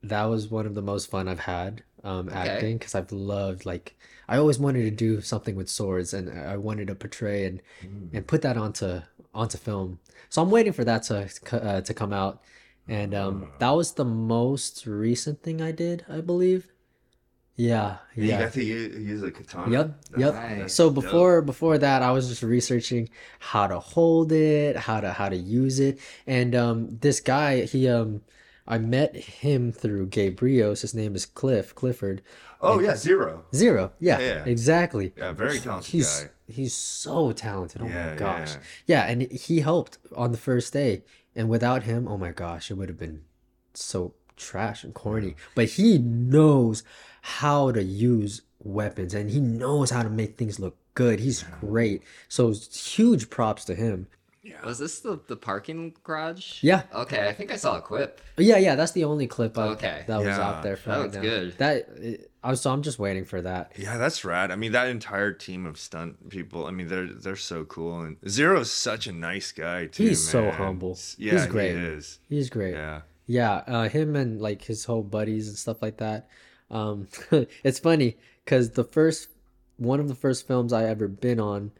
Speaker 3: that was one of the most fun I've had. um,
Speaker 1: Okay.
Speaker 3: acting because I've loved like I always wanted to do something with swords and I I wanted to portray and and put that onto onto film. So I'm waiting for that to c- uh, to come out. And
Speaker 4: Hmm.
Speaker 3: um, that was the most recent thing I did, I believe. Yeah,
Speaker 4: You
Speaker 3: yeah.
Speaker 4: got to use, use a katana.
Speaker 3: Yep,
Speaker 4: That's-
Speaker 3: yep.
Speaker 4: that's
Speaker 3: So
Speaker 4: dope.
Speaker 3: before before that, I was just researching how to hold it, how to how to use it, and um, this guy he um, I met him through Gabrios. His name is Cliff Clifford
Speaker 4: Oh yeah, zero.
Speaker 3: Zero. Yeah,
Speaker 4: Yeah.
Speaker 3: exactly.
Speaker 4: Yeah, very talented
Speaker 3: He's
Speaker 4: guy.
Speaker 3: he's so talented. Oh
Speaker 4: Yeah,
Speaker 3: my gosh.
Speaker 4: yeah.
Speaker 3: Yeah. and he helped on the first day, and without him, oh my gosh, it would have been so trash and corny. But he knows how to use weapons, and he knows how to make things look good. He's great. So huge props to him.
Speaker 1: Was this the, the parking garage?
Speaker 3: Yeah.
Speaker 1: Okay, I think I saw a quip.
Speaker 3: Yeah, yeah, that's the only clip I,
Speaker 1: Okay.
Speaker 3: that was
Speaker 2: Yeah.
Speaker 3: out there for
Speaker 1: That
Speaker 3: right
Speaker 1: was
Speaker 3: now.
Speaker 1: good.
Speaker 3: That I so I'm just waiting for that.
Speaker 2: Yeah, that's rad. I mean, that entire team of stunt people. I mean, they're they're so cool. And Zero's such a nice guy too.
Speaker 3: He's so
Speaker 2: man.
Speaker 3: humble.
Speaker 2: S-
Speaker 3: He's
Speaker 2: Yeah,
Speaker 3: great.
Speaker 2: He is.
Speaker 3: He's great.
Speaker 2: Yeah.
Speaker 3: Yeah, uh, him and like his whole buddies and stuff like that. Um, it's funny because the first one of the first films I ever been on,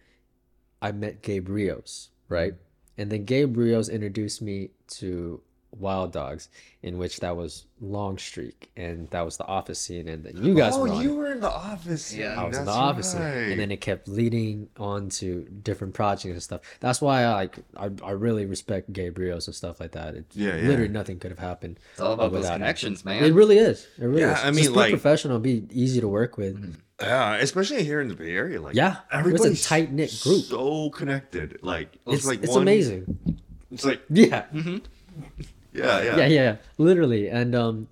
Speaker 3: I met Gabe Rios, right? And then Gabe Rios introduced me to Wild Dogs, in which that was Longstreak, and that was the office scene, and then you guys were
Speaker 2: Oh,
Speaker 3: on.
Speaker 2: you
Speaker 3: it.
Speaker 2: were in the office.
Speaker 1: Yeah.
Speaker 3: I was in the
Speaker 2: That's
Speaker 3: office, scene,
Speaker 2: right.
Speaker 3: and then it kept leading on to different projects and stuff. That's why I like I, I really respect Gabe Rios and stuff like that. It,
Speaker 2: Yeah, yeah.
Speaker 3: literally nothing could have happened
Speaker 1: It's all about those
Speaker 3: without him.
Speaker 1: connections,
Speaker 3: It
Speaker 1: man.
Speaker 3: really is. It really
Speaker 2: Yeah,
Speaker 3: is.
Speaker 2: I
Speaker 3: Just
Speaker 2: mean,
Speaker 3: be
Speaker 2: like-
Speaker 3: professional, be easy to work with.
Speaker 1: Mm-hmm.
Speaker 2: yeah, especially here in the Bay Area. Like,
Speaker 3: Yeah,
Speaker 2: everybody's
Speaker 3: it's a tight knit group.
Speaker 2: So connected. Like, it's,
Speaker 3: it's
Speaker 2: like
Speaker 3: it's
Speaker 2: one-
Speaker 3: amazing.
Speaker 2: It's like
Speaker 3: Yeah,
Speaker 2: yeah, yeah.
Speaker 3: yeah, yeah, yeah. Literally, and um,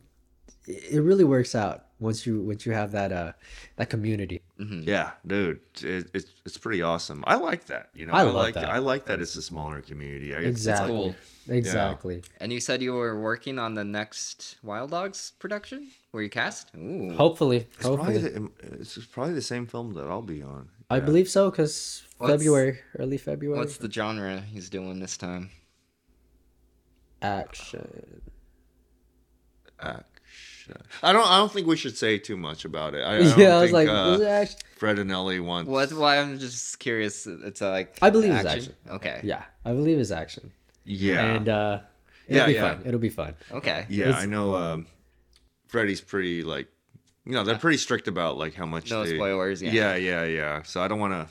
Speaker 3: it it really works out once you once you have that uh that community.
Speaker 2: Mm-hmm. Yeah, dude, it, it's it's pretty awesome. I like that. You know,
Speaker 3: I love
Speaker 2: like
Speaker 3: that.
Speaker 2: I like that it's a smaller community. I, it's
Speaker 3: Exactly.
Speaker 1: cool.
Speaker 3: Exactly.
Speaker 1: And you said you were working on the next Wild Dogs production? Were you cast? Ooh.
Speaker 3: Hopefully,
Speaker 2: It's
Speaker 3: hopefully,
Speaker 2: probably the, it's probably the same film that I'll be on.
Speaker 3: I believe so because
Speaker 1: What's-
Speaker 3: February, early February,
Speaker 1: What's the genre he's doing this time?
Speaker 3: action.
Speaker 2: Action. Ah, I don't. I don't think we should say too much about it. I, I
Speaker 3: Yeah,
Speaker 2: don't
Speaker 3: I was
Speaker 2: think,
Speaker 3: like, is
Speaker 2: uh,
Speaker 3: it action?
Speaker 2: Fred and Ellie wants.
Speaker 1: Well, that's why I'm just curious. It's uh, like
Speaker 3: I believe it's
Speaker 1: Okay.
Speaker 3: yeah, I believe it's action,
Speaker 2: Yeah,
Speaker 3: and uh, it'll
Speaker 2: Yeah,
Speaker 3: be
Speaker 2: yeah.
Speaker 3: fun. It'll be fun.
Speaker 1: Okay.
Speaker 2: yeah. I know. Um, Freddy's pretty like, you know, they're pretty strict about like how much.
Speaker 1: No
Speaker 2: they,
Speaker 1: spoilers. Yeah.
Speaker 2: Yeah, yeah, yeah. So I don't want to,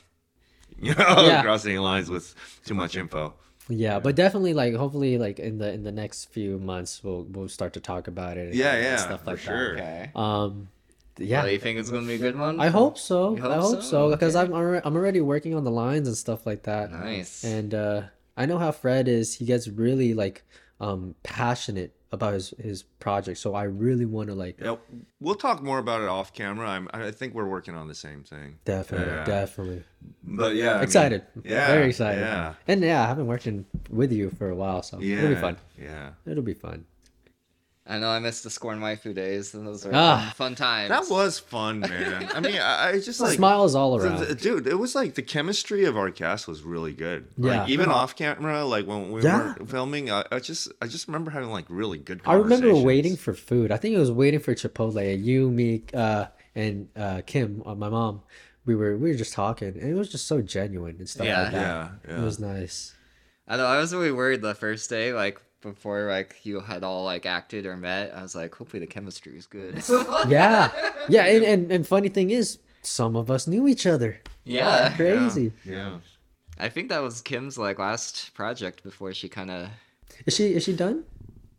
Speaker 2: you know,
Speaker 3: Yeah.
Speaker 2: cross any lines with too much info.
Speaker 3: Yeah, but definitely like hopefully like in the in the next few months we'll we'll start to talk about it and,
Speaker 2: Yeah,
Speaker 3: and
Speaker 2: yeah,
Speaker 3: stuff
Speaker 2: for
Speaker 3: like
Speaker 2: sure.
Speaker 1: Okay.
Speaker 3: that. Um
Speaker 1: Yeah.
Speaker 3: yeah.
Speaker 1: you think it's gonna be a good one?
Speaker 3: I hope so.
Speaker 1: You hope
Speaker 3: I hope
Speaker 1: so?
Speaker 3: so because
Speaker 1: Okay.
Speaker 3: I'm alre- I'm already working on the lines and stuff like that.
Speaker 1: Nice.
Speaker 3: And uh I know how Fred is. He gets really like um passionate about his his project. So I really want to like
Speaker 2: Yeah, we'll talk more about it off camera. I'm, I think we're working on the same thing.
Speaker 3: definitely
Speaker 2: Yeah.
Speaker 3: definitely
Speaker 2: But yeah, I mean,
Speaker 3: excited.
Speaker 2: yeah,
Speaker 3: Very excited.
Speaker 2: yeah.
Speaker 3: And yeah, I haven't worked in, with you for a while, so
Speaker 2: yeah,
Speaker 3: it'll be fun.
Speaker 2: Yeah,
Speaker 3: It'll be fun.
Speaker 1: I know I missed the Scorn Waifu days, and those are
Speaker 3: Ah.
Speaker 1: fun times.
Speaker 2: that was fun, man. I mean, I, I just like
Speaker 3: Smiles all
Speaker 2: the-
Speaker 3: around.
Speaker 2: the- dude. It was like the chemistry of our cast was really good.
Speaker 3: Yeah.
Speaker 2: like, even off camera, like when we
Speaker 3: Yeah.
Speaker 2: were filming, I, I just I just remember having like really good.
Speaker 3: I remember
Speaker 2: conversations.
Speaker 3: waiting for food. I think it was waiting for Chipotle. You, me, uh, and uh, Kim, uh, my mom. We were we were just talking, and it was just so genuine and stuff
Speaker 1: Yeah.
Speaker 3: like that.
Speaker 2: Yeah, yeah.
Speaker 3: It was nice.
Speaker 1: I know I was really worried the first day, like before like you had all like acted or met. I was like, hopefully the chemistry is good.
Speaker 3: Yeah, yeah. And, and and funny thing is, some of us knew each other.
Speaker 1: yeah.
Speaker 3: Crazy.
Speaker 2: yeah.
Speaker 1: I think that was Kim's like last project before she kind of,
Speaker 3: Is she is she done?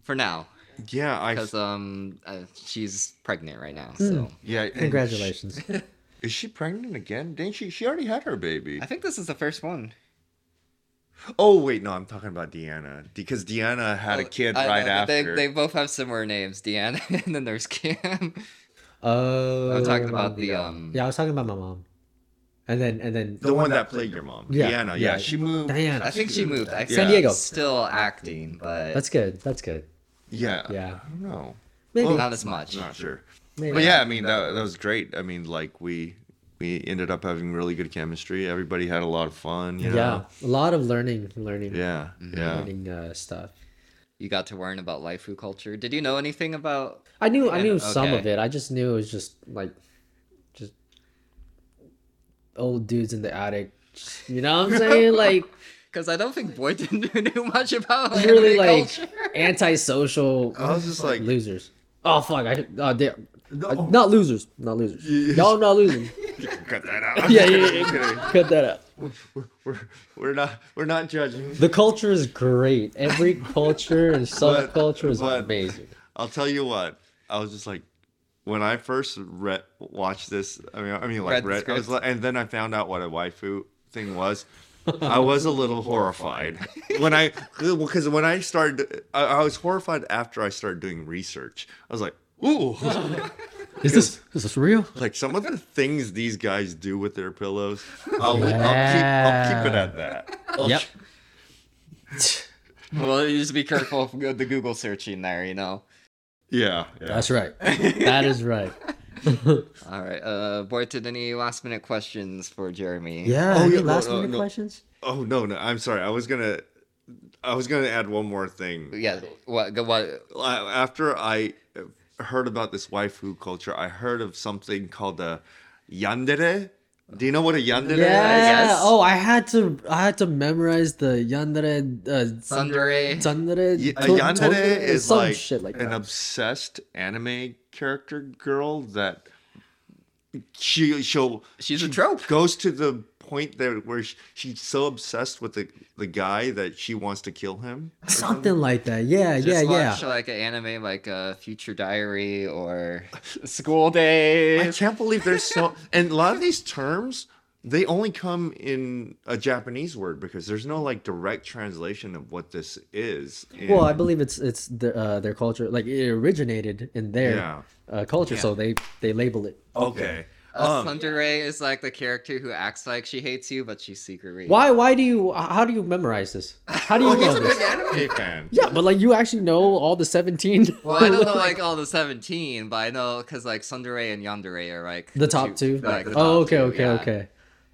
Speaker 1: for now,
Speaker 2: Yeah, I
Speaker 1: because um uh, she's pregnant right now.
Speaker 3: Hmm.
Speaker 1: So
Speaker 2: yeah. and
Speaker 3: Congratulations.
Speaker 2: she- Is she pregnant again? Didn't she? She already had her baby.
Speaker 1: I think this is the first one.
Speaker 2: Oh wait, no, I'm talking about Deanna because Deanna had a kid
Speaker 1: Oh, I know,
Speaker 2: right
Speaker 1: but
Speaker 2: after.
Speaker 1: They, they both have similar names, Deanna and then there's Kim.
Speaker 3: Oh,
Speaker 1: I'm talking about the um.
Speaker 3: yeah. I was talking about my mom, and then and then
Speaker 2: the, one, that played your mom.
Speaker 3: Yeah,
Speaker 2: Deanna, yeah,
Speaker 3: yeah.
Speaker 2: she moved.
Speaker 3: Diana.
Speaker 1: I think she moved. I
Speaker 2: San
Speaker 1: think
Speaker 3: Diego.
Speaker 1: she's Still acting, but
Speaker 3: that's good. That's good.
Speaker 2: Yeah,
Speaker 3: Yeah.
Speaker 2: I don't know.
Speaker 3: Maybe.
Speaker 1: not as much.
Speaker 2: Not sure.
Speaker 3: maybe.
Speaker 2: But yeah, I mean that, that was great. I mean, like we we ended up having really good chemistry. Everybody had a lot of fun. You
Speaker 3: yeah.
Speaker 2: know?
Speaker 3: A lot of learning, learning,
Speaker 1: Mm-hmm.
Speaker 2: Yeah. Yeah.
Speaker 3: learning uh, stuff.
Speaker 1: you got to learn about waifu culture. Did you know anything about?
Speaker 3: I knew I
Speaker 1: And-
Speaker 3: knew some of
Speaker 1: okay.
Speaker 3: it. I just knew it was just like just old dudes in the attic. You know what I'm saying? Like
Speaker 1: Because I don't think Boynton knew much about
Speaker 3: really
Speaker 1: anime
Speaker 3: like
Speaker 1: culture.
Speaker 3: antisocial
Speaker 4: I was just like,
Speaker 3: losers. Oh fuck! I uh, they,
Speaker 4: no.
Speaker 3: uh, not losers, not losers.
Speaker 4: Yes.
Speaker 3: Y'all not losers.
Speaker 2: Cut that out.
Speaker 3: yeah, yeah, yeah. Cut that out.
Speaker 2: We're, we're not we're not judging.
Speaker 3: The culture is great. Every culture and
Speaker 2: But-
Speaker 3: subculture is
Speaker 2: but-
Speaker 3: amazing.
Speaker 2: I'll tell you what. I was just like, when I first re- watched this, I mean, I mean,
Speaker 1: Read
Speaker 2: like,
Speaker 1: the
Speaker 2: read, I was
Speaker 1: script.
Speaker 2: like, and then I found out what a waifu thing was. I was a little horrified when I, because when I started, I, I was horrified after I started doing research. I was like, ooh,
Speaker 3: Is this is this real?
Speaker 2: like some of the things these guys do with their pillows. I'll, I'll, keep, I'll keep it at that. I'll
Speaker 3: Yep.
Speaker 1: Well, you just be careful of the Google searching there. You know.
Speaker 2: Yeah, yeah.
Speaker 3: That's right. That is right.
Speaker 1: All right, uh, Boynton, any last minute questions for Jeremy?
Speaker 3: Yeah.
Speaker 2: Oh,
Speaker 3: any
Speaker 2: yeah, no,
Speaker 3: last
Speaker 2: no,
Speaker 3: minute
Speaker 2: no.
Speaker 3: questions?
Speaker 2: Oh no, no. I'm sorry. I was gonna, I was gonna add one more thing.
Speaker 1: Yeah. What? go- What?
Speaker 2: I- after I uh, heard about this waifu culture, I heard of something called a yandere. Do you know what a yandere is?
Speaker 3: Yeah.
Speaker 1: guess.
Speaker 3: Oh, I had to. I had to memorize the yandere. Uh,
Speaker 1: Sundere.
Speaker 3: Tsundere,
Speaker 2: Y- A
Speaker 3: to-
Speaker 2: yandere
Speaker 3: totally,
Speaker 2: is
Speaker 3: some
Speaker 2: like,
Speaker 3: shit like
Speaker 2: an
Speaker 3: that.
Speaker 2: obsessed anime character girl that she she'll
Speaker 1: She's
Speaker 2: she
Speaker 1: a trope.
Speaker 2: Goes to the point that where she, she's so obsessed with the the guy that she wants to kill him.
Speaker 3: something like that. Yeah,
Speaker 1: Just
Speaker 3: yeah, yeah.
Speaker 1: watch like an anime like uh, Future Diary or School Days.
Speaker 2: I can't believe there's so and a lot of these terms they only come in a Japanese word because there's no like direct translation of what this is. in-
Speaker 3: Well, I believe it's it's the, uh, their culture. Like it originated in their
Speaker 2: Yeah.
Speaker 3: uh, culture, so they they label it.
Speaker 2: okay.
Speaker 1: Uh,
Speaker 2: Um,
Speaker 1: Sundere is like the character who acts like she hates you, but she secretly.
Speaker 3: Why why do you how do you memorize this? How do you know this?
Speaker 2: anime fan.
Speaker 3: Yeah, but like you actually know all the seventeen.
Speaker 1: Well, I don't know like all the seventeen, but I know because like Sundere and Yandere are like
Speaker 3: the top two.
Speaker 1: like, the
Speaker 3: oh,
Speaker 1: top
Speaker 3: okay,
Speaker 1: two,
Speaker 3: okay,
Speaker 1: yeah.
Speaker 3: okay.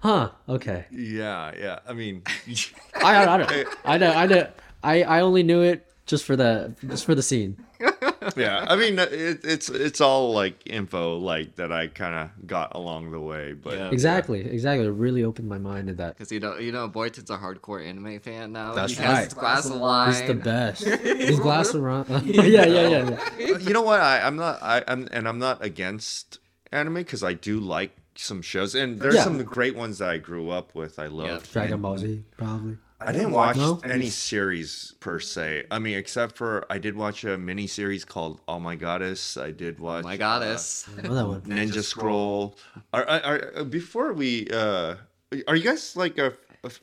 Speaker 3: Huh? Okay.
Speaker 2: Yeah, yeah. I mean,
Speaker 3: I I don't know. I know. I know. I I only knew it just for the just for the scene.
Speaker 2: yeah. I mean, it, it's it's all like info like that I kind of got along the way, but
Speaker 1: Yeah.
Speaker 3: Exactly. Exactly. It really opened my mind to that.
Speaker 1: Because you know, you know, Boyton's a hardcore anime fan now.
Speaker 2: That's
Speaker 1: he has
Speaker 2: right.
Speaker 1: his glass of
Speaker 3: He's the
Speaker 1: wine.
Speaker 3: best. His glass around. yeah, yeah, yeah, yeah.
Speaker 2: you know what? I, I'm not. I, I'm and I'm not against anime because I do like some shows, and there's
Speaker 3: Yeah.
Speaker 2: some great ones that I grew up with. I loved.
Speaker 3: Dragon Ball Z, probably.
Speaker 2: I didn't watch
Speaker 3: No?
Speaker 2: any series per se. I mean, except for I did watch a mini series called "Oh My Goddess." I did watch
Speaker 1: Oh My
Speaker 2: uh,
Speaker 1: goddess.
Speaker 3: I know that one.
Speaker 2: Ninja Scroll. Are, are, are- before we uh, are you guys like uh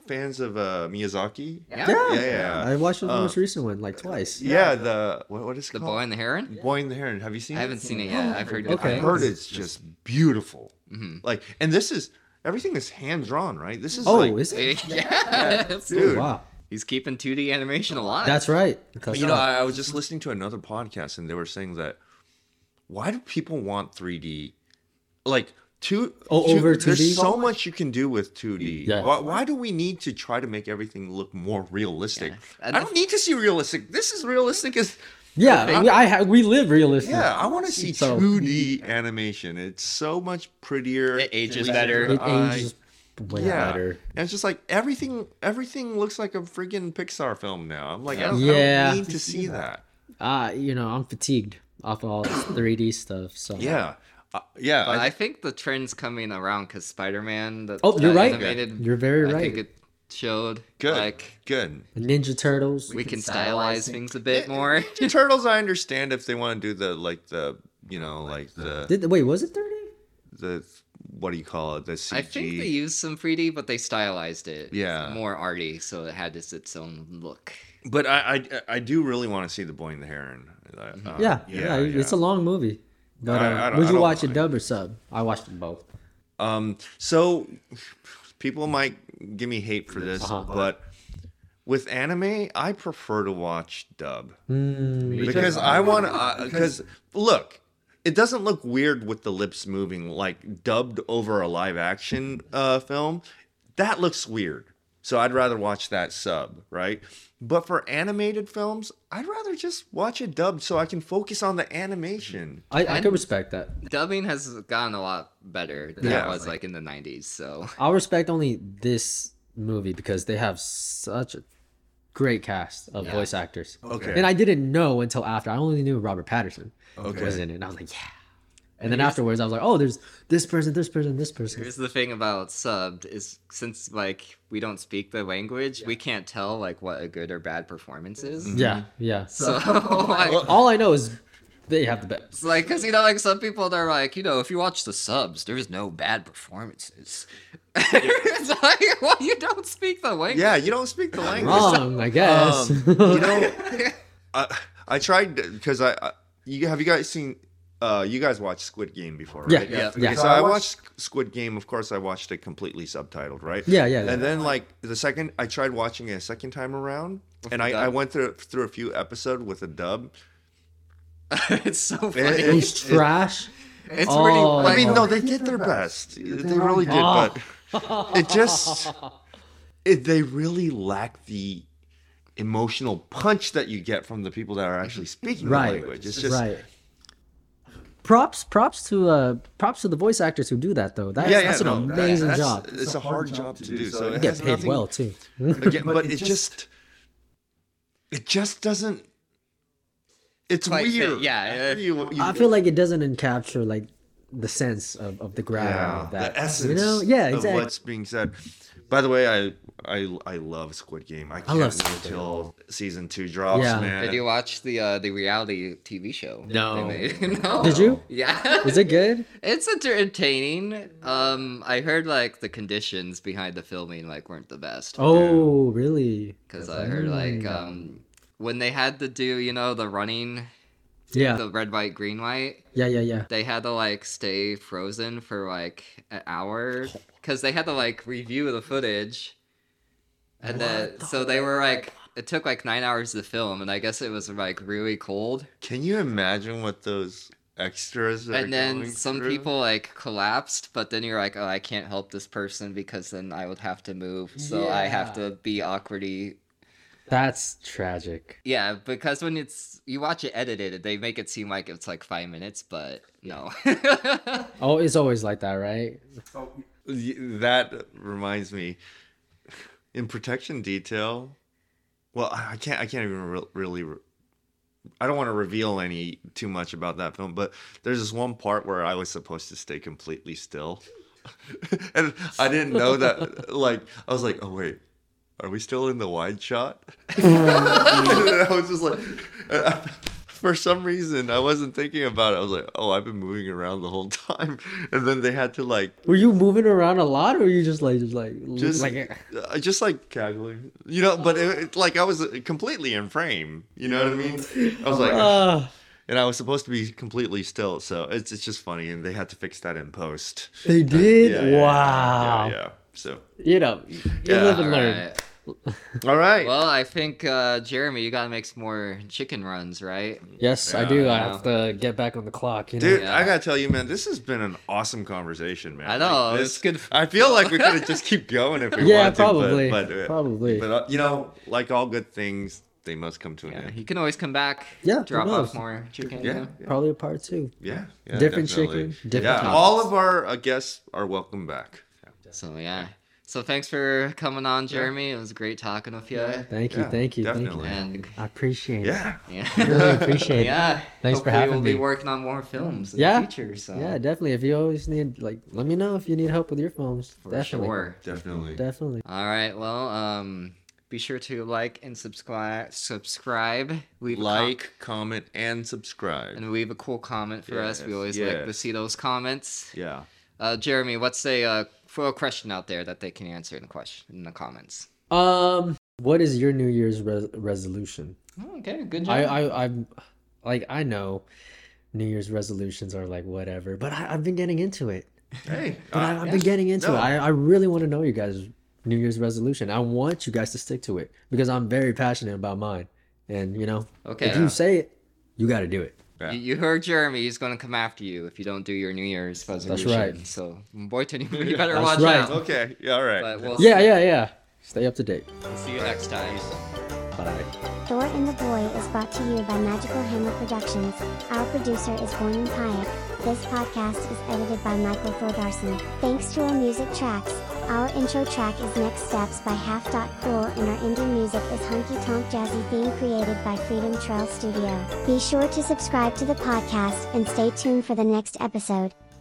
Speaker 2: fans of uh, Miyazaki?
Speaker 1: Yeah.
Speaker 2: yeah, yeah.
Speaker 3: I watched the most recent one like twice.
Speaker 2: Yeah, the what, what is it
Speaker 1: The boy
Speaker 2: called?
Speaker 1: and the heron.
Speaker 2: Boy and the Heron. Have you seen?
Speaker 1: I
Speaker 2: it?
Speaker 1: haven't seen it yet. I've heard. good
Speaker 3: Okay.
Speaker 2: I
Speaker 1: things.
Speaker 2: heard it's just beautiful.
Speaker 1: Mm-hmm.
Speaker 2: Like, and this is everything is hand drawn, right? This is
Speaker 3: Oh,
Speaker 2: like,
Speaker 3: is it?
Speaker 1: yeah.
Speaker 2: dude.
Speaker 3: Wow.
Speaker 1: He's keeping 2D animation alive.
Speaker 3: That's right. That's
Speaker 2: you know,
Speaker 3: right.
Speaker 2: I, I was just listening to another podcast and they were saying that why do people want 3D? Like two,
Speaker 3: Oh,
Speaker 2: two-
Speaker 3: over
Speaker 2: There's
Speaker 3: 2D?
Speaker 2: so much you can do with 2D.
Speaker 3: Yeah.
Speaker 2: Why, why do we need to try to make everything look more realistic?
Speaker 1: And
Speaker 2: I don't need to see realistic. This is realistic as
Speaker 3: Yeah, we, I ha- we live realistically.
Speaker 2: yeah. I want to see
Speaker 3: So-
Speaker 2: 2D animation. It's so much prettier.
Speaker 1: It ages
Speaker 2: pleasing
Speaker 1: better.
Speaker 2: to
Speaker 3: It
Speaker 2: the eye.
Speaker 3: ages way
Speaker 2: yeah.
Speaker 3: better.
Speaker 2: And it's just like everything. Everything looks like a freaking Pixar film now. I'm like, I don't, I
Speaker 3: Yeah.
Speaker 2: don't need to see that.
Speaker 3: Uh, you know, I'm fatigued off of all this 3D stuff. So
Speaker 2: Yeah. Uh, yeah.
Speaker 1: But
Speaker 2: I-
Speaker 1: I think the trend's coming around because Spider-Man. The,
Speaker 3: Oh, you're
Speaker 1: the
Speaker 3: right.
Speaker 1: Animated,
Speaker 3: You're very
Speaker 1: I
Speaker 3: right.
Speaker 1: think it showed
Speaker 2: good.
Speaker 1: like
Speaker 2: good.
Speaker 3: Ninja Turtles.
Speaker 1: we, can stylize things a bit more.
Speaker 2: Ninja Turtles, I understand if they want to do the like the you know like the
Speaker 3: Did wait? Was it 3D?
Speaker 2: the what do you call it the CG.
Speaker 1: I think they used some 3D, but they stylized it.
Speaker 2: Yeah.
Speaker 1: more arty, so it had its, its own look.
Speaker 2: but I, I I do really want to see the Boy and the Heron. Uh,
Speaker 3: Yeah, yeah, It's a long movie. But
Speaker 2: I-
Speaker 3: uh,
Speaker 2: I don't-
Speaker 3: would
Speaker 2: I
Speaker 3: you
Speaker 2: don't
Speaker 3: watch it
Speaker 2: mind.
Speaker 3: dub or sub? I watched them both.
Speaker 2: Um, so people might give me hate for this,
Speaker 3: Uh-huh.
Speaker 2: but with anime, I prefer to watch dub
Speaker 4: Me
Speaker 2: because
Speaker 4: too.
Speaker 2: I want to. Because look, it doesn't look weird with the lips moving like dubbed over a live action uh, film. That looks weird. So I'd rather watch that sub, right? But for animated films, I'd rather just watch it dubbed so I can focus on the animation.
Speaker 3: I, I could
Speaker 1: And-
Speaker 3: respect that.
Speaker 1: Dubbing has gotten a lot better than
Speaker 2: Yeah.
Speaker 1: it was like in the 90s. So
Speaker 3: I'll respect only this movie because they have such a great cast of
Speaker 1: Yeah.
Speaker 3: voice actors.
Speaker 2: Okay.
Speaker 3: And I didn't know until after. I only knew Robert Patterson
Speaker 4: Okay.
Speaker 3: was in it. And I was like, yeah. And then afterwards, I was like, oh, there's this person, this person, this person.
Speaker 1: here's the thing about subbed is since like we don't speak the language, we can't tell like what a good or bad performance is.
Speaker 3: Yeah, yeah.
Speaker 1: So like,
Speaker 3: All I know is they have the best.
Speaker 1: it's like because you know like some people they're like you know if you watch the subs there's no bad performances. it's like well you don't speak the language.
Speaker 2: Yeah, you don't speak the language.
Speaker 3: Wrong, I guess.
Speaker 2: Um, You know, I, I tried because I, I you have you guys seen uh you guys watched Squid Game before,
Speaker 3: Yeah,
Speaker 2: right?
Speaker 1: Yeah.
Speaker 2: Okay,
Speaker 3: yeah.
Speaker 2: So I watched Squid Game. Of course, I watched it completely subtitled, right?
Speaker 3: Yeah, yeah, yeah.
Speaker 2: And then like the second I tried watching it a second time around, and I, I went through through a few episodes with a dub.
Speaker 1: it's so funny.
Speaker 2: It-
Speaker 3: it was trash.
Speaker 1: it's really
Speaker 3: Oh.
Speaker 1: like,
Speaker 2: I mean, no, they
Speaker 4: They
Speaker 2: did
Speaker 4: did
Speaker 2: their
Speaker 4: their
Speaker 2: best.
Speaker 4: best. They
Speaker 2: They really did,
Speaker 3: Oh.
Speaker 2: but it just it, they really lack the emotional punch that you get from the people that are actually speaking the
Speaker 3: Right,
Speaker 2: language. It's just
Speaker 3: right. Props, props to uh, props to the voice actors who do that though. That's,
Speaker 2: yeah, yeah,
Speaker 3: that's
Speaker 2: no,
Speaker 3: an
Speaker 2: that-
Speaker 3: amazing
Speaker 2: that's-
Speaker 3: job.
Speaker 2: It's, a hard job to do. So it
Speaker 3: Get
Speaker 2: has
Speaker 3: paid
Speaker 2: nothing-
Speaker 3: well too.
Speaker 2: again,
Speaker 4: But
Speaker 2: but
Speaker 4: it
Speaker 2: it just it just doesn't. It's
Speaker 1: Quite fit,
Speaker 2: weird.
Speaker 1: yeah, uh,
Speaker 2: You- you-
Speaker 3: I feel like it doesn't encapture like the sense of, of the gravity
Speaker 2: yeah,
Speaker 3: of that.
Speaker 2: the essence.
Speaker 3: You know? Yeah,
Speaker 2: Of
Speaker 3: exactly.
Speaker 2: what's being said. By the way, I I I love Squid Game. I can't wait
Speaker 3: love Squid Game.
Speaker 2: until season two drops,
Speaker 3: Yeah.
Speaker 2: man.
Speaker 1: Did you watch the uh, the reality TV show? they
Speaker 3: No.
Speaker 1: made? no.
Speaker 3: Did you?
Speaker 1: Yeah.
Speaker 3: Is it good?
Speaker 1: It's entertaining. Um, I heard like the conditions behind the filming like weren't the best
Speaker 3: Oh, really?
Speaker 1: because I heard like um when they had to do you know the running
Speaker 3: Yeah,
Speaker 1: the red white green light
Speaker 3: yeah, yeah, yeah.
Speaker 1: they had to like stay frozen for like an hour because they had to like review the footage and then so they were like it took like nine hours to film and I guess it was like really cold
Speaker 2: Can you imagine what those extras are
Speaker 1: and then
Speaker 2: going
Speaker 1: some
Speaker 2: through?
Speaker 1: people like collapsed but then you're like oh i can't help this person because then i would have to move so i have
Speaker 3: Yeah.
Speaker 1: to be awkwardy
Speaker 3: That's tragic.
Speaker 1: yeah because when it's you watch it edited they make it seem like it's like five minutes but no
Speaker 3: Oh, it's always like that, right?
Speaker 2: Y- that reminds me in protection detail well i I can't i can't even re- really re- i don't want to reveal any too much about that film but there's this one part where i was supposed to stay completely still and i didn't know that like i was like oh wait are we still in the wide shot and then i was just like for some reason i wasn't thinking about it i was like oh i've been moving around the whole time and then they had to like
Speaker 3: Were you moving around a lot, or were you just like, just like,
Speaker 2: just
Speaker 3: like,
Speaker 2: like Uh, just like cackling, you know. But it, it- like I was uh, completely in frame, you know what I mean? I was like,
Speaker 3: uh,
Speaker 2: and I was supposed to be completely still, so it's it's just funny, and they had to fix that in post.
Speaker 3: they did?
Speaker 2: Yeah, yeah, yeah,
Speaker 3: wow.
Speaker 2: Yeah, yeah. So
Speaker 3: You know, you
Speaker 2: Yeah.
Speaker 3: live
Speaker 1: All
Speaker 3: and learn.
Speaker 1: right.
Speaker 2: all right,
Speaker 1: well i think uh jeremy you gotta make some more chicken runs right
Speaker 3: Yes, I do.
Speaker 1: Yeah.
Speaker 3: I have to get back on the clock. You know?
Speaker 2: dude,
Speaker 1: Yeah.
Speaker 2: I gotta tell you, man, this has been an awesome conversation, man.
Speaker 1: I know,
Speaker 2: Like,
Speaker 1: it's good-
Speaker 2: I feel like we could have just keep going if we
Speaker 3: Yeah,
Speaker 2: wanted to, but-
Speaker 3: probably,
Speaker 2: but, uh,
Speaker 3: probably.
Speaker 2: But uh, you know, like all good things, they must come to an
Speaker 1: yeah,
Speaker 2: end.
Speaker 1: you can always come back
Speaker 3: Yeah, who
Speaker 1: drop off
Speaker 3: knows?
Speaker 1: more chicken
Speaker 2: Yeah.
Speaker 3: Probably a part two.
Speaker 2: Yeah, yeah,
Speaker 3: Different
Speaker 2: definitely.
Speaker 3: chicken, different
Speaker 2: Yeah,
Speaker 3: topics.
Speaker 2: all of our uh, guests are welcome back.
Speaker 1: so yeah so thanks for coming on jeremy it was great talking with you
Speaker 3: Thank you,
Speaker 2: Yeah,
Speaker 3: thank you,
Speaker 2: definitely.
Speaker 3: thank
Speaker 1: and
Speaker 3: you. I appreciate it.
Speaker 2: Yeah.
Speaker 1: yeah
Speaker 3: Really appreciate it.
Speaker 1: yeah.
Speaker 3: Thanks for
Speaker 1: Hopefully
Speaker 3: having
Speaker 1: we'll
Speaker 3: me.
Speaker 1: be working on more films in
Speaker 3: Yeah.
Speaker 1: the future. So
Speaker 3: Yeah, definitely. If you always need, like, let me know if you need help with your phones.
Speaker 1: for
Speaker 3: definitely,
Speaker 1: sure.
Speaker 2: Definitely.
Speaker 3: definitely.
Speaker 1: All right. Well, um, be sure to like and subscribe. Subscribe. Leave a com-
Speaker 2: Like, comment, and subscribe.
Speaker 1: and leave a cool comment for us. We
Speaker 2: Yes,
Speaker 1: always like to
Speaker 2: yes.
Speaker 1: see those comments.
Speaker 2: yeah.
Speaker 1: Uh, Jeremy, what's a uh, for a question out there that they can answer in the question in the comments?
Speaker 3: Um, what is your New Year's res- resolution?
Speaker 1: Oh, okay. Good job.
Speaker 3: I, I, I'm, like, I know, New Year's resolutions are like whatever, but I, I've been getting into it.
Speaker 2: Hey.
Speaker 3: But I,
Speaker 2: uh,
Speaker 3: I've been getting into
Speaker 2: No.
Speaker 3: it. I, I really want to know you guys' New Year's resolution. I want you guys to stick to it because I'm very passionate about mine. And you know,
Speaker 1: okay. uh,
Speaker 3: if you say it, you got to do it.
Speaker 1: You, you heard Jeremy. He's gonna come after you if you don't do your New Year's resolution.
Speaker 3: right.
Speaker 1: So, Boyton, you, you better
Speaker 3: That's
Speaker 1: watch
Speaker 3: right.
Speaker 1: out.
Speaker 2: okay. Yeah, all right.
Speaker 1: But we'll
Speaker 3: Yeah, yeah, yeah. Stay up to date.
Speaker 1: see you next time.
Speaker 3: Bye. Bye.
Speaker 6: Door and the Boy is brought to you by Magical Hammer Productions. Our producer is Boyman Pyatt. This podcast is edited by Michael Thordarson. Thanks to our music tracks. Our intro track is Next Steps by Half Dot Cool and our ending music is Honky Tonk Jazzy theme created by Freedom Trail Studio. Be sure to subscribe to the podcast and stay tuned for the next episode.